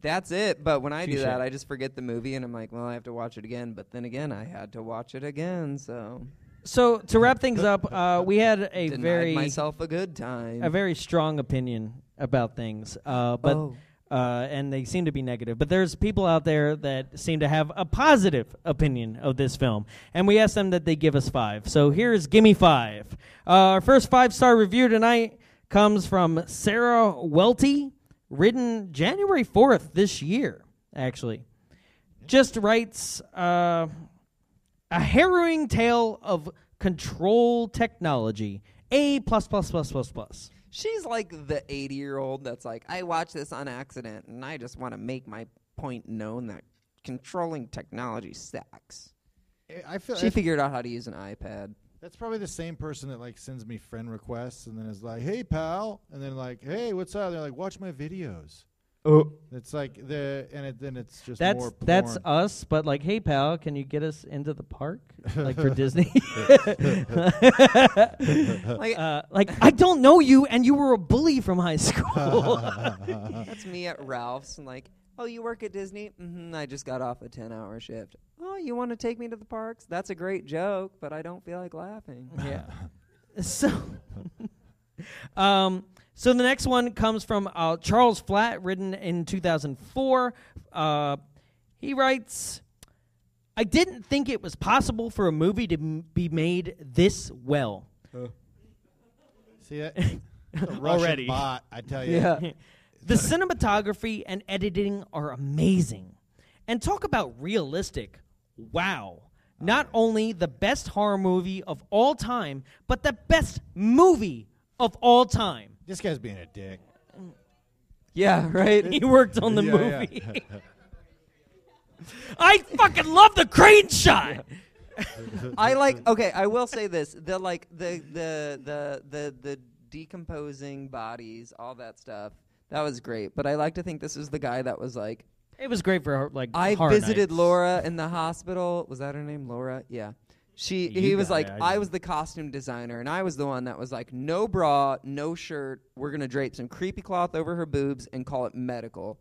Speaker 2: That's it. But when I do
Speaker 1: Touche.
Speaker 2: that, I just forget the movie and I'm like, well, I have to watch it again. But then again, I had to watch it again, so
Speaker 1: so to wrap things up, uh, we had a
Speaker 2: denied
Speaker 1: very
Speaker 2: myself a good time.
Speaker 1: a very strong opinion about things, uh, but
Speaker 2: Oh.
Speaker 1: uh, and they seem to be negative. But there's people out there that seem to have a positive opinion of this film, and we asked them that they give us five. So here's gimme five. Uh, our first five star review tonight comes from Sarah Welty, written January 4th this year, actually. Just writes. Uh, a harrowing tale of control technology. A plus plus plus plus plus.
Speaker 2: She's like the 80 year old that's like, I watched this on accident and I just want to make my point known that controlling technology sucks.
Speaker 8: Eh, I feel
Speaker 2: She figured out how to use an iPad.
Speaker 8: That's probably the same person that like sends me friend requests and then is like, "Hey pal," and then like, "Hey, what's up?" They're like, "Watch my videos."
Speaker 1: Oh,
Speaker 8: It's like the and it, then it's just
Speaker 1: that's
Speaker 8: more
Speaker 1: that's
Speaker 8: porn.
Speaker 1: us. But like, hey pal, can you get us into the park, like for Disney?
Speaker 2: Like,
Speaker 1: uh, like I don't know you, and you were a bully from high school.
Speaker 2: That's me at Ralph's and like, oh, you work at Disney? Mm-hmm, I just got off a 10 hour shift. Oh, you want to take me to the parks? That's a great joke, but I don't feel like laughing.
Speaker 1: yeah. So, um, so the next one comes from uh, Charles Flat, written in 2004. Uh, he writes, "I didn't think it was possible for a movie to m- be made this well."
Speaker 8: See that? It's a Russian
Speaker 1: Already.
Speaker 8: bot, I tell you.
Speaker 1: the cinematography and editing are amazing. And talk about realistic. Wow.
Speaker 8: Oh,
Speaker 1: Not only the best horror movie of all time, but the best movie of all time.
Speaker 8: This guy's being a dick.
Speaker 2: Yeah, right?
Speaker 1: He worked on the
Speaker 8: Yeah, yeah.
Speaker 1: movie. I fucking love the crane shot.
Speaker 2: I like, okay, I will say this. The, like, the, the, the, the, the decomposing bodies, all that stuff, that was great. But I like to think this is the guy that was like,
Speaker 1: It was great for like.
Speaker 2: I
Speaker 1: horror
Speaker 2: visited
Speaker 1: nights.
Speaker 2: Laura in the hospital. Was that her name? Laura? Yeah. She he
Speaker 1: You
Speaker 2: was
Speaker 1: got
Speaker 2: like,
Speaker 1: it, I
Speaker 2: I,
Speaker 1: didn't.
Speaker 2: was the costume designer, and I was the one that was like, no bra, no shirt. We're gonna drape some creepy cloth over her boobs and call it medical.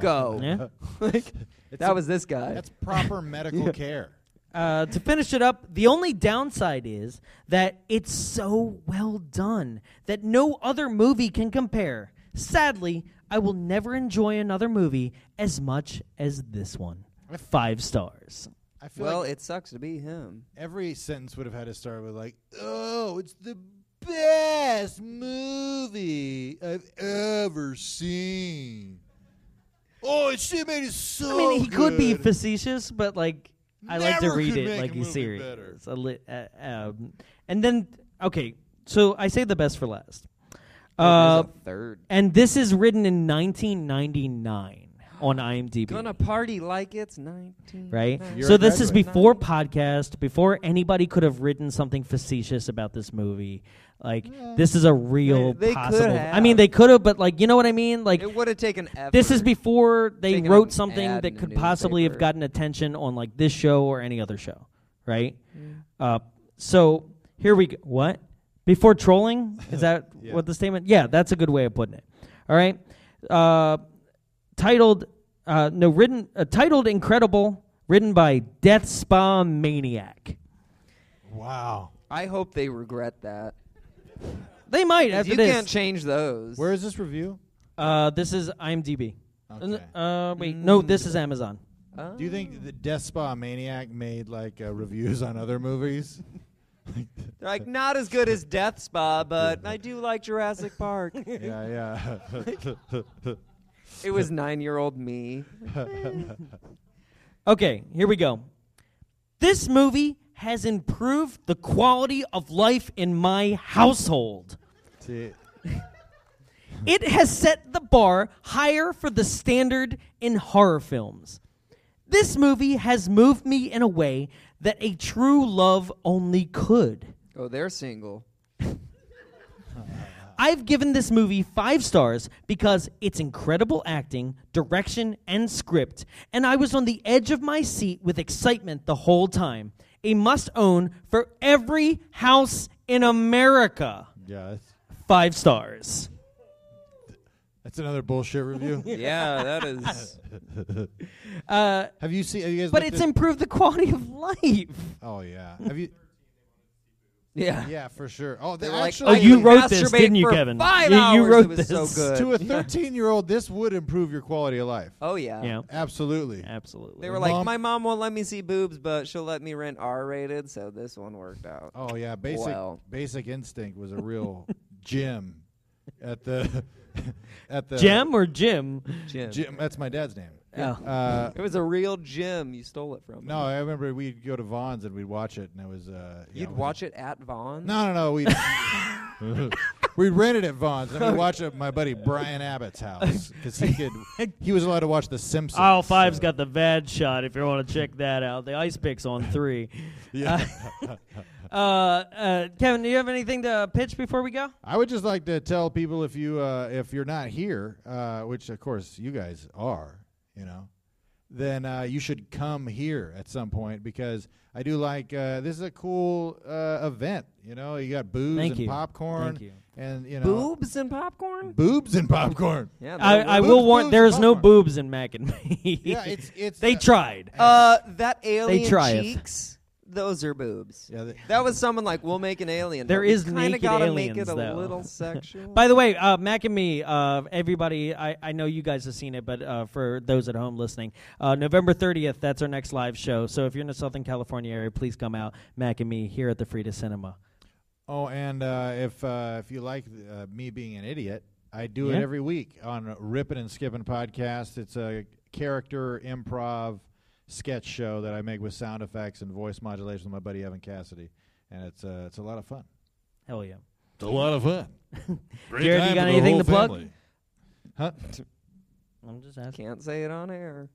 Speaker 2: Go.
Speaker 1: Yeah.
Speaker 2: like that
Speaker 8: a-
Speaker 2: was this guy.
Speaker 8: That's proper medical care.
Speaker 1: Uh, to finish it up, the only downside is that it's so well done that no other movie can compare. Sadly, I will never enjoy another movie as much as this one. Five stars.
Speaker 8: I feel
Speaker 2: well,
Speaker 8: like
Speaker 2: it sucks to be him.
Speaker 8: every sentence would have had to start with like, "Oh, it's the best movie I've ever seen." Oh, it shit made it so.
Speaker 1: I mean, he could be
Speaker 8: Oh, good."
Speaker 1: facetious, but like I like to
Speaker 8: Never
Speaker 1: read
Speaker 8: could
Speaker 1: it
Speaker 8: make
Speaker 1: like
Speaker 8: a
Speaker 1: he's
Speaker 8: movie
Speaker 1: serious.
Speaker 8: better.
Speaker 1: A lit- uh, um, and then okay, so I say the best for last. Uh,
Speaker 2: There's a third.
Speaker 1: and this is written in 1999 on IMDb.
Speaker 2: Gonna party like it's nineteen.
Speaker 1: right?
Speaker 8: You're
Speaker 1: so
Speaker 8: a
Speaker 1: this is
Speaker 8: graduate.
Speaker 1: before podcast, before anybody could have written something facetious about this movie. Like this is a real
Speaker 2: They- they could
Speaker 1: possible. I
Speaker 2: have.
Speaker 1: mean, they could have, but like you know what I mean? Like
Speaker 2: It would have taken effort.
Speaker 1: this is before they
Speaker 2: Taking an
Speaker 1: wrote something
Speaker 2: ad
Speaker 1: that
Speaker 2: in a
Speaker 1: could possibly have
Speaker 2: newspaper.
Speaker 1: gotten attention on like this show or any other show, right?
Speaker 2: Mm.
Speaker 1: Uh, so here we go. What before trolling is that what the statement? Yeah, that's a good way of putting it. All right, uh, titled uh, no written uh, titled incredible, written by Death Spa Maniac.
Speaker 8: Wow.
Speaker 2: I hope they regret that.
Speaker 1: They might
Speaker 2: 'Cause
Speaker 1: after
Speaker 2: You
Speaker 1: this.
Speaker 2: can't change those.
Speaker 8: Where is this review?
Speaker 1: uh, this is IMDb. Uh,
Speaker 8: Okay.
Speaker 1: Uh, wait,
Speaker 2: Mm.
Speaker 1: no, this is Amazon. Uh,
Speaker 8: Do you think the Death Spa Maniac made like uh, reviews on other movies?
Speaker 2: They're like not as good as Death Spa, but I do like Jurassic Park.
Speaker 8: yeah, yeah.
Speaker 2: it was nine-year-old me.
Speaker 1: Okay, here we go. This movie has improved the quality of life in my household.
Speaker 8: See,
Speaker 1: It has set the bar higher for the standard in horror films. This movie has moved me in a way that a true love only could.
Speaker 2: Oh, they're single.
Speaker 1: I've given this movie five stars because it's incredible acting, direction, and script, and I was on the edge of my seat with excitement the whole time. A must own for every house in America.
Speaker 8: yeah, that's,
Speaker 1: Five stars.
Speaker 8: that's another bullshit review.
Speaker 2: Yeah, that is.
Speaker 8: have you seen? Have you guys?
Speaker 1: But
Speaker 8: looked
Speaker 1: it's
Speaker 8: at-
Speaker 1: improved the quality of life.
Speaker 8: Oh yeah. Have you?
Speaker 2: Yeah.
Speaker 8: Yeah, for sure. Oh, they
Speaker 2: They're like,
Speaker 8: actually.
Speaker 1: Oh, you
Speaker 2: could
Speaker 1: wrote this,
Speaker 2: masturbate
Speaker 1: didn't you,
Speaker 2: for
Speaker 1: Kevin?
Speaker 2: Five
Speaker 1: You- you
Speaker 2: hours.
Speaker 1: wrote
Speaker 2: it was so
Speaker 1: this.
Speaker 2: good.
Speaker 8: to a 13 year old, this would improve your quality of life.
Speaker 2: oh yeah.
Speaker 1: Yeah,
Speaker 8: Absolutely.
Speaker 1: absolutely.
Speaker 2: They were like,
Speaker 8: Mom-
Speaker 2: my mom won't let me see boobs, but she'll let me rent R-rated, so this one worked out.
Speaker 8: Oh yeah, basic
Speaker 2: Wow.
Speaker 8: basic instinct was a real gem at the at
Speaker 2: uh,
Speaker 8: the
Speaker 1: Jem or Jim?
Speaker 2: Jim.
Speaker 8: Gym, that's my dad's name.
Speaker 1: Yeah.
Speaker 8: Uh,
Speaker 2: It was a real gym. You stole it from. me.
Speaker 8: no, I remember we'd go to Vaughn's and we'd watch it, and it was uh, yeah,
Speaker 2: You'd
Speaker 8: it was
Speaker 2: watch it at Vaughn.
Speaker 8: No, no, no. We we rented at Vaughn's and we watched it at my buddy Brian Abbott's house because he could. He was allowed to watch The Simpsons.
Speaker 1: Aisle five's
Speaker 8: so-
Speaker 1: got the VAD shot if you want to check that out. The ice picks on three.
Speaker 8: Yeah.
Speaker 1: Uh, uh, Kevin, do you have anything to pitch before we go?
Speaker 8: I would just like to tell people if you uh, if you're not here, uh, which of course you guys are, you know, then uh, you should come here at some point because I do like uh, this is a cool uh, event. You know, you got booze
Speaker 1: Thank
Speaker 8: and
Speaker 1: you.
Speaker 8: popcorn,
Speaker 1: Thank you.
Speaker 8: and you know,
Speaker 2: Boobs and popcorn.
Speaker 8: boobs and popcorn.
Speaker 2: Yeah.
Speaker 1: I,
Speaker 2: there
Speaker 1: I
Speaker 2: was.
Speaker 1: will
Speaker 8: Boobs,
Speaker 1: warn
Speaker 8: boobs,
Speaker 1: there is no
Speaker 8: popcorn.
Speaker 1: boobs in Mac and Me.
Speaker 8: Yeah, it's it's
Speaker 1: they
Speaker 8: uh,
Speaker 1: tried.
Speaker 2: Uh, that alien
Speaker 1: try it.
Speaker 2: cheeks. Those are boobs.
Speaker 8: Yeah, they-
Speaker 2: That was someone like, we'll make an alien.
Speaker 1: There
Speaker 2: but we
Speaker 1: is
Speaker 2: kinda
Speaker 1: naked
Speaker 2: gotta make
Speaker 1: aliens,
Speaker 2: it a
Speaker 1: though.
Speaker 2: little sexual.
Speaker 1: By the way, uh, Mac and Me, uh, everybody, I, I know you guys have seen it, but uh, for those at home listening, uh, November 30th, that's our next live show. So if you're in the Southern California area, please come out, Mac and Me, here at the Frida Cinema.
Speaker 8: Oh, and uh, if uh, if you like uh, me being an idiot, I do
Speaker 1: Yeah.
Speaker 8: it every week on Rippin' and Skippin' podcast. It's a character improv sketch show that I make with sound effects and voice modulation with my buddy Evan Cassidy, and it's uh, it's a lot of fun.
Speaker 1: Hell yeah.
Speaker 8: It's a lot of fun. Great
Speaker 1: Jared, you time got for the anything to whole plug? family.
Speaker 8: Huh?
Speaker 1: I'm just asking.
Speaker 2: Can't say it on air.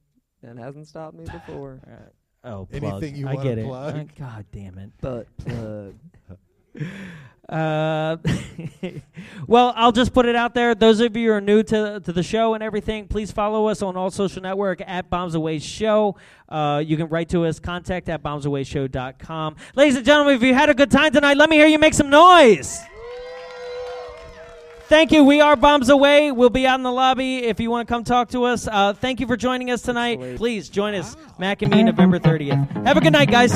Speaker 2: That hasn't stopped me before.
Speaker 1: Oh, plug.
Speaker 8: Anything you
Speaker 1: I
Speaker 8: wanna
Speaker 1: get it.
Speaker 8: plug?
Speaker 1: Uh, God damn it.
Speaker 2: Butt plug.
Speaker 1: Uh, well, I'll just put it out there. Those of you who are new to, to the show and everything, please follow us on all social network at Bombs Away Show. Uh, you can write to us, contact at bombsawayshow.com. Ladies and gentlemen, if you had a good time tonight, let me hear you make some noise. Thank you. We are Bombs Away. We'll be out in the lobby if you want to come talk to us. Uh, thank you for joining us tonight. Please join us, Mac and me, November 30th. Have a good night, guys.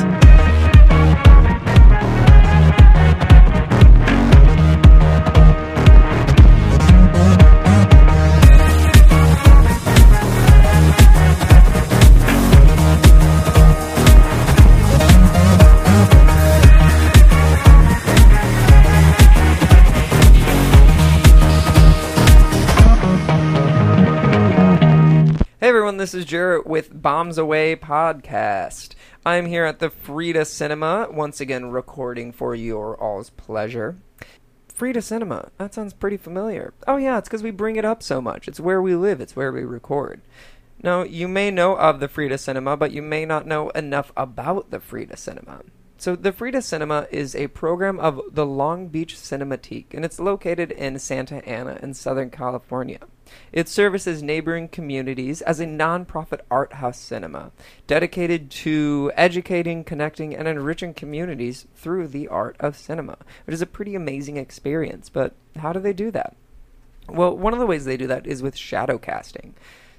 Speaker 2: Hey everyone, this is Jarrett with Bombs Away Podcast. I'm here at the Frida Cinema, once again recording for your all's pleasure. Frida Cinema, that sounds pretty familiar. Oh yeah, it's because we bring it up so much. It's where we live, it's where we record. Now, you may know of the Frida Cinema, but you may not know enough about the Frida Cinema. So, the Frida Cinema is a program of the Long Beach Cinematique, and it's located in Santa Ana in Southern California. It services neighboring communities as a nonprofit art house cinema dedicated to educating, connecting, and enriching communities through the art of cinema, which is a pretty amazing experience. But how do they do that? Well, one of the ways they do that is with shadow casting.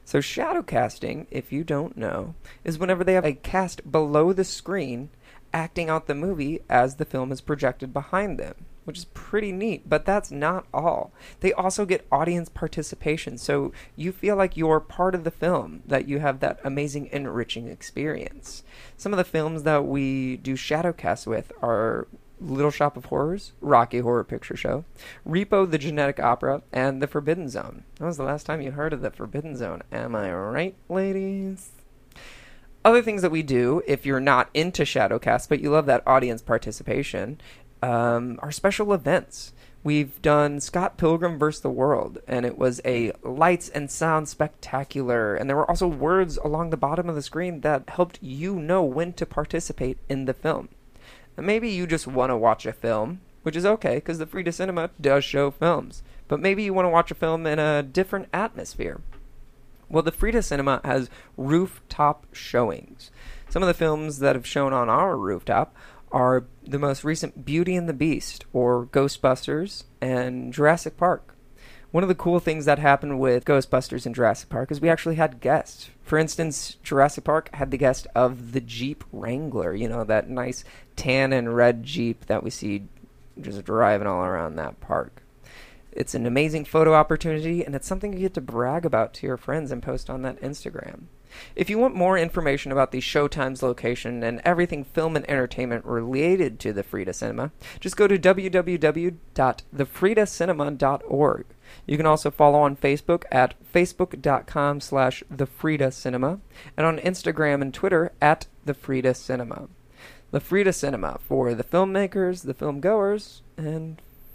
Speaker 2: So, shadow casting, if you don't know, is whenever they have a cast below the screen acting out the movie as the film is projected behind them, which is pretty neat, but that's not all. They also get audience participation, so you feel like you're part of the film, that you have that amazing, enriching experience. Some of the films that we do shadow cast with are Little Shop of Horrors, Rocky Horror Picture Show, Repo the Genetic Opera, and The Forbidden Zone. That was the last time you heard of The Forbidden Zone, am I right, ladies? other things that we do if you're not into shadowcast but you love that audience participation um, are special events we've done scott pilgrim versus the world and it was a lights and sound spectacular and there were also words along the bottom of the screen that helped you know when to participate in the film and maybe you just want to watch a film which is okay because the free to cinema does show films but maybe you want to watch a film in a different atmosphere well, the Frida Cinema has rooftop showings. Some of the films that have shown on our rooftop are the most recent Beauty and the Beast, or Ghostbusters, and Jurassic Park. One of the cool things that happened with Ghostbusters and Jurassic Park is we actually had guests. For instance, Jurassic Park had the guest of the Jeep Wrangler, you know, that nice tan and red Jeep that we see just driving all around that park it's an amazing photo opportunity and it's something you get to brag about to your friends and post on that Instagram. If you want more information about the showtimes, location, and everything film and entertainment related to the Frida Cinema, just go to www.thefridacinema.org. You can also follow on Facebook at facebook.com slash the Frida Cinema and on Instagram and Twitter at the Frida Cinema. The Frida Cinema for the filmmakers, the filmgoers, and